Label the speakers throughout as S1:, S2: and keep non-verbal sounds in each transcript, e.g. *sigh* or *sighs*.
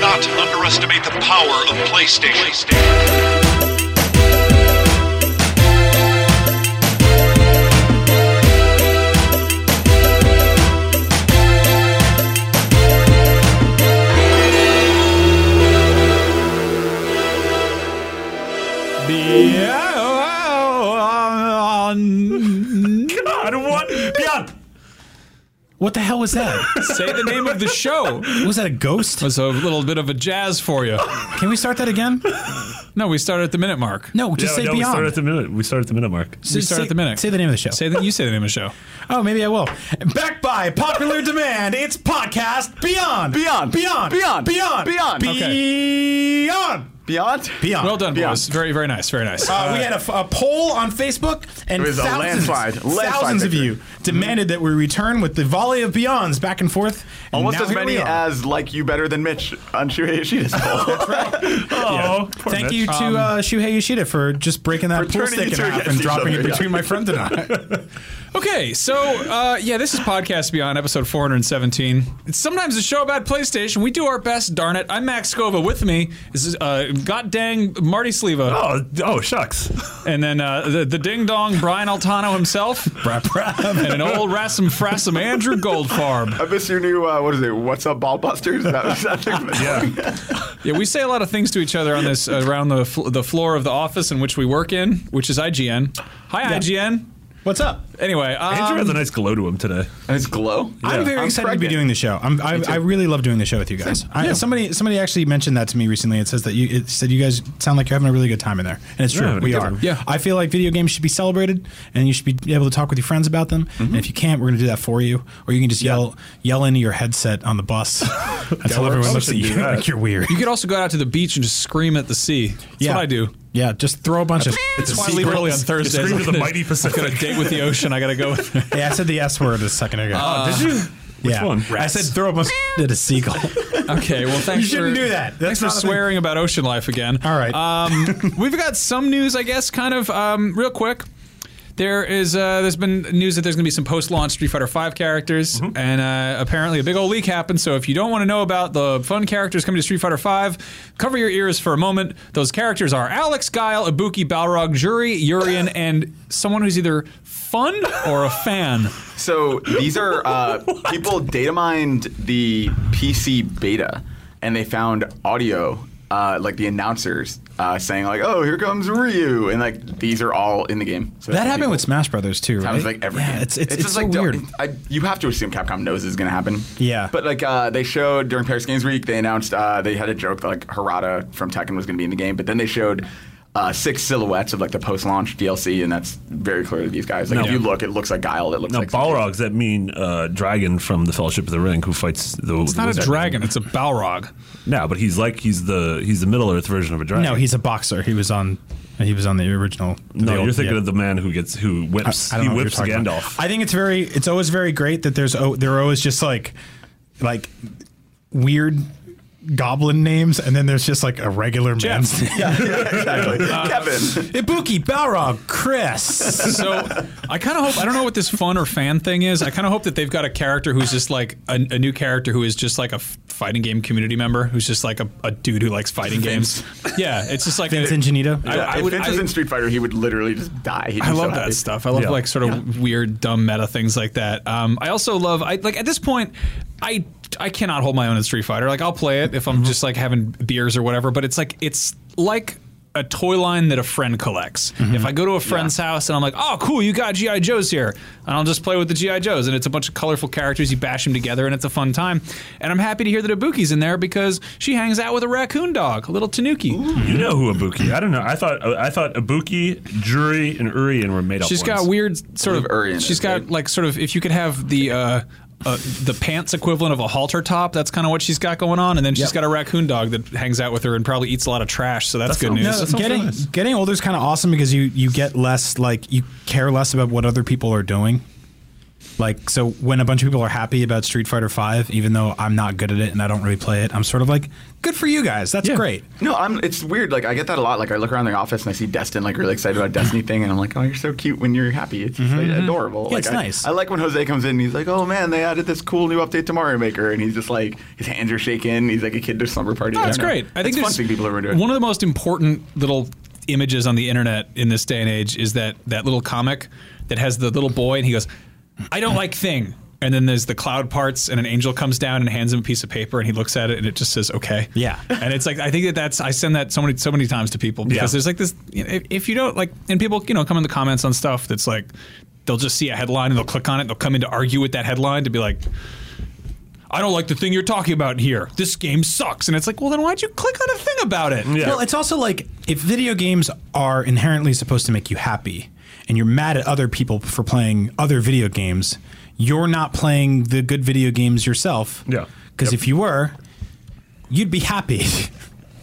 S1: not underestimate the power of PlayStation.
S2: Beyond.
S3: God, what? Beyond.
S2: What the hell was that?
S4: Say the name of the show.
S2: Was that a ghost?
S4: That's a little bit of a jazz for you.
S2: Can we start that again?
S4: No, we start at the minute mark.
S2: No, just say
S3: no, we
S2: beyond.
S3: start at the minute. We start at the minute mark.
S2: Say-
S4: we start
S2: say-
S4: at the minute.
S2: Say the name of the show.
S4: Say that you say the name of the show.
S2: oh, maybe I will. Back by popular demand, it's podcast Beyond.
S5: Beyond.
S2: Beyond.
S5: Beyond.
S2: Beyond.
S5: Beyond.
S2: Beyond.
S5: Beyond?
S2: Beyond.
S4: Well done,
S5: Beyond.
S4: boys. Very, very nice. Very nice.
S2: Uh, we had a, f- a poll on Facebook, and
S5: It was a
S2: thousands,
S5: landslide- landslide
S2: thousands of
S5: victory.
S2: you demanded that we return with the volley of Beyonds back and forth. and
S5: Almost
S2: now
S5: as
S2: here we
S5: many
S2: are.
S5: as like you better than Mitch on
S2: *laughs*
S5: Shuhei Yoshida's poll.
S3: Oh,
S2: Thank you to uh, Shuhei Yoshida for just breaking that
S5: For
S2: pool
S5: turning
S2: stick
S5: the
S2: in
S5: two
S2: half
S5: against
S2: and
S5: each
S2: dropping it
S5: other, yeah.
S2: between my friend and I.
S4: Okay, so uh, yeah, this is Podcast Beyond, episode 417. It's sometimes a show about PlayStation. We do our best, darn it. I'm Max Scova. With me is uh, god dang Marty Sleva,
S3: Oh, oh, shucks.
S2: Um,
S4: and then uh, the, the ding dong Brian Altano himself, and an old rassum frassum Andrew Goldfarb.
S5: I miss your new, uh, what is it, What's Up Ball Busters? That was that thing.
S3: Yeah.
S4: Yeah, we say a lot of things to each other on this uh, around the fl- the floor of the office in which we work in, which is IGN. Hi, IGN.
S2: What's up?
S4: Anyway,
S3: Andrew
S4: um,
S3: has a nice glow to him today.
S5: And it's glow.
S2: I'm very
S5: I'm
S2: excited to be
S5: pregnant.
S2: doing the show. I'm, I, I really love doing the show with you guys. I, Somebody somebody actually mentioned that to me recently. It says that you it said you guys sound like you're having a really good time in there, and it's true.
S3: Yeah,
S2: we
S3: yeah.
S2: are.
S4: Yeah.
S2: I feel like video games should be celebrated, and you should be able to talk with your friends about them. And if you can't, we're going to do that for you, or you can just yell yell into your headset on the bus until everyone looks at
S3: We should
S2: you
S3: do
S2: *laughs*
S3: that.
S2: like you're weird.
S4: you could also go out to the beach and just scream at the sea. That's what I do.
S2: Yeah, just throw a bunch of.
S4: That's why I leave early on Thursdays.
S3: Scream
S4: I'm
S3: to the
S4: gonna-
S2: *laughs*
S3: mighty
S4: I'm gonna
S3: Pacific.
S4: date with the ocean. I gotta go.
S2: Yeah, I said the S word a second ago.
S3: Did you? Which
S2: yeah.
S3: one?
S2: I said throw a bunch at a seagull.
S4: okay, well, thanks.
S2: *laughs* You shouldn't
S4: for,
S2: do that.
S4: thanks
S2: That's
S4: for
S2: not a thing.
S4: swearing about ocean life again.
S2: All right. *laughs*
S4: Um, we've got some news, I guess, kind of um, real quick. There is uh, there's been news that there's going to be some post-launch Street Fighter V characters,
S2: Mm-hmm.
S4: and uh, apparently a big old leak happened. So if you don't want to know about the fun characters coming to Street Fighter V, cover your ears for a moment. Those characters are Alex, Guile, Ibuki, Balrog, Juri, Yurian, and someone who's either fun or a fan.
S5: So these
S2: *laughs*
S5: are uh, people data mined the PC beta, and they found audio, uh, like the announcers uh, saying like, "Oh, here comes Ryu," and like these are all in the game. So
S2: that happened
S5: people-
S2: with Smash Brothers too, right?
S5: Sounds like every
S2: yeah,
S5: game.
S2: it's it's, it's,
S5: just
S2: so
S5: like
S2: weird.
S5: I, you have to assume Capcom knows this is going to happen.
S2: Yeah.
S5: But like uh, they showed during Paris Games Week, they announced uh, they had a joke that like Harada from Tekken was going to be in the game, but then they showed. Uh, six silhouettes of like the post-launch DLC, and that's very clearly these guys. Like
S3: No.
S5: if you look, it looks like Guile. It looks
S3: Now,
S5: like
S3: Balrogs, that mean uh, dragon from the Fellowship of the Ring who fights the.
S4: It's not a dragon. It's a Balrog.
S3: No, but he's like, he's the he's the Middle Earth version of a dragon.
S2: No, he's a boxer. He was on. He was on the original.
S3: No,
S2: the old-
S3: you're thinking
S2: yeah.
S3: of the man who gets, who whips,
S2: I don't
S3: he
S2: know what
S3: whips
S2: you're talking about.
S3: Gandalf.
S2: I think it's very. It's always very great that there's. Oh, there are always just like, like, weird goblin names, and then there's just like a regular man's *laughs* name. *laughs*
S5: exactly. Kevin.
S2: Ibuki, Balrog, Chris.
S3: *laughs*
S4: So I kind of hope I don't know what this fun or fan thing is. I kind of hope that they've got a character who's just like a, a new character who is just like a f- fighting game community member who's just like a, a dude who likes fighting games. Yeah, it's just like
S2: Vince
S4: a-
S2: Ingenito.
S4: I, I
S5: if
S4: would.
S5: Vince was
S4: I,
S5: in Street Fighter, he would literally just die. He'd be
S4: I
S5: so
S4: love that
S5: happy.
S4: stuff. I love
S3: Yeah.
S4: like sort of weird, dumb meta things like that. Um, I also love. I like at this point, I I cannot hold my own in Street Fighter. Like I'll play it if I'm just like having beers or whatever. But it's like it's like. A toy line that a friend collects. If I go to a friend's house and I'm like, "Oh, cool, you got GI Joes here," and I'll just play with the GI Joes, and it's a bunch of colorful characters. You bash them together, and it's a fun time. And I'm happy to hear that Ibuki's in there because she hangs out with a raccoon dog, a little Tanuki.
S3: You know who Ibuki? I don't know. I thought I thought Ibuki, Juri, and Urien were made up.
S4: She's got
S3: ones.
S4: weird sort of.
S5: believe Uri in
S4: she's
S5: it,
S4: got
S5: right?
S4: like sort of. If you could have the uh, uh, the pants equivalent of a halter top, that's kind of what she's got going on. And then she's got a raccoon dog that hangs out with her and probably eats a lot of trash. So that's, good
S3: sounds-
S4: news.
S3: that sounds
S2: getting
S3: nice.
S2: getting older is kind of awesome because you you get less like you care less about what other people are doing. Like so, when a bunch of people are happy about Street Fighter Five, even though I'm not good at it and I don't really play it, I'm sort of like, good for you guys. That's
S4: Yeah.
S2: great.
S5: No, I'm. It's weird. Like I get that a lot. Like I look around the office and I see Destin like really excited about Destiny thing, and I'm like, oh, you're so cute when you're happy. It's just,
S4: Mm-hmm.
S5: like, adorable.
S2: Yeah,
S5: like,
S2: it's
S5: I,
S2: nice.
S5: I like when Jose comes in and he's like, oh man, they added this cool new update to Mario Maker, and he's just like, his hands are shaking. He's like a kid to slumber party.
S4: No,
S5: I
S4: that's
S5: don't know.
S4: Oh, great. I
S5: it's
S4: think
S5: fun
S4: there's-
S5: thing people are doing.
S4: One of the most important little images on the internet in this day and age is that that little comic that has the little boy and he goes, "I don't like thing." And then there's the cloud parts, and an angel comes down and hands him a piece of paper, and he looks at it, and it just says "okay."
S2: Yeah.
S4: and it's like I think that that's I send that so many so many times to people because
S3: Yeah.
S4: there's like this you know, if, if you don't like, and people you know come in the comments on stuff that's like they'll just see a headline and they'll click on it, they'll come in to argue with that headline to be like, I don't like the thing you're talking about here. This game sucks. And it's like, well, then why'd you click on a thing about it?
S3: Yeah.
S2: Well, it's also like if video games are inherently supposed to make you happy and you're mad at other people for playing other video games, you're not playing the good video games yourself.
S3: Yeah.
S2: Because if you were, you'd be happy. *laughs*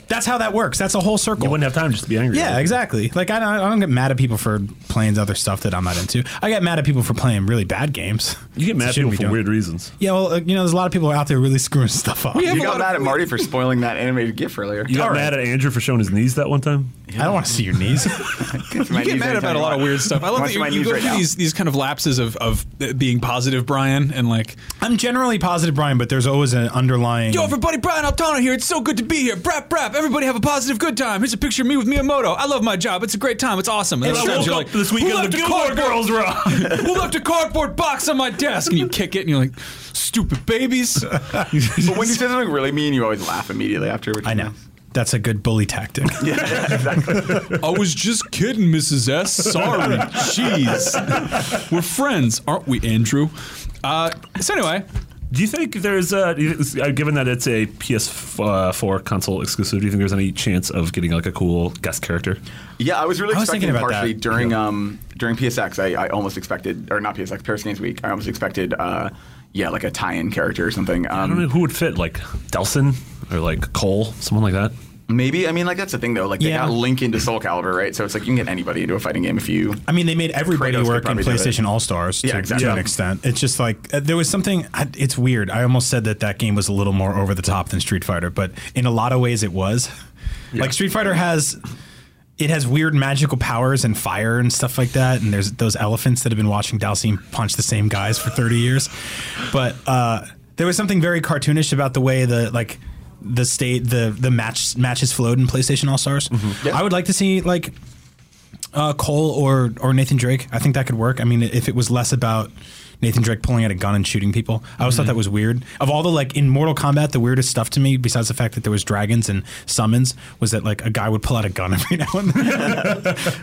S2: That's how that works. That's a whole circle.
S3: You wouldn't have time just to be angry.
S2: yeah, exactly. Like I don't, I don't get mad at people for playing other stuff that I'm not into. I get mad at people for playing really bad games.
S3: You get mad at
S2: Shouldn't
S3: people
S2: be
S3: for
S2: doing-
S3: weird reasons.
S2: Yeah, well, uh, you know, there's a lot of people out there really *laughs* screwing stuff up.
S4: We have
S5: you
S4: a lot
S5: got
S4: of-
S5: mad at
S4: *laughs*
S5: Marty for spoiling that animated GIF earlier.
S3: You got
S2: Alright.
S3: mad at Andrew for showing his knees that one time.
S2: I don't want to see your knees.
S5: *laughs*
S4: You get mad about a lot of weird stuff. I love that you, you go through these, these kind of lapses of, of uh, being positive, Brian, and like,
S2: I'm generally positive, Brian, but there's always an underlying.
S3: Mm.
S4: yo, everybody, Brian Altano here. It's so good to be here. Brap, brap. Everybody have a positive, good time. Here's a picture of me with Miyamoto. I love my job. It's a great time. It's awesome. And
S3: I
S4: then
S3: woke
S4: you're
S3: up this
S4: "Who
S3: weekend.
S4: left
S3: The
S4: a
S3: Gilmore
S4: cardboard-
S3: Girls were on.
S4: *laughs*
S3: *laughs*
S4: Who left a cardboard box on my desk? And you kick it, and you're like, stupid
S3: *laughs*
S4: babies.
S5: But
S4: *laughs*
S5: when you say something really mean, you always laugh immediately after. Which
S2: I know. That's a good bully tactic.
S4: I was just kidding, Mrs. S. Sorry. Jeez. We're friends, aren't we, Andrew? Uh, so anyway,
S3: Do you think there's a do you think- uh, given that it's a PS4 console exclusive? Do you think there's any chance of getting like a cool guest character?
S5: Yeah, I was really
S2: I was
S5: expecting
S2: thinking about
S5: partially
S2: that.
S5: during um during PSX. I, I almost expected, or not PSX, Paris Games Week. I almost expected, uh, yeah, like a tie-in character or something.
S3: I don't know
S5: Um,
S3: who would fit, like Delson or like Cole, someone like that.
S5: maybe I mean, like that's the thing though. Like they
S2: Yeah.
S5: got Link into Soul Calibur, right? So it's like you can get anybody into a fighting game if you.
S2: I mean, they made everybody
S5: Kratos could
S2: work in
S5: probably do it.
S2: PlayStation All Stars to,
S5: Yeah, exactly.
S2: to an
S5: Yeah.
S2: extent. It's just like uh, there was something. I- It's weird. I almost said that that game was a little more over the top than Street Fighter, but in a lot of ways, it was. Like Street Fighter has. It has weird magical powers and fire and stuff like that. And there's those elephants that have been watching Dalsim punch the same guys for 30 years. But uh, there was something very cartoonish about the way the like the state the the match matches flowed in PlayStation All Stars.
S5: Mm-hmm.
S2: I would like to see like uh, Cole or or Nathan Drake. I think that could work. I mean, if it was less about Nathan Drake pulling out a gun and shooting people, I always
S3: Mm-hmm.
S2: thought that was weird. Of all the like in Mortal Kombat, the weirdest stuff to me, besides the fact that there was dragons and summons, was that like a guy would pull out a gun *laughs* every now and then.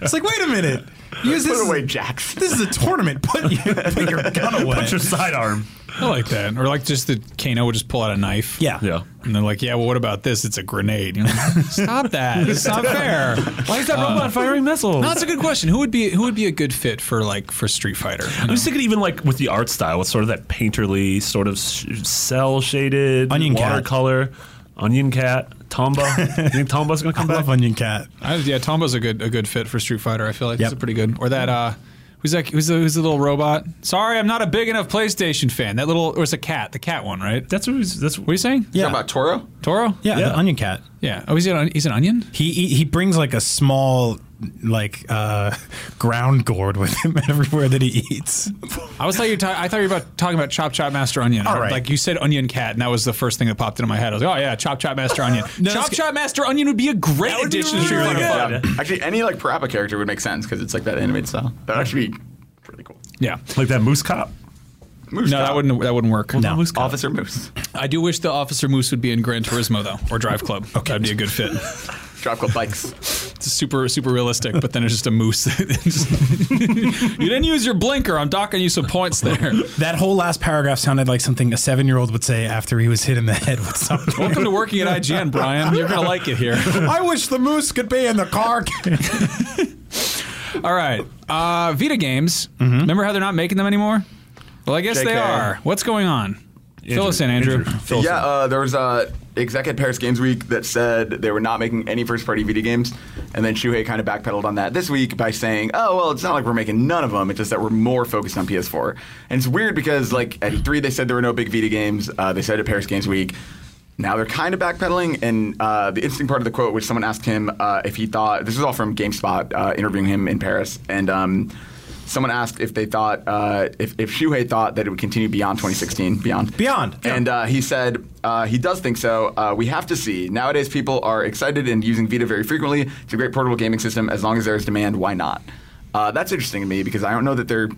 S2: it's like, wait a minute, use this.
S5: Put away
S2: *laughs*
S5: Jax.
S2: This is a tournament. Put, you, put your gun away.
S3: Put your sidearm.
S4: I like that. Or like just that Kano would just pull out a knife.
S2: yeah.
S3: Yeah.
S4: And they're like, yeah, well, what about this? It's a grenade. *laughs* You're like, Stop *laughs* Uh, that. It's not fair.
S3: Why is that robot firing missiles?
S4: No, that's a good question. Who would be who would be a good fit for like for Street Fighter? You
S3: I
S4: know?
S3: was thinking even like with the art style, with sort of that painterly, sort of sh- cell shaded,
S2: Onion Cat.
S3: watercolor, onion cat,
S2: *laughs*
S3: Tomba. you think Tomba's gonna come
S2: I
S3: back?
S2: love Onion Cat.
S4: I, yeah, Tombo's a good a good fit for Street Fighter. I feel like he's
S2: Yep.
S4: a pretty good. Or that uh, who's that? Who's the, who's the little robot? Sorry, I'm not a big enough PlayStation fan. That little or it's a cat. The cat one, right?
S3: That's what he's, that's what
S4: What are you saying?
S2: Yeah.
S5: Talking about Toro.
S4: Toro?
S2: Yeah,
S3: Yeah.
S2: the Onion Cat.
S4: Yeah. Oh, he's an, he's an onion?
S2: He, he he brings like a small like uh, ground gourd with him *laughs* everywhere that he eats.
S4: I was thought you were ta- I thought you were about talking about Chop Chop Master Onion.
S2: All right.
S4: Like you said Onion Cat, and that was the first thing that popped into my head. I was like, oh, yeah, Chop Chop Master Onion.
S2: that's
S4: Chop
S2: good.
S4: Chop Master Onion would be a great
S3: would be
S4: addition to Street
S3: really
S4: Fighter
S3: good.
S4: Five.
S5: Yeah. Actually, any like Parappa character would make sense because it's like that animated style. That would actually be really cool.
S4: Yeah.
S3: like that moose cop.
S5: Moose.
S4: No, that
S5: Cop.
S4: wouldn't that wouldn't work.
S3: Moose cop.
S5: Officer Moose.
S4: I do wish the Officer Moose would be in Gran Turismo though, or Drive Club. okay. That'd be a good fit.
S5: Drop Club Bikes.
S4: It's super super realistic, but then it's just a moose. *laughs* you didn't use your blinker. I'm docking you some points there.
S2: That whole last paragraph sounded like something a seven year old would say after he was hit in the head with something.
S4: Welcome to working at IGN, Brian. You're gonna like it here.
S2: *laughs* I wish the moose could be in the car.
S4: All right, Mm-hmm. uh, Vita games. Remember how they're not making them anymore? Well, I guess they
S5: JK.
S4: are. What's going on? Fill us in, Andrew.
S3: Fill us
S5: yeah,
S3: in.
S5: uh, there was a exec at Paris Games Week that said they were not making any first party video games, and then Shuhei kind of backpedaled on that this week by saying, "Oh well, it's not like we're making none of them. It's just that we're more focused on PS4." And it's weird because like at E3 they said there were no big video games. Uh, they said at Paris Games Week. Now they're kind of backpedaling, and uh, the interesting part of the quote was someone asked him uh, if he thought this was all from GameSpot uh, interviewing him in Paris, and um, someone asked if they thought uh, if, if Shuhei thought that it would continue beyond 2016, beyond
S2: Beyond, yeah.
S5: and uh, he said uh, he does think so. Uh, we have to see. Nowadays, people are excited and using Vita very frequently. It's a great portable gaming system. As long as there is demand, why not? Uh, that's interesting to me because I don't know that there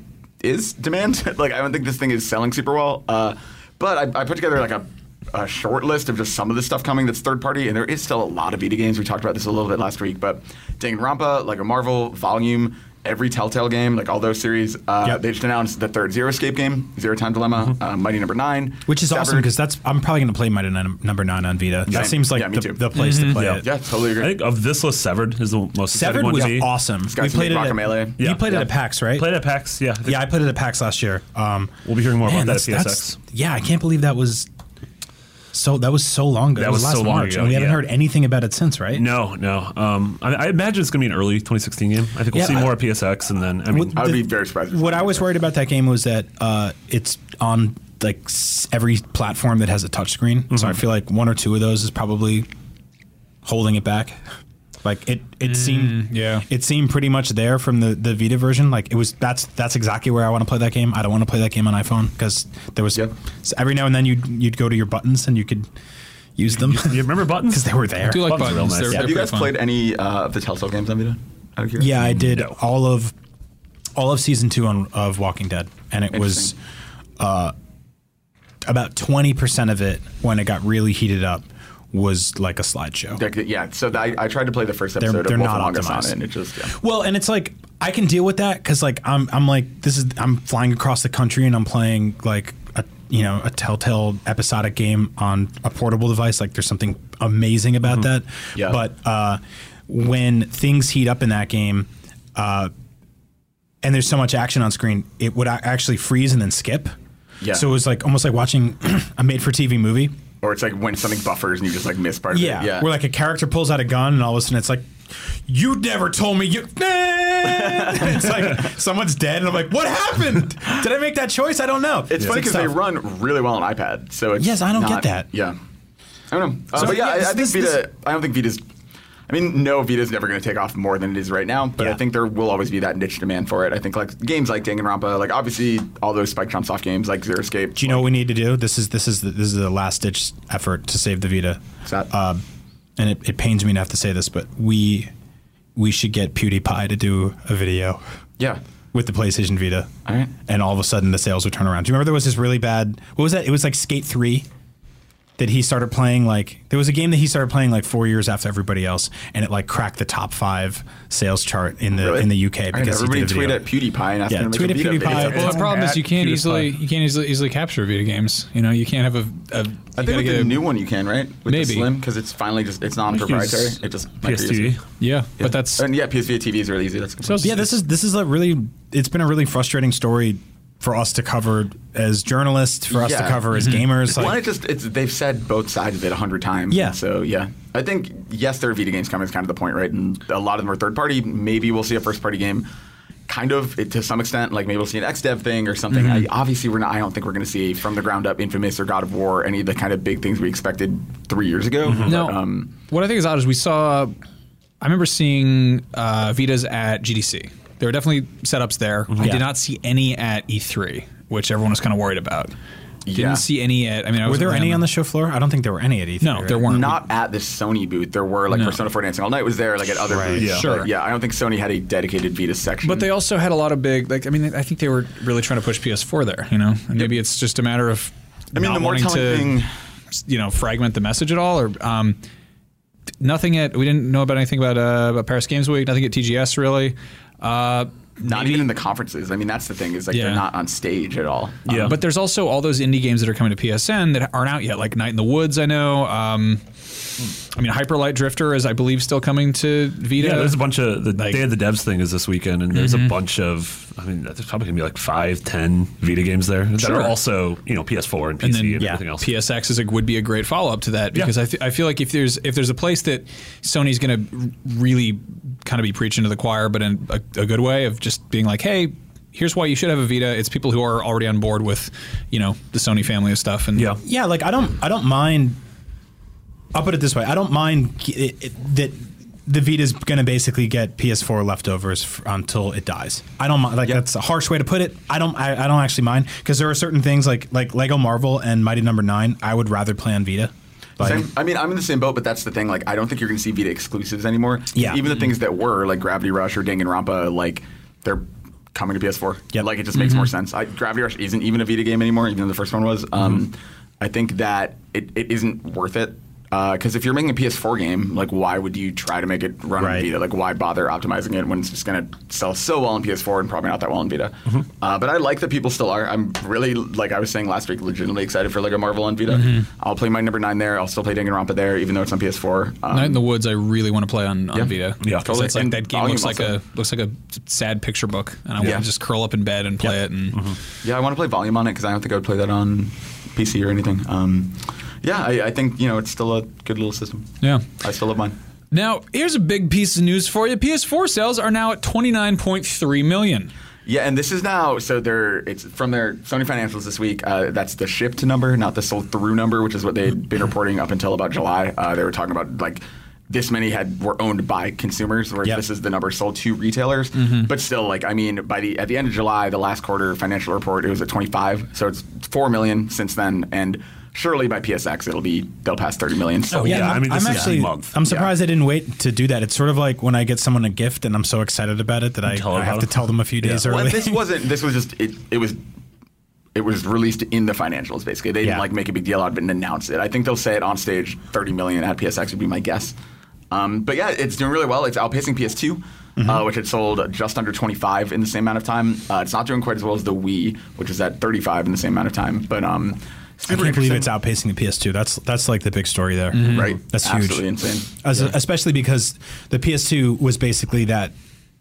S5: is demand. *laughs* like I don't think this thing is selling super well. Uh, but I, I put together like a, a short list of just some of the stuff coming that's third party, and there is still a lot of Vita games. We talked about this a little bit last week, but Danganronpa, like a Marvel Volume. Every Telltale game, like all those series, uh,
S2: Yep. Mm-hmm.
S5: they just announced the third Zero Escape game, Zero Time Dilemma, uh, Mighty Number Nine,
S2: *laughs* Which is awesome
S5: Severed.
S2: because that's I'm probably going to play Mighty Nine, Number Nine on Vita.
S5: Yeah.
S2: That seems like
S5: Yeah, me
S2: the,
S5: too.
S2: the place to play
S3: Mm-hmm. Yeah.
S2: it.
S5: Yeah, totally agree.
S3: I think of this list, Severed is the most exciting
S2: Severed
S3: one
S2: was
S3: to me.
S2: awesome.
S5: got
S2: We
S5: some
S2: played it.
S5: good
S2: At,
S5: Guacamelee.
S2: You
S3: Yeah.
S2: played it
S3: Yeah.
S2: at PAX, right?
S3: Played at PAX, yeah. I think
S2: yeah, I played it at PAX last year. Um,
S3: We'll be hearing more
S2: man,
S3: about that at
S2: that's-
S3: PSX.
S2: that's- yeah, I can't believe that was so. That was so long ago.
S3: That
S2: It
S3: was
S2: last
S3: so long
S2: March,
S3: ago,
S2: and we haven't
S3: yeah.
S2: heard anything about it since, right?
S3: No, no. Um, I, I imagine it's going to be an early 2016 game. I think we'll
S2: Yeah,
S3: see
S2: I-
S3: more at PSX, and then I mean,
S5: I would
S2: The-
S5: be very surprised. if
S2: What
S5: it's
S2: I was worried about that game was that uh, it's on like s- every platform that has a touchscreen, so I
S4: Mm-hmm.
S2: feel like one or two of those is probably holding it back. Like it, it
S4: Mm,
S2: seemed,
S4: yeah.
S2: it seemed pretty much there from the, the Vita version. Like it was, that's that's exactly where I want to play that game. I don't want to play that game on iPhone because there was
S5: Yep.
S2: so every now and then you'd you'd go to your buttons and you could
S4: *laughs*
S2: use them *laughs*
S3: you remember buttons?
S2: because they were there.
S4: do like
S3: Buttons are
S4: buttons.
S3: real nice.
S4: They're-
S3: Yeah,
S5: Have
S4: they're
S5: you
S4: pretty
S5: guys
S4: fun.
S5: played any uh, of the Telltale games on Vita? Out of curiosity?
S2: Yeah, I did
S3: No.
S2: all of all of season two on, of Walking Dead, and it was uh, about twenty percent of it when it got really heated up was like a slideshow.
S5: Like, Yeah, so I, I tried to play the first episode
S2: they're
S5: of Wolf
S2: not
S5: Among Us on
S2: optimized.
S5: it, and it just yeah.
S2: Well, and it's like I can deal with that because like I'm I'm like this is I'm flying across the country and I'm playing like a you know a Telltale episodic game on a portable device. Like there's something amazing about that.
S5: Mm-hmm. Yeah.
S2: But uh, when things heat up in that game, uh, and there's so much action on screen, it would a- actually freeze and then skip.
S5: Yeah.
S2: So it was like almost like watching *clears throat* a made-for-TV movie.
S5: or it's like when something buffers and you just like miss part of
S2: Yeah.
S5: it. Yeah,
S2: Where like a character pulls out a gun and all of a sudden it's like, you never told me you. *laughs* it's like someone's dead and I'm like, what happened? Did I make that choice? I don't know.
S5: it's funny
S2: like
S5: because they
S2: stuff.
S5: run really well on iPad. So it's
S2: Yes, I don't get
S5: not-
S2: that.
S5: Yeah, I don't know. Uh,
S2: So,
S5: but yeah,
S2: yeah,
S5: I, I
S2: this-
S5: think
S2: this-
S5: Vita.
S2: this-
S5: I don't think Vita's. I mean, no, Vita's never going to take off more than it is right now. But I
S2: Yeah.
S5: think there will always be that niche demand for it. I think like games like Danganronpa, like obviously all those Spike Chunsoft games, like Zero Escape.
S2: Do you know what we need to do? This is this is the, this is the last ditch effort to save the Vita.
S5: that?
S2: Um, and it, it pains me to have to say this, but we we should get PewDiePie to do a video
S5: Yeah.
S2: with the PlayStation Vita.
S5: All right.
S2: and all of a sudden the sales would turn around. Do you remember there was this really bad? What was that? It was like Skate Three that he started playing. Like there was a game that he started playing like four years after everybody else, and it like cracked the top five sales chart in the
S5: Really?
S2: in the UK
S5: All right,
S2: because he
S5: everybody
S2: did a
S5: tweet
S2: video.
S5: at PewDiePie and ask
S2: Yeah,
S5: him to
S2: tweet at
S5: make a Vita
S2: PewDiePie.
S5: based on
S4: Well,
S5: it.
S4: the problem is
S3: At
S4: you can't
S3: PewDiePie.
S4: easily you can't easily, easily capture video games. You know, you can't have a. a you
S5: I
S4: gotta
S5: think with
S4: get
S5: the
S4: a-
S5: new one you can, right? With the
S4: Maybe.
S5: Slim, because it's finally just it's non-proprietary. It just might be easy.
S3: PSTV.
S4: Yeah, but that's
S5: and yeah, PSV TV is really easy. That's
S4: so
S5: good.
S4: it's-
S2: Yeah, this is this is a really it's been a really frustrating story for us to cover as journalists, for us to
S5: Yeah.
S2: cover as gamers.
S5: Mm-hmm. One,
S2: Like,
S5: it just it's they've said both sides of it a hundred times.
S2: Yeah.
S5: So yeah, I think yes, there are Vita games coming is kind of the point, right? And a lot of them are third party. Maybe we'll see a first party game. Kind of it- to some extent, like maybe we'll see an XDev thing or something. I, obviously, we're not. I don't think we're going to see from the ground up Infamous or God of War, any of the kind of big things we expected three years ago.
S4: No.
S5: But, um,
S4: what I think is odd is we saw. I remember seeing uh, Vitas at GDC. There were definitely setups there. I
S2: Yeah.
S4: did not see any at E3, which everyone was kind of worried about. Didn't
S5: Yeah.
S4: see any at. I mean, I
S2: were
S4: was
S2: there
S4: around
S2: any on
S4: them.
S2: the show floor? I don't think there were any at E3.
S4: No,
S2: right?
S4: there weren't.
S5: not at the Sony booth. There were like
S4: No.
S5: Persona 4 Dancing All Night was there, like at other
S2: Right.
S5: booths.
S3: Yeah.
S4: Sure.
S5: Like, yeah, I don't think Sony had a dedicated Vita section.
S4: But they also had a lot of big. Like, I mean, I think they were really trying to push PS4 there. You know, and maybe it's just a matter of.
S5: I mean,
S4: not
S5: the more
S4: wanting
S5: telling
S4: to,
S5: thing.
S4: you know, fragment the message at all, or um, nothing at. We didn't know about anything about uh, about Paris Games Week. Nothing at TGS really. Uh,
S5: Not even in the conferences. I mean, that's the thing is like
S4: Yeah.
S5: they're not on stage at all. Um,
S3: Yeah.
S4: But there's also all those indie games that are coming to PSN that aren't out yet, like Night in the Woods. I know. Um, I mean, Hyperlight Drifter is, I believe, still coming to Vita.
S3: Yeah, there's a bunch of the
S4: Like-
S3: Day of the Devs thing is this weekend, and there's
S4: Mm-hmm.
S3: a bunch of. I mean, there's probably gonna be like five, ten Vita games there that
S4: Sure.
S3: are also you know PS4 and PC
S4: And
S3: and,
S4: then,
S2: yeah,
S3: everything else.
S4: PSX is a, would be a great follow up to that
S3: Yeah.
S4: because I, th- I feel like if there's if there's a place that Sony's going to really kind of be preaching to the choir, but in a, a good way of just being like, hey, here's why you should have a Vita. It's people who are already on board with, you know, the Sony family of stuff. And
S3: yeah,
S2: yeah, like I don't, I don't mind. I'll put it this way: I don't mind g- it, it, that the Vita's going to basically get PS4 leftovers f- until it dies. I don't mind. Like that's a harsh way to put it. I don't. I, I don't actually mind because there are certain things like like Lego Marvel and Mighty Number Nine. I would rather play on Vita. Like,
S5: Same, I mean, I'm in the same boat, but that's the thing. Like, I don't think you're going to see Vita exclusives anymore.
S2: Yeah.
S5: Even the things that were like Gravity Rush or Danganronpa, like they're coming to PS4. Yeah.
S2: Yep.
S5: Like it just makes more sense. I, Gravity Rush isn't even a Vita game anymore, even though the first one was. Um, I think that it, it isn't worth it. Because if you're making a PS4 game, like why would you try to make it run
S2: Right.
S5: on Vita? Like why bother optimizing it when it's just going to sell so well on PS4 and probably not that well on Vita? Uh, but I like that people still are. I'm really like I was saying last week, legitimately excited for Lego Marvel on Vita. I'll play my number nine there. I'll still play Danganronpa there, even though it's on PS4. Um,
S4: Night in the Woods, I really want to play on, on
S5: Yeah.
S4: Vita.
S3: Yeah,
S4: 'Cause it's
S5: totally.
S4: like
S5: And
S4: that game
S5: volume
S4: looks like
S5: also.
S4: a looks like a sad picture book, and I
S5: Yeah.
S4: want to just curl up in bed and play it. And
S5: Yeah, Mm-hmm. I want to play Volume on it because I don't think I would play that on PC or anything. Um, yeah, I, I think you know it's still a good little system.
S4: yeah.
S5: I still love mine.
S4: Now, here's a big piece of news for you. PS4 sales are now at 29.3 million.
S5: Yeah, and this is now so they're it's from their Sony financials this week. Uh, that's the shipped number, not the sold through number, which is what they'd been reporting up until about July. Uh, they were talking about like this many had were owned by consumers, whereas
S2: Yep.
S5: this is the number sold to retailers. But still, like I mean, by the at the end of July, the last quarter financial report, it was at 25, so it's four million since then, and surely by PSX it'll be they'll pass 30 million. So
S3: Oh, yeah, I mean, this
S2: I'm
S3: is
S2: actually,
S3: a month.
S2: I'm surprised I didn't wait to do that. It's sort of like when I get someone a gift and I'm so excited about it that I,
S3: Tell them
S2: I have
S3: about
S2: to
S3: it.
S2: tell them a few days
S5: Well,
S2: early.
S5: this wasn't. This was just. It, it was. It was released in the financials. Basically, they didn't
S2: Yeah.
S5: like make a big deal out of it and announce it. I think they'll say it on stage. Thirty million at PSX would be my guess. Um, but yeah, it's doing really well. It's outpacing PS2,
S2: Mm-hmm.
S5: uh, which had sold just under 25 in the same amount of time. Uh, it's not doing quite as well as the Wii, which is at 35 in the same amount of time. But
S2: *laughs*
S5: um,
S2: I
S5: super
S2: can't believe
S5: interesting.
S2: it's outpacing the PS2. That's that's like the big story there.
S5: Right,
S2: Mm-hmm. That's huge.
S5: absolutely insane.
S2: As- Especially because the PS2 was basically that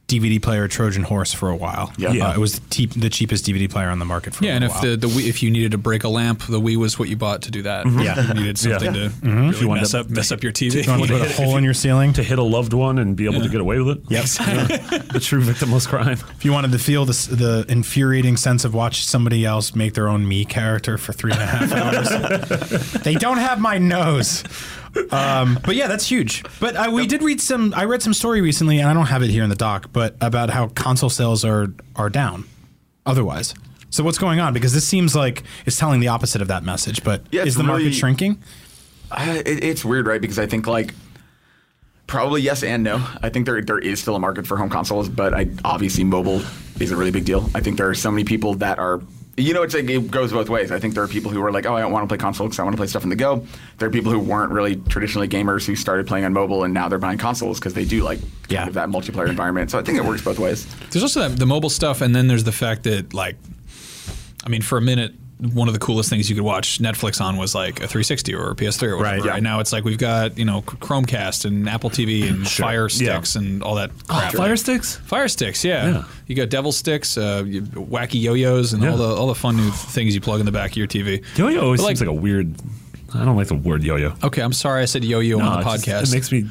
S2: DVD player Trojan horse for a while.
S5: Yeah.
S2: Uh, it was the, te- the cheapest DVD player on the market for
S4: Yeah,
S2: a
S4: and
S5: Oh,
S2: while.
S4: if the, the Wii, if you needed to break a lamp, the Wii was what you bought to do that.
S5: Mm-hmm.
S2: Yeah.
S4: you needed something to really
S3: you wanted
S4: mess
S3: to
S4: up mess up your TV.
S2: you want to put a hole in your ceiling.
S3: to hit a loved one and be able to get away with it. *laughs*
S2: Yep.
S3: the true
S4: *laughs*
S3: victimless crime.
S2: If you wanted to feel the, s- the infuriating sense of watch somebody else make their own me character for three and a half hours, they don't have my nose. Um, but yeah, that's huge. But uh, we did read some. I read some story recently, and I don't have it here in the doc, but about how console sales are are down. Otherwise, so what's going on? Because this seems like it's telling the opposite of that message. But
S5: Yeah, it's
S2: is the market
S5: really-
S2: shrinking?
S5: I, it, it's weird, right? Because I think like probably yes and no. I think there there is still a market for home consoles, but I obviously mobile is a really big deal. I think there are so many people that are. You know, it's like it goes both ways. I think there are people who are like, "Oh, I don't want to play console because I want to play stuff on the go." There are people who weren't really traditionally gamers who started playing on mobile and now they're buying consoles because they do like
S2: Yeah.
S5: kind of that multiplayer environment. So I think it works both ways.
S4: There's also that, the mobile stuff, and then there's the fact that, like, I mean, for a minute, one of the coolest things you could watch Netflix on was like a 360 or a PS3 or whatever.
S2: Right, yeah.
S4: And now it's like we've got you know Chromecast and Apple TV
S3: *laughs*
S4: and Fire
S3: Yeah.
S4: Sticks and all that crap.
S3: Oh, Fire sticks.
S4: Fire sticks, yeah.
S3: Yeah.
S4: You got devil sticks, uh, you- wacky yo-yos, and
S3: Yeah.
S4: all the all the fun new things you plug in the back of your TV.
S3: Yo-yo always
S4: But, like-
S3: seems like a weird. I don't like the word yo-yo.
S4: Okay, I'm sorry I said yo-yo
S3: No,
S4: on the
S3: it
S4: podcast.
S3: just- it makes me.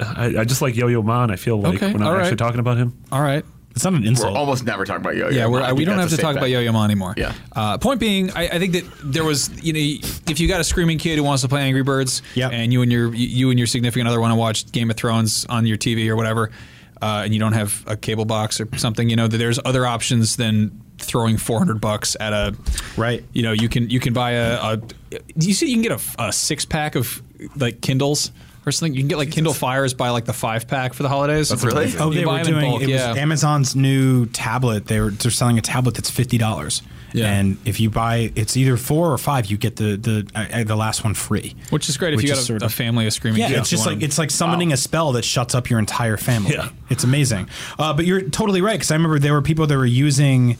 S3: I, I just like Yo-Yo Ma, and I feel like
S4: Okay,
S3: we're not
S4: all
S3: actually
S4: right.
S3: talking about him.
S4: all right.
S2: It's not an
S5: We're
S2: insult.
S5: almost never talking about yo-yo.
S4: Yeah, we're,
S5: I
S4: we
S5: think
S4: don't
S5: that's
S4: have
S5: a
S4: to
S5: safe
S4: talk
S5: bet.
S4: about Yo-Yo Ma anymore.
S5: Yeah.
S4: Uh, point being, I, I think that there was, you know, if you got a screaming kid who wants to play Angry Birds,
S2: Yep.
S4: and you and your you and your significant other want to watch Game of Thrones on your TV or whatever, uh, and you don't have a cable box or something, you know, that there's other options than throwing 400 bucks at a
S2: Right.
S4: you know you can you can buy a, a you see you can get a, a six pack of like kindles or something you can get like kindle fires buy like the five pack for the holidays
S5: Really? amazing.
S2: Oh,
S4: You
S2: they
S4: buy
S2: were
S4: them in
S2: doing
S4: bulk,
S2: it
S4: yeah.
S2: was Amazon's new tablet. They were they're selling a tablet that's fifty dollars,
S4: Yeah.
S2: And if you buy, it's either four or five, you get the the uh, uh, the last one free.
S4: Which is great if
S2: Which
S4: you
S2: is
S4: got
S2: sort
S4: a, a
S2: of-
S4: family of screaming
S2: Yeah,
S4: kids.
S2: it's just
S4: who
S2: like
S4: wanna-
S2: it's like summoning a spell that shuts up your entire family.
S3: Yeah.
S2: It's amazing. Uh, but you're totally right because I remember there were people that were using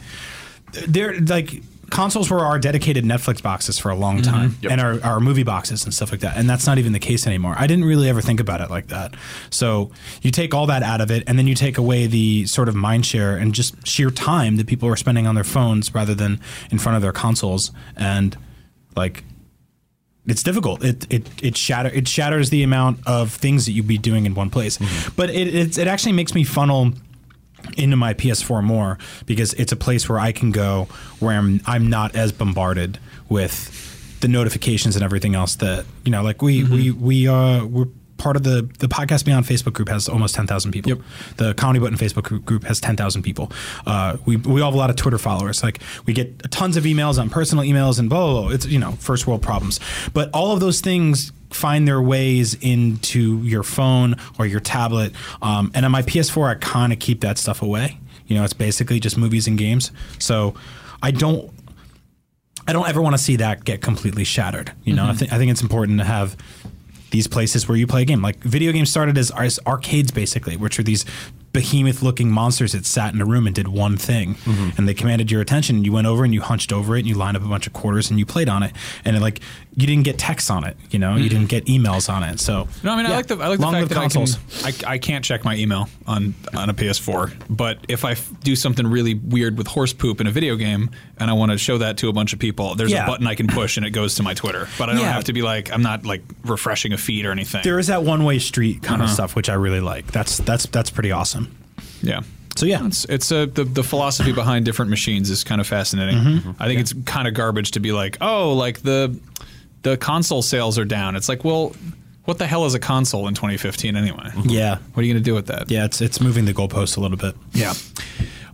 S2: they're like consoles were our dedicated Netflix boxes for a long time and our, our movie boxes and stuff like that. And that's not even the case anymore. I didn't really ever think about it like that. So you take all that out of it and then you take away the sort of mind share and just sheer time that people are spending on their phones rather than in front of their consoles. And like, it's difficult. It it it shatter it shatters the amount of things that you'd be doing in one place. But it it's, it actually makes me funnel into my PS4 more because it's a place where I can go where I'm I'm not as bombarded with the notifications and everything else that you know like we we we uh we're part of the the podcast beyond Facebook group has almost 10,000 people.
S4: Yep.
S2: The comedy button Facebook gr- group has 10,000 people. Uh, we we all have a lot of Twitter followers. Like we get tons of emails on personal emails and blah blah. blah. It's you know first world problems, but all of those things find their ways into your phone or your tablet. Um, and on my PS4, I kind of keep that stuff away. You know, it's basically just movies and games. So I don't I don't ever want to see that get completely shattered. You know,
S4: Mm-hmm.
S2: I, think I think it's important to have these places where you play a game. Like video games started as, as arcades, basically, which are these behemoth-looking monsters that sat in a room and did one thing,
S4: Mm-hmm.
S2: and they commanded your attention. You went over and you hunched over it, and you lined up a bunch of quarters and you played on it. And it, like you didn't get texts on it, you know, you didn't get emails on it. So
S4: Mm-hmm. No, I mean I
S2: yeah.
S4: like the I like the
S2: Long
S4: fact
S2: live
S4: that I can I, I can't check my email on on a PS4, but if I f- do something really weird with horse poop in a video game and I want to show that to a bunch of people, there's
S2: Yeah.
S4: a button I can push and it goes to my Twitter. But I don't
S2: Yeah.
S4: have to be like I'm not like refreshing a feed or anything.
S2: there is that one-way street kind
S4: Uh-huh.
S2: of stuff, which I really like. That's that's that's pretty awesome.
S4: yeah.
S2: So yeah,
S4: It's, it's uh the, the philosophy behind different machines is kind of fascinating. I think it's kind of garbage to be like, oh, like the the console sales are down. It's like, well, what the hell is a console in 2015 anyway?
S2: yeah,
S4: What are you going to do with that?
S2: yeah. It's it's moving the goalpost a little bit.
S4: Yeah.
S5: Sorry,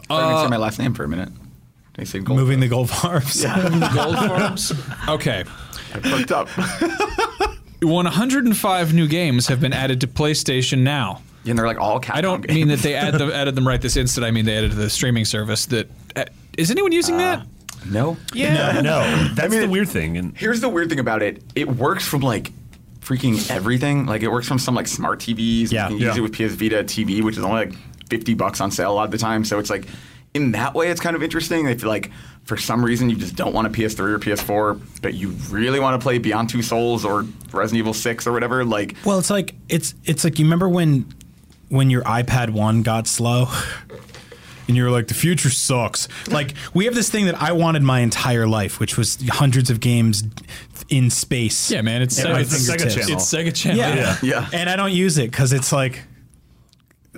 S5: I didn't say my last name for a minute. They said gold. *laughs*
S2: Moving the *laughs* goalposts.
S4: Gold forms. Okay.
S5: I fucked up.
S4: 105 new games have been added to PlayStation Now.
S5: and they're like all Capcom
S4: I don't
S5: games.
S4: mean that they add them, added them right this instant. I mean they added to the streaming service. That uh, is anyone using that?
S5: *laughs* No.
S3: No, no, that's
S5: mean,
S3: the
S5: it-
S3: weird thing. And
S5: Here's the weird thing about it. It works from like freaking everything. Like it works from some like smart TVs.
S2: Yeah,
S5: You can
S2: yeah.
S5: use it with PS Vita TV, which is only like 50 bucks on sale a lot of the time. So it's like in that way, it's kind of interesting. If like for some reason you just don't want a PS3 or PS4, but you really want to play Beyond Two Souls or Resident Evil 6 or whatever, like
S2: Well, it's like it's it's like you remember when when your iPad one got slow, and you were like, "The future sucks." Like we have this thing that I wanted my entire life, which was hundreds of games in space.
S4: Yeah, man. It's
S2: at
S4: Sega,
S2: my
S4: it's,
S3: Sega
S2: fingertips.
S3: Channel.
S4: it's Sega Channel.
S2: Yeah.
S3: Yeah.
S5: Yeah.
S2: And I don't use it because it's like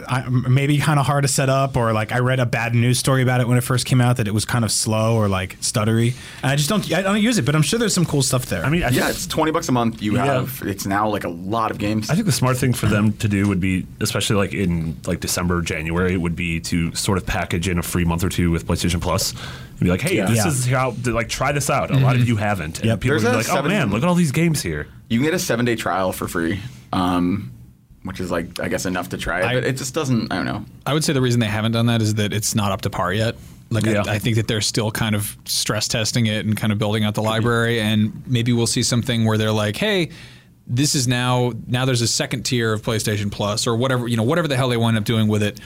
S2: I, maybe kind of hard to set up, or like I read a bad news story about it when it first came out that it was kind of slow or like stuttery. And I just don't I don't use it, but I'm sure there's some cool stuff there.
S3: I mean, I
S5: yeah,
S3: think-
S5: it's 20 bucks a month. You
S3: Yeah.
S5: have it's now like a lot of games.
S3: I think the smart thing for them to do would be, especially like in like December, January, would be to sort of package in a free month or two with PlayStation Plus and be like, hey,
S5: Yeah.
S3: this
S2: Yeah.
S3: is how like try this out. A lot of you haven't. And
S2: Yep.
S3: people
S5: There's
S3: would be
S5: a
S3: like, oh
S5: seven-
S3: man, look at all these games here.
S5: You can get a seven day trial for free, um, which is like I guess enough to try it.
S4: I-
S5: but it just doesn't. I don't know.
S4: I would say the reason they haven't done that is that it's not up to par yet. Like
S3: Yeah.
S4: I, I think that they're still kind of stress testing it and kind of building out the library, and maybe we'll see something where they're like, "Hey, this is now now there's a second tier of PlayStation Plus or whatever you know whatever the hell they wind up doing with it.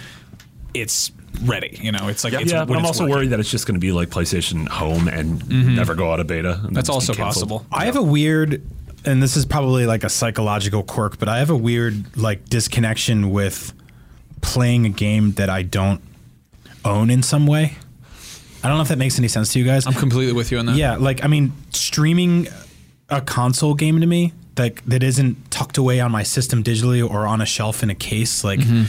S4: It's ready, you know. It's like it's
S3: yeah,
S4: when
S3: but I'm
S4: it's
S3: also
S4: working.
S3: worried that it's just going to be like PlayStation Home and never go out of beta. and
S4: That's
S3: just
S4: also
S3: get canceled.
S4: possible.
S2: I have a weird, and this is probably like a psychological quirk, but I have a weird like disconnection with playing a game that I don't own in some way. I don't know if that makes any sense to you guys.
S4: I'm completely with you on that.
S2: yeah, like I mean, streaming a console game to me like that isn't tucked away on my system digitally or on a shelf in a case like
S4: Mm-hmm.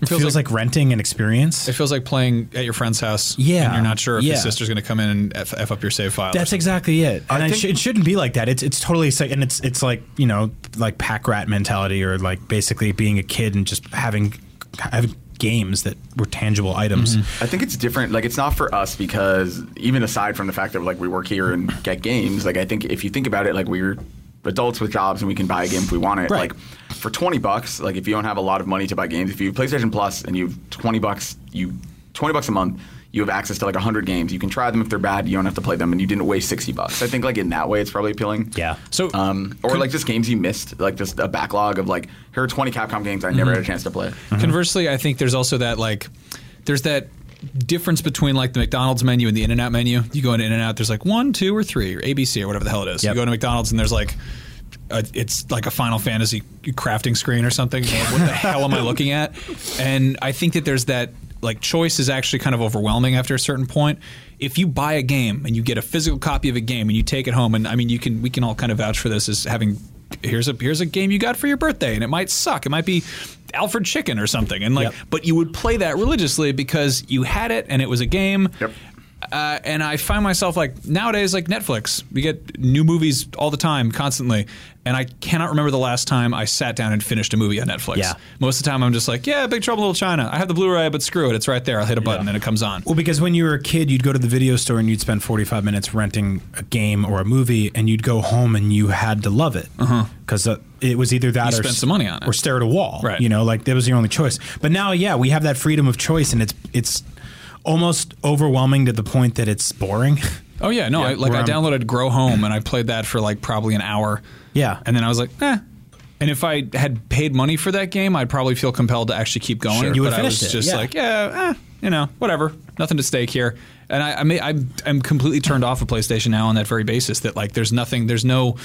S4: it
S2: feels, like, renting an experience.
S4: it feels like playing at your friend's house.
S2: Yeah.
S4: and you're not sure if
S2: Yeah.
S4: your sister's going to come in and f, f up your save file. or
S2: That's exactly it, and
S5: I
S2: I
S5: think-
S2: sh- it shouldn't be like that. It's it's totally sa- and it's it's like you know like pack rat mentality or like basically being a kid and just having having games that were tangible items.
S4: Mm-hmm.
S5: I think it's different. Like it's not for us because even aside from the fact that like we work here and get games, like I think if you think about it, like we're adults with jobs and we can buy a game if we want it.
S2: Right.
S5: Like for twenty bucks, like if you don't have a lot of money to buy games, if you have PlayStation Plus and you have twenty bucks, you twenty bucks a month, you have access to like 100 games. You can try them if they're bad. You don't have to play them, and you didn't waste 60 bucks. I think like in that way, it's probably appealing.
S6: Yeah.
S4: So
S5: Um, or like just games you missed, like just a backlog of like here are 20 Capcom games I never had a chance to play.
S4: Mm-hmm. Conversely, I think there's also that like there's that difference between like the McDonald's menu and the In and Out menu. You go into In and Out, there's like one, two, or three, or ABC or whatever the hell it is.
S6: Yep.
S4: You go to McDonald's and there's like a, it's like a Final Fantasy crafting screen or something. You're like, what the hell am I looking at? And I think that there's that like choice is actually kind of overwhelming after a certain point. If you buy a game and you get a physical copy of a game and you take it home, and I mean you can we can all kind of vouch for this as having here's a here's a game you got for your birthday and it might suck it might be alfred chicken or something and like
S6: Yep.
S4: but you would play that religiously because you had it and it was a game
S5: Yep.
S4: uh, and i find myself like nowadays like netflix we get new movies all the time constantly and i cannot remember the last time i sat down and finished a movie on netflix
S6: Yeah.
S4: most of the time i'm just like yeah big trouble in little china i have the blu-ray but screw it it's right there i'll hit a button and it comes on
S2: Well, because when you were a kid, you'd go to the video store and you'd spend 45 minutes renting a game or a movie, and you'd go home and you had to love it. Because uh it was either that
S4: Uh-huh. You
S2: or
S4: spent
S2: s-
S4: some money on it.
S2: Or stare at a wall.
S4: Right.
S2: You know, like that was your only choice. But now, yeah, we have that freedom of choice, and it's it's almost overwhelming to the point that it's boring. *laughs*
S4: Oh yeah, no, I, like
S2: where
S4: I
S2: I'm-
S4: downloaded Grow Home and I played that for like probably an hour.
S2: Yeah.
S4: and then I was like, eh. And if I had paid money for that game, I'd probably feel compelled to actually keep going.
S2: You
S4: but
S2: would've
S4: I was
S2: finished it,
S4: just
S2: yeah.
S4: like, yeah, eh, you know, whatever, nothing to stake here. And I, I may, I'm, I'm completely turned off of PlayStation now on that very basis. That like, there's nothing, there's no,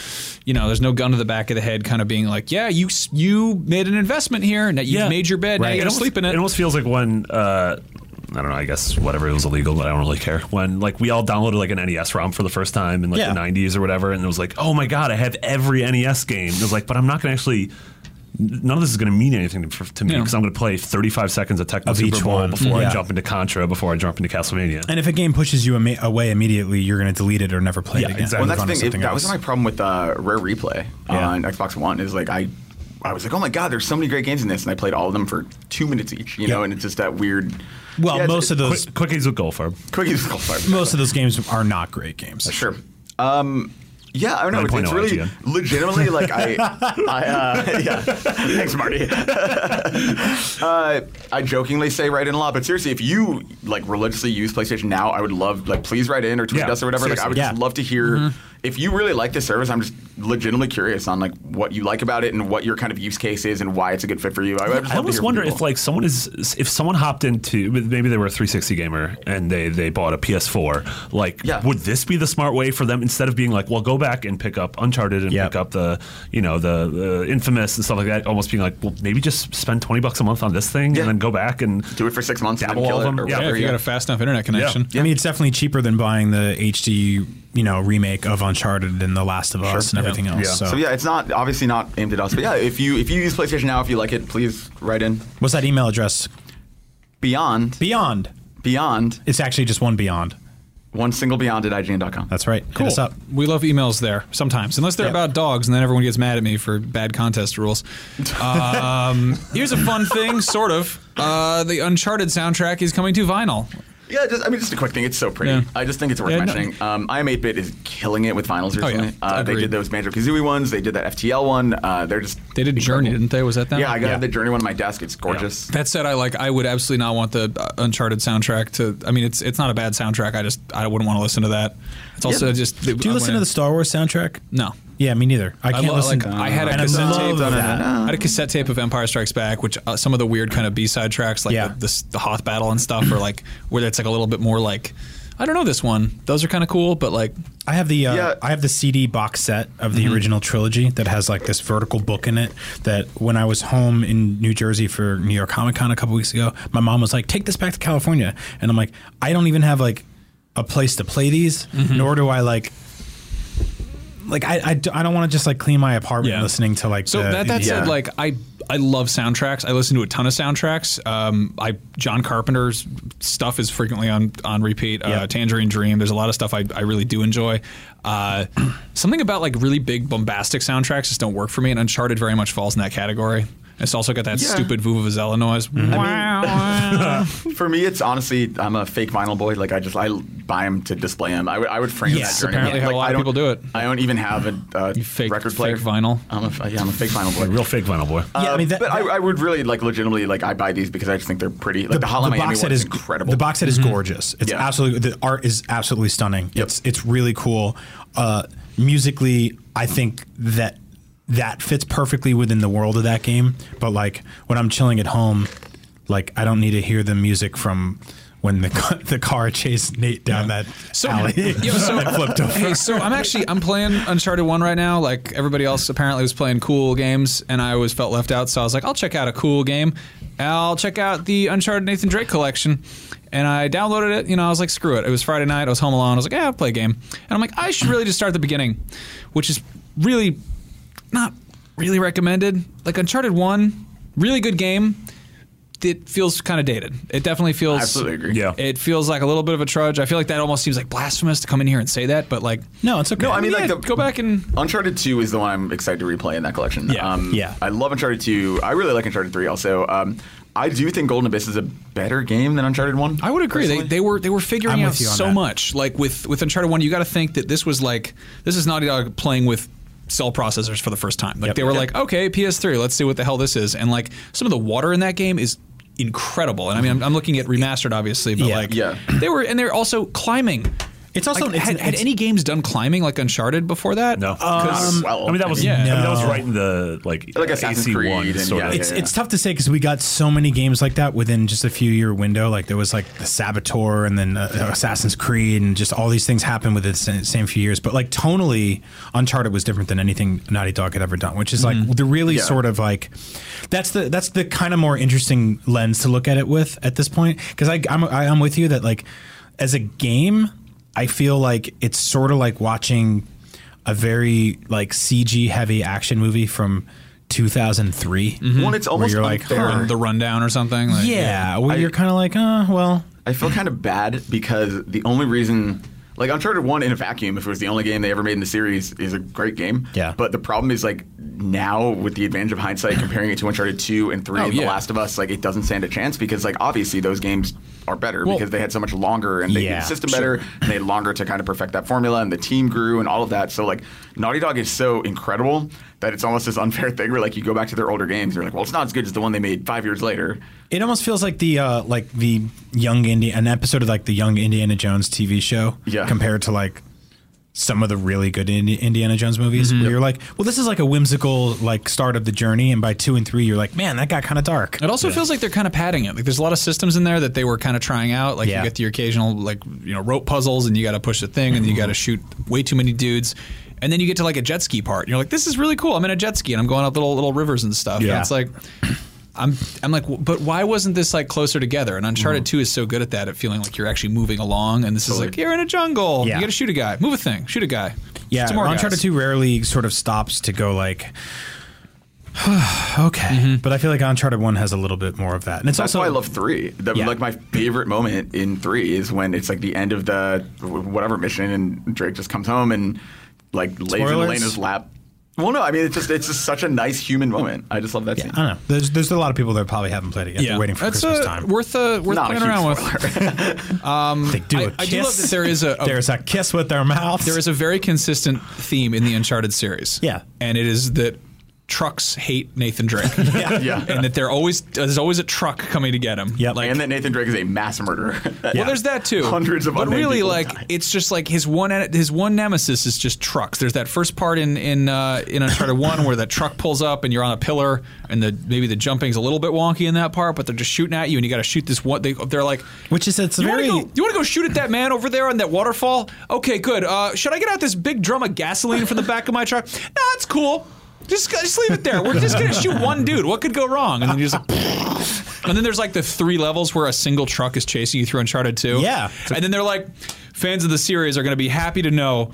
S4: you know, there's no gun to the back of the head, kind of being like, yeah, you s- you made an investment here, and that you
S3: Yeah.
S4: have made your bed, now you
S3: It
S4: gotta
S3: almost-
S4: sleep in it.
S3: almost feels like when uh, I don't know. I guess whatever it was illegal, but I don't really care. When like we all downloaded like an NES ROM for the first time in like
S2: Yeah.
S3: the '90s or whatever, and it was like, oh my god, I have every NES game. And it was like, but I'm not gonna actually. None of this is going to mean anything for, to me
S4: Yeah.
S3: because I'm going to play 35 seconds of Tekken
S2: Of
S3: Super
S2: each
S3: Bowl
S2: one.
S3: before
S2: Yeah.
S3: I jump into Contra, before I jump into Castlevania.
S2: and if a game pushes you ama- away immediately, you're going to delete it or never play
S3: Yeah,
S2: it again.
S3: exactly.
S2: Move
S5: Well, that's
S2: on
S5: the
S2: to
S5: thing. It,
S2: something
S5: that was
S2: else.
S5: my problem with uh, Rare Replay
S2: Yeah.
S5: on Xbox One. Is like I, I was like, oh my god, there's so many great games in this, and I played all of them for two minutes each. You know,
S2: Yeah.
S5: and it's just that weird.
S2: Well,
S5: *laughs* Yeah, it's-
S2: most of those
S3: *laughs* Quick, quickies with Goldfarb.
S5: Quickies
S2: *laughs*
S5: is called
S2: most of those games are not great games.
S5: Sure. Um, yeah, I don't know. It's, it's
S3: 9.0
S5: really
S3: IGN.
S5: legitimately like I,
S3: *laughs*
S5: I uh, yeah. *laughs* Thanks, Marty. *laughs* uh, I jokingly say write in a lot, but seriously, if you like religiously use PlayStation now, I would love like please write in or tweet
S3: Yeah, Mm-hmm.
S5: us or whatever. Like I would
S2: seriously.
S5: just
S2: Yeah.
S5: love to hear if you really like this service. I'm just legitimately curious on like what you like about it and what your kind of use case is and why it's a good fit for you. I, would just love
S3: I
S5: to
S3: almost
S5: hear from
S3: wonder
S5: people.
S3: if like someone is if someone hopped into maybe they were a 360 gamer and they they bought a PS4 like
S5: Yeah.
S3: would this be the smart way for them instead of being like well go back and pick up Uncharted and
S2: Yep.
S3: pick up the you know the uh, Infamous and stuff like that almost being like well maybe just spend 20 bucks a month on this thing
S5: Yeah.
S3: and then go back and
S5: do it for six months, and then
S3: Dabble
S5: kill
S3: all of
S5: it
S3: them.
S5: or
S3: Yeah,
S4: yeah,
S5: whatever.
S4: if you got a fast enough internet connection.
S2: I mean, it's definitely cheaper than buying the HD, you know, remake of Uncharted and The Last of Us and everything else.
S3: Yeah.
S2: So,
S5: so yeah, it's not obviously not aimed at us, but yeah, if you if you use PlayStation now, if you like it, please write in.
S2: what's that email address?
S5: Beyond
S2: Beyond.
S5: Beyond
S2: It's actually just one Beyond.
S5: one single beyond at IGN.com.
S2: That's right. Hit us up.
S4: We love emails there sometimes, unless they're
S2: Yeah.
S4: about dogs, and then everyone gets mad at me for bad contest rules.
S2: *laughs*
S4: Um, here's a fun thing, sort of. Uh, the Uncharted soundtrack is coming to vinyl.
S5: yeah, just, I mean, just a quick thing. It's so pretty.
S4: Yeah.
S5: I just think it's worth
S4: Yeah, no- Oh,
S5: mentioning. Um, I am 8-bit is killing it with finals
S4: yeah.
S5: recently. uh, they
S4: Agreed.
S5: did those Banjo Kazooie ones. They did that FTL one. Uh, they're just
S4: They did Journey, didn't they? Was that that?
S5: yeah. I got
S2: Yeah.
S5: the Journey one on my desk. It's gorgeous.
S4: That said, I like. I would absolutely not want the uh, Uncharted soundtrack to. I mean, it's it's not a bad soundtrack. I just I wouldn't want to listen to that. It's also
S5: Yeah.
S4: just.
S2: Do you listen to the Star Wars soundtrack?
S4: No.
S2: Yeah, me neither. I can't
S4: lo-
S2: listen.
S4: like, I had a
S2: and
S4: cassette
S2: I
S4: tape.
S2: love that.
S4: I had a cassette tape of Empire Strikes Back, which uh, some of the weird kind of B side tracks, like
S2: Yeah.
S4: the, the, the Hoth battle and stuff, are like where it's like a little bit more like I don't know this one. Those are kind of cool, but like
S2: I have the uh,
S5: Yeah. Mm-hmm.
S2: I have the CD box set of the original trilogy that has like this vertical book in it. That when I was home in New Jersey for New York Comic Con a couple weeks ago, my mom was like, "Take this back to California," and I'm like, "I don't even have like a place to play these,
S5: Mm-hmm.
S2: nor do I like." Like I, I, d- I don't want to just like clean my apartment
S4: Yeah.
S2: listening to like
S4: so
S2: the,
S4: that that
S5: yeah.
S4: said, like I I love soundtracks. I listen to a ton of soundtracks. Um, I John Carpenter's stuff is frequently on on repeat.
S2: Yeah.
S4: Uh, Tangerine Dream. There's a lot of stuff I I really do enjoy. Uh, *clears throat* something about like really big bombastic soundtracks just don't work for me, and Uncharted very much falls in that category. It's also got that
S5: Yeah.
S4: stupid Vuvuzela noise. Wow. *laughs*
S5: For me, it's honestly I'm a fake vinyl boy. Like I just I buy them to display them. I would I would frame
S2: Yes,
S5: that journey.
S4: apparently how
S5: like,
S4: a lot
S5: I
S4: of
S5: don't-
S4: people do it.
S5: I don't even have a uh,
S4: fake-
S5: record
S4: fake
S5: player.
S4: vinyl.
S5: I'm a yeah I'm a fake vinyl boy. Uh,
S3: Real fake vinyl boy.
S2: Yeah, I mean, that,
S5: but
S2: that-
S5: I, I would really like legitimately like I buy these because I just think they're pretty. Like the, Hotline Miami
S2: box set
S5: one
S2: is
S5: incredible.
S2: The box set
S3: Mm-hmm.
S2: is gorgeous. It's
S5: Yeah.
S2: absolutely the art is absolutely stunning. It's it's really cool. Uh, musically, I think that that fits perfectly within the world of that game. But like when I'm chilling at home, like I don't need to hear the music from when the ca- *laughs* the car chased Nate down that
S4: So-
S5: *laughs*
S2: alley.
S4: *laughs* yo,
S2: *laughs*
S4: so-
S2: and flipped over.
S4: hey, so I'm actually I'm playing Uncharted One right now. Like everybody else apparently was playing cool games, and I always felt left out. So I was like, I'll check out a cool game. I'll check out the Uncharted Nathan Drake collection. And I downloaded it. You know, I was like, screw it. It was Friday night. I was home alone. I was like, yeah, I'll play a game. And I'm like, I should really just start at the beginning, which is really not really recommended. Like Uncharted One, really good game. It feels kind of dated. It definitely feels
S5: Absolutely agree.
S3: Yeah.
S4: It feels like a little bit of a trudge. I feel like that almost seems like blasphemous to come in here and say that, but like
S2: no, it's okay.
S5: No, I mean like
S4: Yeah,
S5: the,
S4: go back and-
S5: Uncharted Two is the one I'm excited to replay in that collection. Um,
S4: Yeah,
S2: yeah.
S5: I love Uncharted Two. I really like Uncharted Three also. Um, I do think Golden Abyss is a better game than Uncharted One.
S4: I would agree. They,
S5: personally.
S4: they were they were figuring
S2: I'm
S4: out
S2: with you on
S4: so
S2: that.
S4: much. Like with with Uncharted One, you got to think that this was like this is Naughty Dog playing with cell processors for the first time. Like they were like, okay, PS3, let's see what the hell this is. And like some of the water in that game is incredible. And I mean, I'm, I'm looking at remastered, obviously, but
S2: Yeah.
S4: like
S5: Yeah.
S4: they were and they're also climbing.
S2: It's also-
S4: Like,
S2: it's-
S4: had, had
S2: it's-
S4: any games done climbing like Uncharted before that? Uh,
S3: no.
S5: Um, well,
S3: I mean that was
S4: yeah.
S3: I mean, that was
S2: No.
S3: right in the like
S5: Like Assassin's
S3: AC1
S5: Creed and
S3: sort
S5: yeah,
S3: of.
S5: yeah,
S2: it's
S5: yeah.
S2: it's tough to say because we got so many games like that within just a few year window. Like there was like the Saboteur and then uh, Assassin's Creed, and just all these things happened within the same, same few years. But like tonally, Uncharted was different than anything Naughty Dog had ever done, which is like the really
S5: Yeah.
S2: sort of like that's the that's the kind of more interesting lens to look at it with at this point. Because I I'm I, I'm with you that like as a game, I feel like it's sort of like watching a very like CG heavy action movie from 2003
S5: Well, it's almost
S2: you're like,
S5: unfair.
S4: Run- the rundown or something. Like,
S2: yeah, where you're kind of like, uh, well,
S5: I feel kind of bad because the only reason, like Uncharted One in a vacuum, if it was the only game they ever made in the series, is a great game.
S2: Yeah.
S5: But the problem is like now with the advantage of hindsight, comparing it to Uncharted Two and Three,
S4: Oh,
S5: and The
S4: yeah.
S5: Last of Us, like it doesn't stand a chance because like obviously those games are better because they had so much longer and they
S2: Yeah,
S5: did the system better and they had longer to kind of perfect that formula and the team grew and all of that. So like Naughty Dog is so incredible that it's almost this unfair thing where like you go back to their older games, you're like, well, it's not as good as the one they made five years later.
S2: it almost feels like the uh, like the young Indi- an episode of like the young Indiana Jones TV show,
S5: Yeah.
S2: compared to like some of the really good Indi- Indiana Jones movies,
S5: Mm-hmm.
S2: where you're like, well, this is like a whimsical like start of the journey, and by two and three, you're like, man, that got kind of dark.
S4: It also feels like they're kind of padding it. Like there's a lot of systems in there that they were kind of trying out. Like
S2: Yeah.
S4: you get the occasional like you know rope puzzles, and you got to push the thing, and you
S2: Mm-hmm.
S4: got to shoot way too many dudes, and then you get to like a jet ski part. And you're like, this is really cool. I'm in a jet ski and I'm going up little little rivers and stuff. And
S2: Yeah.
S4: it's like. I'm, I'm like, w- but why wasn't this like closer together? And Uncharted
S2: Mm-hmm.
S4: 2 is so good at that, at feeling like you're actually moving along. And this is like, you're in a jungle.
S2: Yeah.
S4: You got to shoot a guy, move a thing, shoot a guy.
S2: Yeah,
S4: shoot some more
S2: Uncharted
S4: guys.
S2: Two rarely sort of stops to go like. *sighs* okay, but I feel like Uncharted One has a little bit more of that, and it's
S5: That's
S2: also
S5: why I love three. The,
S2: Yeah.
S5: Like my favorite moment in three is when it's like the end of the whatever mission, and Drake just comes home and like lays
S2: Spoilers?
S5: in Elena's lap. Well, no, I mean it's just it's just such a nice human moment. I just love that scene.
S2: I don't know. There's there's a lot of people that probably haven't played it yet. They're waiting for
S4: That's
S2: Christmas
S4: uh,
S2: time.
S4: Worth, uh, worth
S5: Not a
S4: playing
S5: huge
S4: around with.
S5: spoiler.
S2: They do a
S4: I-
S2: kiss.
S4: I do love that there is a- a-
S2: there's a kiss with their mouth.
S4: There is a very consistent theme in the Uncharted series.
S2: Yeah.
S4: And it is that trucks hate Nathan
S2: *laughs*
S4: Drake. yeah.
S5: Yeah.
S4: And that they're always there's always a truck coming to get him.
S2: Yep.
S4: Like,
S5: and that Nathan Drake is a mass murderer. *laughs*
S4: Well, there's that too.
S5: Hundreds of
S4: but
S5: unnamed
S4: really,
S5: people
S4: like
S5: die.
S4: it's just like his one en- his one nemesis is just trucks. There's that first part in in uh, in Uncharted One where that truck pulls up and you're on a pillar and the maybe the jumping's a little bit wonky in that part, but they're just shooting at you and you got to shoot this one. They, they're like,
S2: which is it's
S4: you
S2: very
S4: want to go? You want to go shoot at that man over there on that waterfall? Okay, good. Uh, should I get out this big drum of gasoline from the back of my truck? Nah, it's cool. Just, just leave it there. We're just gonna shoot one dude. What could go wrong? And then you're just like, and then there's like the three levels where a single truck is chasing you through Uncharted Two.
S2: Yeah.
S4: and then they're like, fans of the series are gonna be happy to know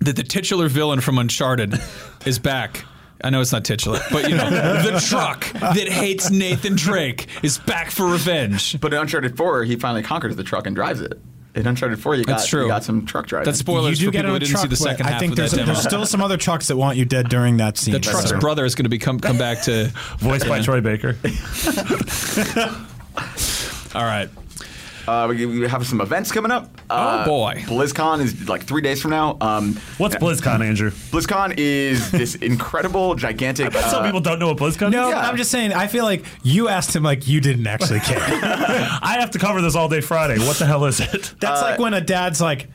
S4: that the titular villain from Uncharted *laughs* is back. I know it's not titular, but you know
S2: *laughs*
S4: the truck that hates Nathan Drake is back for revenge.
S5: but in Uncharted Four, he finally conquers the truck and drives it. in Uncharted 4, you got,
S4: That's true.
S5: You got some truck driving.
S4: That's spoilers
S2: you do
S4: for
S2: get
S4: people
S2: on
S4: who
S2: a
S4: didn't
S2: truck,
S4: see the
S2: but
S4: second half
S2: I think
S4: of
S2: there's,
S4: that demo.
S2: there's still some other trucks that want you dead during that scene.
S4: the truck's
S5: true.
S4: brother is going to be come come back
S2: *laughs*
S4: to.
S3: Voiced by
S4: Yeah.
S3: Troy Baker.
S4: All right.
S5: Uh, we, we have some events coming up. Uh,
S4: boy.
S5: BlizzCon is like three days from now. Um,
S3: What's BlizzCon, Andrew?
S5: BlizzCon is this *laughs* incredible, gigantic.
S3: I bet some
S5: uh,
S3: people don't know what BlizzCon
S2: No,
S3: is.
S5: Yeah.
S2: I'm just saying. I feel like you asked him like you didn't
S4: *laughs*
S2: actually care.
S3: I have to cover this all day Friday. What the hell is it?
S2: That's
S5: Uh,
S2: like when a dad's like,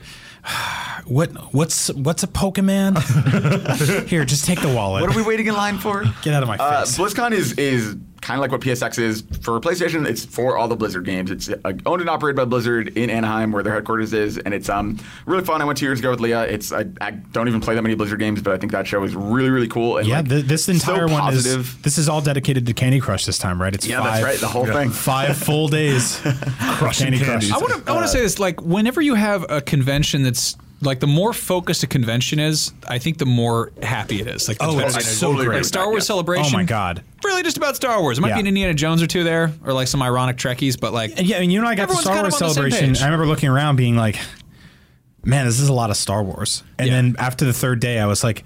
S2: "What? What's what's a Pokemon? *laughs* Here, just take the wallet.
S5: What are we waiting in line for?
S2: *laughs* Get out of my
S5: Uh,
S2: face."
S5: BlizzCon is is kind of like what PSX is for PlayStation. It's for all the Blizzard games. It's uh, owned and operated by Blizzard in Anaheim, where their headquarters is, and it's um really fun. I went two years ago with Leah. It's I, I don't even play that many Blizzard games, but I think that show is really really cool. And
S2: yeah,
S5: like,
S2: th- this entire
S5: so
S2: one
S5: positive.
S2: is this is all dedicated to Candy Crush this time, right? It's
S5: yeah,
S2: five,
S5: that's right.
S2: *laughs*
S5: The whole thing.
S2: five full days
S5: *laughs*
S2: crushing Candy Crush.
S3: candies.
S4: I want to. I want to say this. Like, whenever you have a convention that's like the more focused a convention is, I think the more happy it is. Like, the
S2: Oh,
S4: better
S2: it's
S4: it is.
S2: so
S5: totally agree
S4: Like
S5: with
S4: Star
S5: that,
S4: Wars
S5: yeah.
S4: Celebration.
S2: Oh my God.
S4: Really, just about Star Wars. It might
S2: Yeah.
S4: be an Indiana Jones or two there, or like some ironic Trekkies, but like
S2: And yeah, and you know, I got
S4: Everyone's
S2: the Star
S4: kind of
S2: Wars
S4: on the same
S2: celebration.
S4: page.
S2: I remember looking around, being like, "Man, this is a lot of Star Wars." And
S4: Yeah.
S2: then after the third day, I was like.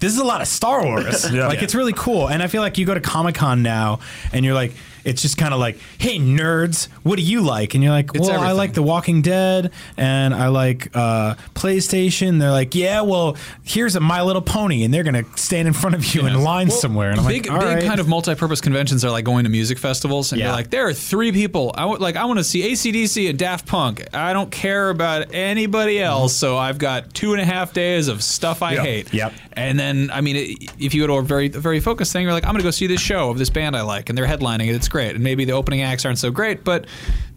S2: This is a lot of Star
S4: *laughs*
S2: Wars.
S3: Yeah.
S2: Like, it's really cool. And I feel like you go to Comic Con now and you're like, it's just kind of like, hey, nerds, what do you like? And you're like, well, I
S4: everything.
S2: like The Walking Dead and I like uh, PlayStation. They're like, yeah, well, here's a My Little Pony. And they're going to stand in front of you in line somewhere. And I'm
S4: big,
S2: like, all
S4: big
S2: right.
S4: kind of multi-purpose conventions are like going to music festivals, and
S2: Yeah.
S4: you're like, there are three people. I w- like, I want to see ACDC and Daft Punk. I don't care about anybody
S2: Mm-hmm.
S4: else, so I've got two and a half days of stuff I
S3: Yep.
S4: hate.
S2: Yep.
S4: And then, I mean, it, if you go to a very, a very focused thing, you're like, I'm gonna go see this show of this band I like, and they're headlining it. It's great, and maybe the opening acts aren't so great, but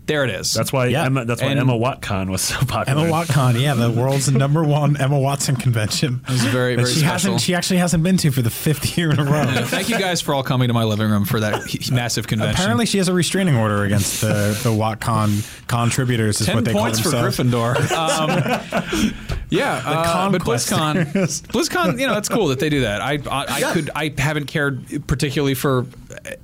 S4: there it is.
S3: That's why
S2: Yeah.
S3: Emma. That's why
S4: And-
S3: Emma Watcon was so popular.
S2: Emma Watson, yeah, the world's number one Emma Watson convention. It was
S4: very, very
S2: she
S4: special.
S2: hasn't. She actually hasn't been to for the fifth *laughs* year in a row.
S4: Thank you guys for all coming to my living room for that
S2: *laughs*
S4: h- massive convention.
S2: Apparently, she has a restraining order against the the WatCon contributors. Is
S4: Ten
S2: what they
S4: points
S2: call
S4: for
S2: themselves.
S4: Gryffindor.
S2: *laughs*
S4: Um, yeah, uh, but
S2: conquest.
S4: BlizzCon, BlizzCon, you know, it's cool that they do that. I, I, I could, I haven't cared particularly for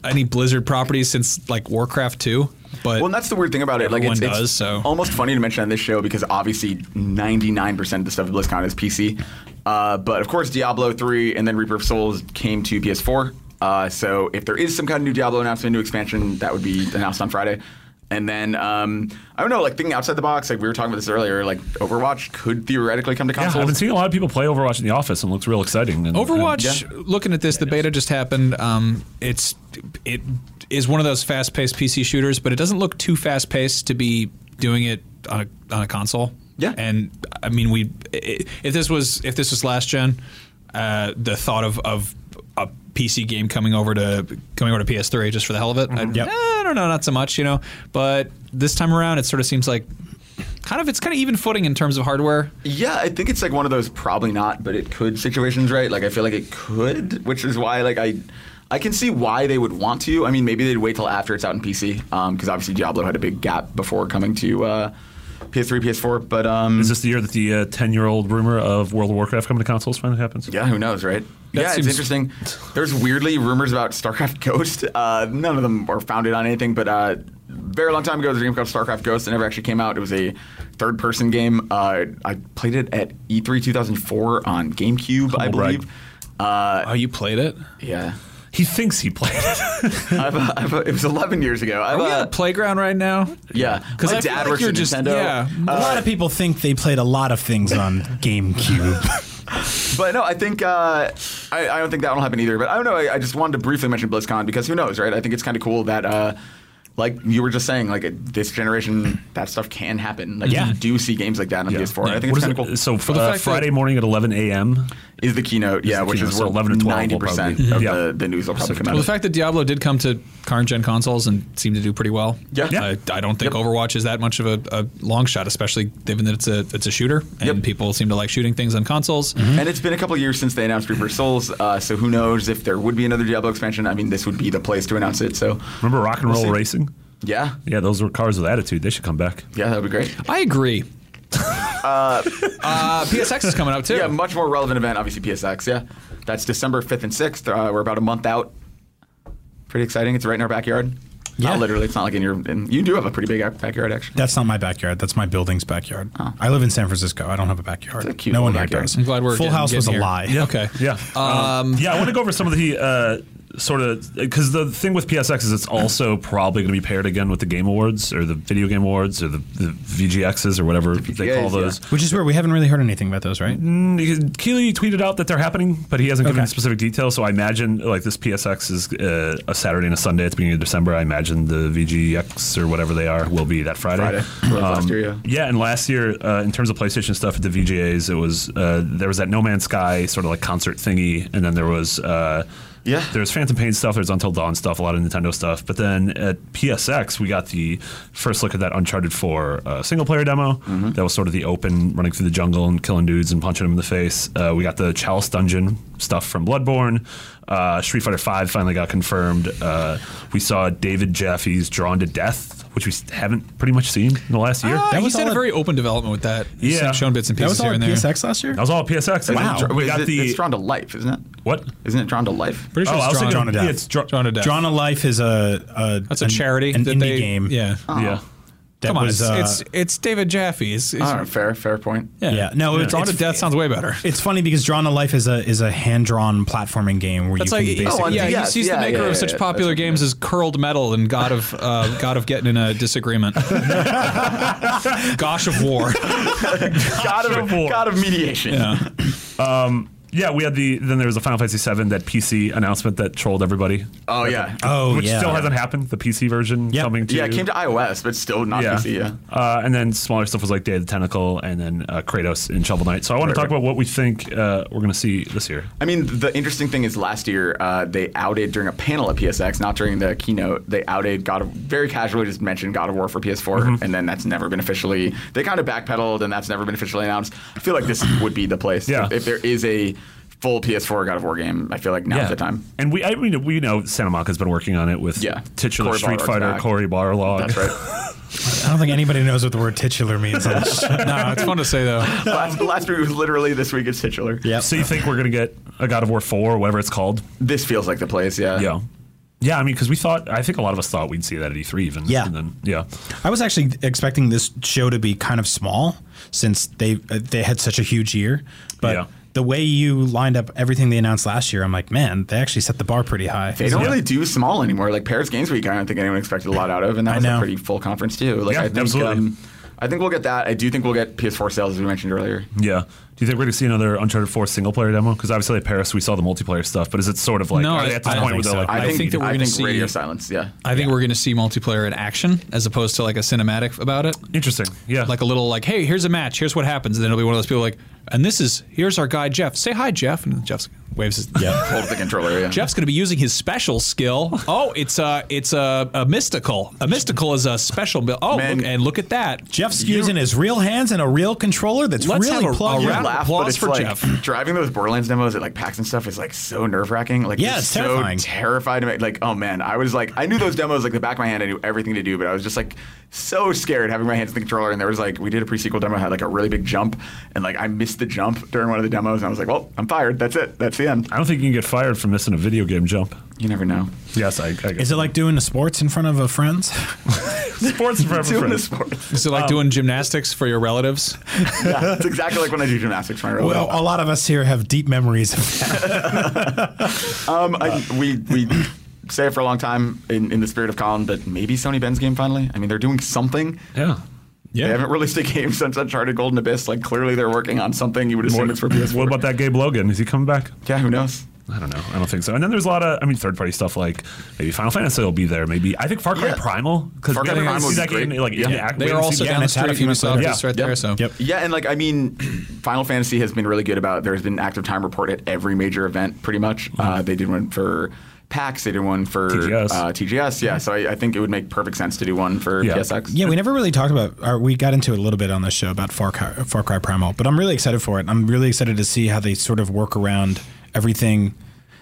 S4: any Blizzard properties since like Warcraft Two, but
S5: Well, and that's the weird thing about it. Like it's,
S4: Everyone
S5: it's
S4: does, so.
S5: almost funny to mention on this show because obviously 99% of the stuff at BlizzCon is PC. Uh, but of course, Diablo 3 and then Reaper of Souls came to PS4. Uh, so if there is some kind of new Diablo announcement, new expansion, that would be announced on Friday. And then um, I don't know, like thinking outside the box. Like we were talking about this earlier. Like Overwatch could theoretically come to
S3: Yeah,
S5: consoles.
S3: I've been seeing a lot of people play Overwatch in the office, and it looks real exciting. And,
S4: Overwatch. Looking at this, the beta just happened. Um, it's it is one of those fast-paced PC shooters, but it doesn't look too fast-paced to be doing it on a on a console.
S5: Yeah.
S4: and I mean, we i- if this was if this was last gen, uh, the thought of of a PC game coming over to coming over to PS3 just for the hell of it,
S5: Mm-hmm.
S4: I'd-
S2: Yep.
S4: eh, I don't know, not so much, you know. But this time around, it sort of seems like kind of it's kind of even footing in terms of hardware.
S5: Yeah, I think it's like one of those probably not, but it could situations, right? Like I feel like it could, which is why like I I can see why they would want to. I mean, maybe they'd wait till after it's out in PC because obviously Diablo had a big gap before coming to uh, PS3, PS4. But um,
S3: Is this the year that the uh, ten-year-old rumor of World of Warcraft coming to consoles finally happens?
S5: yeah, who knows, right? yeah,
S4: seems-
S5: it's interesting. There's weirdly rumors about StarCraft Ghost. Uh, none of them are founded on anything, but uh, very long time ago, there's a game called StarCraft Ghost that never actually came out. It was a third-person game. Uh, I played it at E E3 2004 on GameCube, I
S3: Humble brag.
S5: believe. Uh,
S4: Oh, you played it?
S5: Yeah.
S3: He thinks he played it.
S5: I've, uh, I've, uh, it was 11 years ago. I've,
S4: Are we
S5: uh,
S4: at a playground right now?
S5: yeah.
S4: Oh, 'Cause
S5: My
S4: I feel
S5: dad
S4: like
S5: works
S4: you're
S5: at
S4: just-
S5: Nintendo.
S4: yeah.
S2: A lot of people think they played a lot of things on
S4: *laughs*
S2: GameCube.
S5: But no, I think uh, I, I don't think that will happen either. But I don't know. I, I just wanted to briefly mention BlizzCon because who knows, right? I think it's kind of cool that, uh, like you were just saying, like it- this generation, that stuff can happen. Like
S2: Yeah.
S5: you do see games like that on PS4. I think
S3: What
S5: it's
S3: is
S5: kind
S3: it?
S5: of cool.
S3: So
S4: the
S3: uh,
S4: fact that-
S3: Friday morning at 11 a.m.
S5: Is the keynote, yeah,
S3: the
S5: which
S3: keynote,
S5: is
S3: so
S5: where
S3: 11 to 12
S5: 90
S3: will
S5: percent
S3: probably-
S5: of
S3: Yeah.
S5: the, the news will probably come
S4: Well,
S5: out.
S4: the
S5: of.
S4: fact that Diablo did come to current gen consoles and seemed to do pretty well.
S5: Yeah. Yeah.
S4: I, I don't think Overwatch is that much of a, a long shot, especially given that it's a it's a shooter and
S5: Yep.
S4: people seem to like shooting things on consoles.
S2: Mm-hmm.
S5: And it's been a couple years since they announced Reaper of Souls, uh, so who knows if there would be another Diablo expansion? I mean, this would be the place to announce it. So,
S3: Remember Rock and Roll
S5: see.
S3: Racing?
S5: yeah,
S3: Yeah, those were cars with attitude. They should come back.
S5: yeah, that would be great.
S4: I agree. *laughs* uh, PSX is coming up too.
S5: Yeah, much more relevant event, obviously PSX. Yeah, that's December fifth and sixth. Uh, we're about a month out. Pretty exciting. It's right in our backyard.
S2: Yeah.
S5: Not literally. It's not like in your. In, you do have a pretty big ac-
S3: *laughs*
S5: backyard, actually.
S2: That's not my backyard. That's my building's backyard.
S4: Oh.
S2: I live in San Francisco. I don't have a backyard.
S5: It's a cute
S2: no one
S5: little
S2: here
S5: backyard.
S2: does.
S4: I'm glad we're
S2: Full
S4: getting-
S2: House was
S4: getting
S2: a
S4: here.
S2: lie.
S4: Okay.
S3: Yeah. Um, yeah, I want to go over some of the uh, sort of because the thing with PSX is it's also probably going to be paired again with the Game Awards or the Video Game Awards or the, the VGXs or whatever they call
S5: VGAs, yeah.
S3: those.
S2: Which is where we haven't really heard anything about those, right?
S3: Mm, Keely tweeted out that they're happening, but he hasn't given
S2: Okay.
S3: specific details. So I imagine like this PSX is uh, a Saturday and a Sunday at the beginning of December. I imagine the VGX or whatever they are will be that Friday.
S5: Friday. Like last year, yeah.
S3: Yeah, and last year, uh, in terms of PlayStation stuff at the VGAs, it was uh, there was that No Man's Sky sort of like concert thingy, and then there was uh,
S5: Yeah.
S3: there was Phantom Pain stuff, there was Until Dawn stuff, a lot of Nintendo stuff. But then at PSX, we got the first look at that Uncharted 4 uh, single player demo. That was sort of the open running through the jungle and killing dudes and punching them in the face. Uh, we got the Chalice Dungeon stuff from Bloodborne. Uh, Street Fighter V finally got confirmed. Uh, we saw David Jaffe's Drawn to Death, which we s- haven't pretty much seen in the last year.
S4: that
S2: That
S4: was
S2: was
S4: he's had Uh,
S2: all
S4: a
S2: at-
S4: very open development with that. He's
S3: Yeah.
S4: shown bits and
S2: That
S4: pieces
S2: was all
S4: here
S2: at
S4: and there.
S2: PSX last year?
S3: That was all PSX. And
S2: Wow.
S3: then dr-
S5: Wait,
S3: We
S5: is
S3: got
S5: it-
S3: the
S5: it's drawn to life, isn't it?
S3: what?
S5: Isn't it drawn to life?
S4: Pretty
S2: Oh,
S4: sure
S3: I
S4: it's
S3: was
S4: drawn,
S3: thinking
S4: drawn,
S2: to Death.
S3: yeah, it's dra-
S4: to death.
S2: Drawn to Life is a, a
S4: That's a
S2: an-
S4: charity.
S2: an
S4: that
S2: indie
S4: they,
S2: game.
S4: Yeah.
S3: yeah.
S5: Oh.
S2: that
S4: Come on,
S2: was,
S4: it's,
S2: uh,
S4: it's it's David Jaffe. It's, it's,
S5: All right, fair, fair point.
S4: yeah.
S2: Yeah. No, it's-
S4: Drawn to
S2: it's-
S4: Death sounds way better.
S2: It's funny because Drawn to Life is a is a hand drawn platforming game where
S4: That's
S2: you
S4: like
S2: can
S4: oh,
S2: basically
S4: yeah,
S5: yeah,
S4: he's, he's
S5: yeah,
S4: the maker
S5: yeah,
S4: of
S5: yeah,
S4: such
S5: yeah,
S4: popular
S5: that's what
S4: games
S5: it
S4: as Curled Metal and God of uh, God of Getting in a Disagreement, Gosh of War.
S5: *laughs* God of,
S3: Sure.
S5: God of mediation.
S3: Yeah, we had the then there was a Final Fantasy VII that PC announcement that trolled everybody.
S5: Oh yeah.
S2: Oh,
S3: which
S2: yeah.
S3: still hasn't happened. The PC version
S2: Yeah.
S3: coming to
S5: yeah, it came to iOS, but still not
S3: yeah.
S5: PC. Yeah.
S3: Uh, and then smaller stuff was like Day of the Tentacle and then uh, Kratos in Shovel Knight. So I want to
S5: Right,
S3: talk
S5: right.
S3: about what we think uh, we're going to see this year.
S5: I mean, the interesting thing is last year uh, they outed during a panel at PSX, not during the keynote. They outed God of very casually just mentioned God of War for PS4, and then that's never been officially. They kind of backpedaled, and that's never been officially announced. I feel like this would be the place.
S3: Yeah.
S5: If, if there is a full PS4 God of War game, I feel like now's the time.
S3: And we I mean we know Sanamaka's been working on it with
S5: Yeah.
S3: titular
S5: Cory
S3: Street
S5: Barlog's
S3: Fighter
S5: back.
S3: Cory Barlog.
S5: That's right.
S2: I don't think anybody knows what the word titular means. *laughs*
S4: no, it's fun to say though.
S5: last, last week was literally this week. It's titular.
S2: Yeah.
S3: *laughs* So you think we're going to get a God of War 4 or whatever it's called?
S5: This feels like the place. Yeah.
S3: Yeah. Yeah, I mean, because we thought, I think a lot of us thought we'd see that at E3 even.
S2: Yeah.
S3: And then, yeah.
S2: I was actually expecting this show to be kind of small since they uh, they had such a huge year, but
S3: Yeah.
S2: the way you lined up everything they announced last year, I'm like, man, they actually set the bar pretty high.
S5: They don't
S3: Yeah.
S5: really do small anymore. Like Paris Games Week, I don't think anyone expected a lot out of, and that was
S2: know.
S5: a pretty full conference too. Like
S3: Yeah,
S5: I think,
S3: absolutely.
S5: Um, I think we'll get that. I do think we'll get PS4 sales as we mentioned earlier.
S3: Yeah. Do you think we're going to see another Uncharted 4 single player demo? Because obviously at Paris, we saw the multiplayer stuff, but is it sort of like,
S4: No,
S3: are
S4: I-
S3: they at this
S4: I don't
S3: point where
S2: think so.
S3: they're like,
S2: I
S5: I,
S3: we
S5: think,
S3: need
S4: that we're
S5: I
S4: gonna
S5: think
S4: see-
S5: radio silence. Yeah,
S4: I think we're going to see multiplayer in action as opposed to like a cinematic about it.
S3: it." Interesting. Yeah.
S4: Like a little like, hey, here's a match. Here's what happens. And then it'll be one of those people like, and this is here's our guy Jeff. Say hi, Jeff. And Jeff's waves. His,
S2: Yeah.
S5: hold the controller.
S4: *laughs*
S5: Yeah,
S4: Jeff's going to be using his special skill. Oh, it's a it's a, a mystical. A mystical is a special. Bill. Oh,
S5: Man.
S4: look, and look at that.
S2: Jeff's using his real hands and a real controller that's
S4: Let's
S2: really
S4: have a-
S2: plugged
S4: a
S2: in.
S4: round
S5: laugh,
S4: applause
S5: but it's
S4: for
S5: like
S4: Jeff.
S5: *laughs* driving those Borderlands demos at like PAX and stuff is like so nerve wracking. Like
S2: Yeah,
S5: you're
S2: it's
S5: so
S2: terrifying.
S5: terrified to make like oh man, I was like I knew those demos like the back of my hand. I knew everything to do, but I was just like so scared having my hands on the controller. And there was like we did a pre sequel demo had like a really big jump, and like I missed the jump during one of the demos, and I was like, well, I'm fired. That's it. That's the end.
S3: I don't think you can get fired for missing a video game jump.
S5: You never know.
S3: Yes, I, I guess.
S2: Is it like doing the sports in front of a friend's?
S5: *laughs*
S3: sports forever?
S5: Doing
S3: friends.
S5: the sport.
S4: Is it like doing gymnastics for your relatives?
S5: Yeah, it's exactly like when I do gymnastics.
S2: *laughs*
S5: My
S2: Well, a lot of us here have deep memories of that.
S5: Um,
S2: uh,
S5: I, we we say it for a long time in, in the spirit of Colin, but maybe Sony Ben's game finally. I mean, they're doing something.
S3: Yeah.
S4: Yeah.
S5: They haven't released a game *laughs* since Uncharted Golden Abyss. Like clearly, they're working on something. You would assume it's for PS4.
S3: What about that Gabe Logan? Is he coming back?
S5: Yeah, who knows?
S3: I don't know. I don't think so. And then there's a lot of, I mean, third party stuff like maybe Final Fantasy will be there. Maybe I think Far Cry
S5: Yeah.
S3: Primal because
S5: Far Cry Primal
S3: see
S5: would
S3: that
S5: be
S3: game
S5: great.
S3: like in
S5: Yeah.
S3: the act.
S4: They
S3: wait
S4: are
S3: and
S4: also
S3: see
S4: down the
S2: it's out
S4: street
S2: a
S4: from
S2: few months
S4: Ubisoft.
S2: later.
S4: It's right
S3: Yeah.
S4: there. So
S2: Yep.
S5: Yeah, and like I mean, *clears throat* Final Fantasy has been really good about. There's been active time report at every major event, pretty much. Uh, they did one for PAX. They did one for
S3: TGS.
S5: Uh, TGS. Yeah, so I, I think it would make perfect sense to do one for
S3: Yeah.
S5: PSX.
S2: Yeah, we never really talked about, or we got into it a little bit on this show about Far Cry, Far Cry Primal, but I'm really excited for it. I'm really excited to see how they sort of work around everything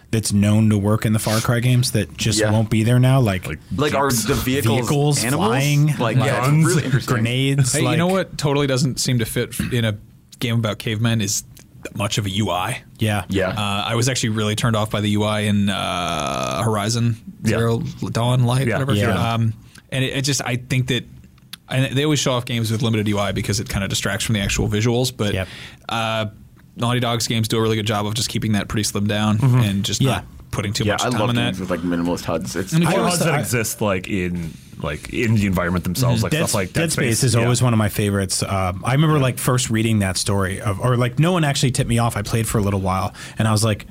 S2: that's known to work in the Far Cry games that just
S5: Yeah.
S2: won't be there now, like,
S5: Like are the vehicles,
S2: Vehicles,
S5: animals?
S2: flying,
S5: like yeah, it's
S3: guns,
S5: really interesting.
S2: grenades.
S4: Hey,
S2: like,
S4: you know what totally doesn't seem to fit in a game about cavemen is much of a UI.
S2: Yeah.
S5: Yeah.
S4: Uh, I was actually really turned off by the UI in uh, Horizon
S3: Yeah.
S4: Zero Dawn Light,
S3: Yeah.
S4: whatever.
S2: Yeah.
S4: Um, and it, it just, I think that, and they always show off games with limited UI because it kind of distracts from the actual visuals. But
S2: Yep.
S4: uh, Naughty Dog's games do a really good job of just keeping that pretty slimmed down
S2: Mm-hmm.
S4: and just
S2: Yeah.
S4: not putting too
S5: yeah,
S4: much
S5: I
S4: time
S5: love
S4: on that.
S5: games with like minimalist HUDs. It's
S4: And if
S2: I
S4: you-
S3: Or
S2: always
S3: ones
S2: thought-
S3: that
S2: I-
S3: exist like in like in the environment themselves, like
S2: Dead,
S3: stuff like
S2: Dead Space, is always one of my favorites. Um, I remember like first reading that story of, or like no one actually tipped me off. I played for a little while, and I was like,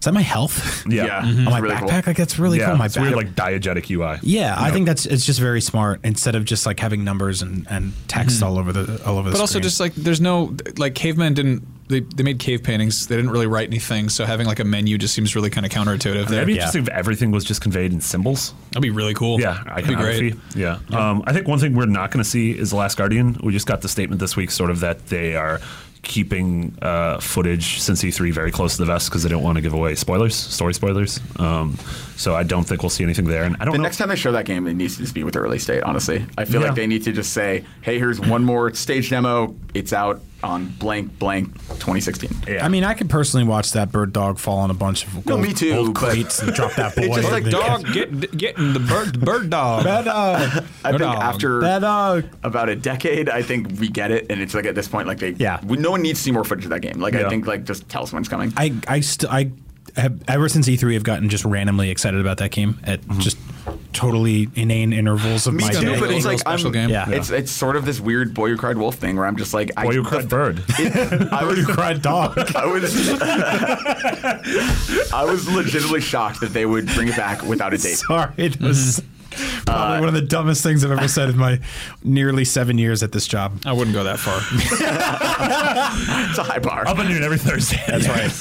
S2: "Is that my health
S3: Yeah,
S5: yeah,
S3: Mhm.
S5: it's
S2: on my
S5: really
S2: backpack?
S5: cool.
S2: Like that's really
S3: yeah.
S2: cool. My
S3: it's weird,
S2: backpack."
S3: like diegetic UI.
S2: yeah, I think that's it's just very smart instead of just like having numbers and, and text all over the all over the.
S4: But also, just like there's no like cavemen didn't they, they made cave paintings. They didn't really write anything, so having like a menu just seems really kind of counterintuitive. There,
S3: That'd be
S2: Yeah.
S3: interesting if everything was just conveyed in symbols.
S4: that'd be really cool.
S3: Yeah,
S4: that'd be great.
S3: iconography. Yeah, Um, I think one thing we're not going to see is the Last Guardian. We just got the statement this week, sort of that they are keeping uh, footage since E3 very close to the vest because they don't want to give away spoilers, story spoilers. Um, so I don't think we'll see anything there. And I don't
S5: The
S3: know.
S5: next time they show that game, it needs to just be with the early state. Honestly, I feel
S3: Yeah.
S5: like they need to just say, "Hey, here's one more stage demo. It's out on blank blank 2016."
S3: yeah.
S2: I mean, I could personally watch that bird dog fall on a bunch of
S5: No,
S2: gold-
S5: me too,
S2: gold
S5: but-
S2: crates and drop that boy.
S5: *laughs* It's just like
S2: in the- *laughs*
S5: dog-
S4: get getting the bird bird dog.
S2: That dog.
S5: *laughs* I think
S4: dog.
S5: after
S2: That dog.
S5: about a decade, I think we get it, and it's like at this point, like they,
S2: Yeah.
S5: we, no one needs to see more footage of that game. Like
S3: Yeah.
S5: I think, like just tell us when it's coming.
S2: I I st- I have ever since E3 I've gotten just randomly excited about that game at just totally inane intervals of
S5: me
S2: my
S5: too,
S2: day. *laughs*
S5: but it's
S4: Little
S5: like
S4: special
S5: I'm,
S4: game.
S2: Yeah.
S5: it's it's sort of this weird boy who cried wolf thing where I'm just like I,
S3: Boy Who
S5: the
S3: Cried
S5: f-
S3: Bird.
S5: It, I was
S2: cried dog.
S5: *laughs* I was *laughs* I was legitimately shocked that they would bring it back without a date.
S4: *laughs*
S2: *laughs* Sorry, it was
S4: Mm-hmm.
S2: probably one of the dumbest things I've ever said in my nearly seven years at this job.
S4: I wouldn't go that far.
S5: It's a high bar.
S3: Up and noon every Thursday. That's right.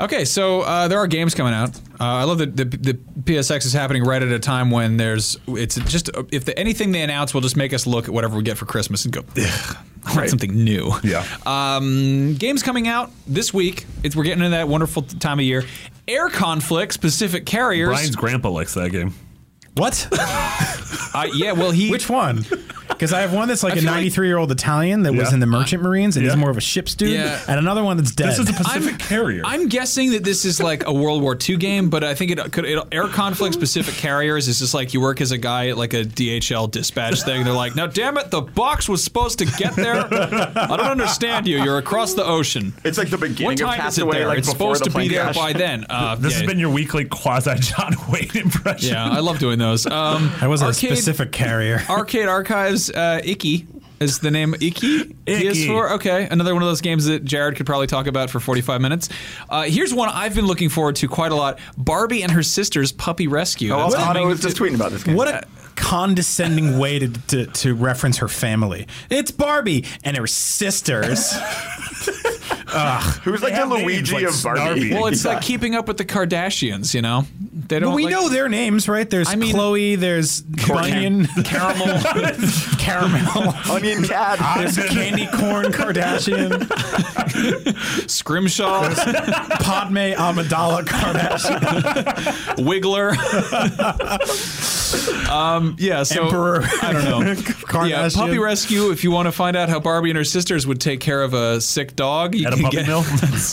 S4: okay, so uh, there are games coming out. Uh, I love that the, the PSX is happening right at a time when there's it's just if the, anything they announce will just make us look at whatever we get for Christmas and go. Ugh, I want
S5: Right.
S4: something new.
S3: Yeah.
S4: Um, games coming out this week. It's, we're getting into that wonderful t- time of year. Air conflicts, Pacific carriers.
S3: Brian's grandpa likes that game.
S2: What?
S4: *laughs* Uh, yeah, well he
S2: Which
S4: *laughs*
S2: one? Because I have one that's like
S4: I
S2: a
S4: feel like-
S2: 93 year old Italian that was
S3: Yeah.
S2: in the Merchant Marines and
S3: Yeah.
S2: he's more of a ship's dude,
S4: Yeah.
S2: and another one that's dead.
S3: This is a Pacific carrier.
S4: I'm guessing that this is like a World War II game, but I think it could it, air conflict specific carriers is just like you work as a guy at like a DHL dispatch thing. They're like, now damn it, the box was supposed to get there. I don't understand you. You're across the ocean.
S5: It's like the beginning
S4: What
S5: of
S4: time is it
S5: Castaway.
S4: there?
S5: Like
S4: it's
S5: before
S4: supposed
S5: the
S4: to be
S5: plane
S4: there
S5: crash.
S4: by then. Uh,
S3: this
S4: yeah,
S3: has been your weekly quasi John *laughs* Wayne impression.
S4: yeah, I love doing those. Um,
S2: I wasn't
S4: arcade,
S2: a specific carrier.
S4: Arcade Archives uh, Icky is the name Icky? PS4. Okay, another one of those games that Jared could probably talk about for 45 minutes. Uh, here's one I've been looking forward to quite a lot: Barbie and her sister's puppy rescue.
S5: Oh,
S4: That's
S5: Otto
S4: coming-
S5: was just tweeting about this game.
S2: What
S5: *laughs*
S2: a condescending way to, to, to reference her family. It's Barbie and
S4: *laughs*
S2: her sisters.
S5: Who's like
S3: They
S5: the
S3: have names
S5: Luigi
S3: like
S5: of Barbie?
S3: Snarby.
S4: well, it's
S5: Yeah.
S4: like keeping up with the Kardashians, you know. They don't.
S2: But we
S4: like-
S2: know their names, right? There's
S4: I mean-
S2: Chloe, there's Bunyan,
S4: caramel.
S2: *laughs*
S4: *laughs*
S2: Caramel,
S5: *laughs* Onion Cat.
S2: there's Candy Corn Kardashian,
S4: Scrimshaw,
S2: Padme Amidala Kardashian,
S4: Wiggler. *laughs* um, yeah. So
S2: Emperor.
S4: I *laughs* don't
S2: *laughs*
S4: know.
S2: Kardashian.
S4: Yeah, puppy rescue. If you want to find out how Barbie and her sisters would take care of a sick dog, you
S3: At a
S4: can
S3: puppy
S4: get- *laughs*
S3: mill.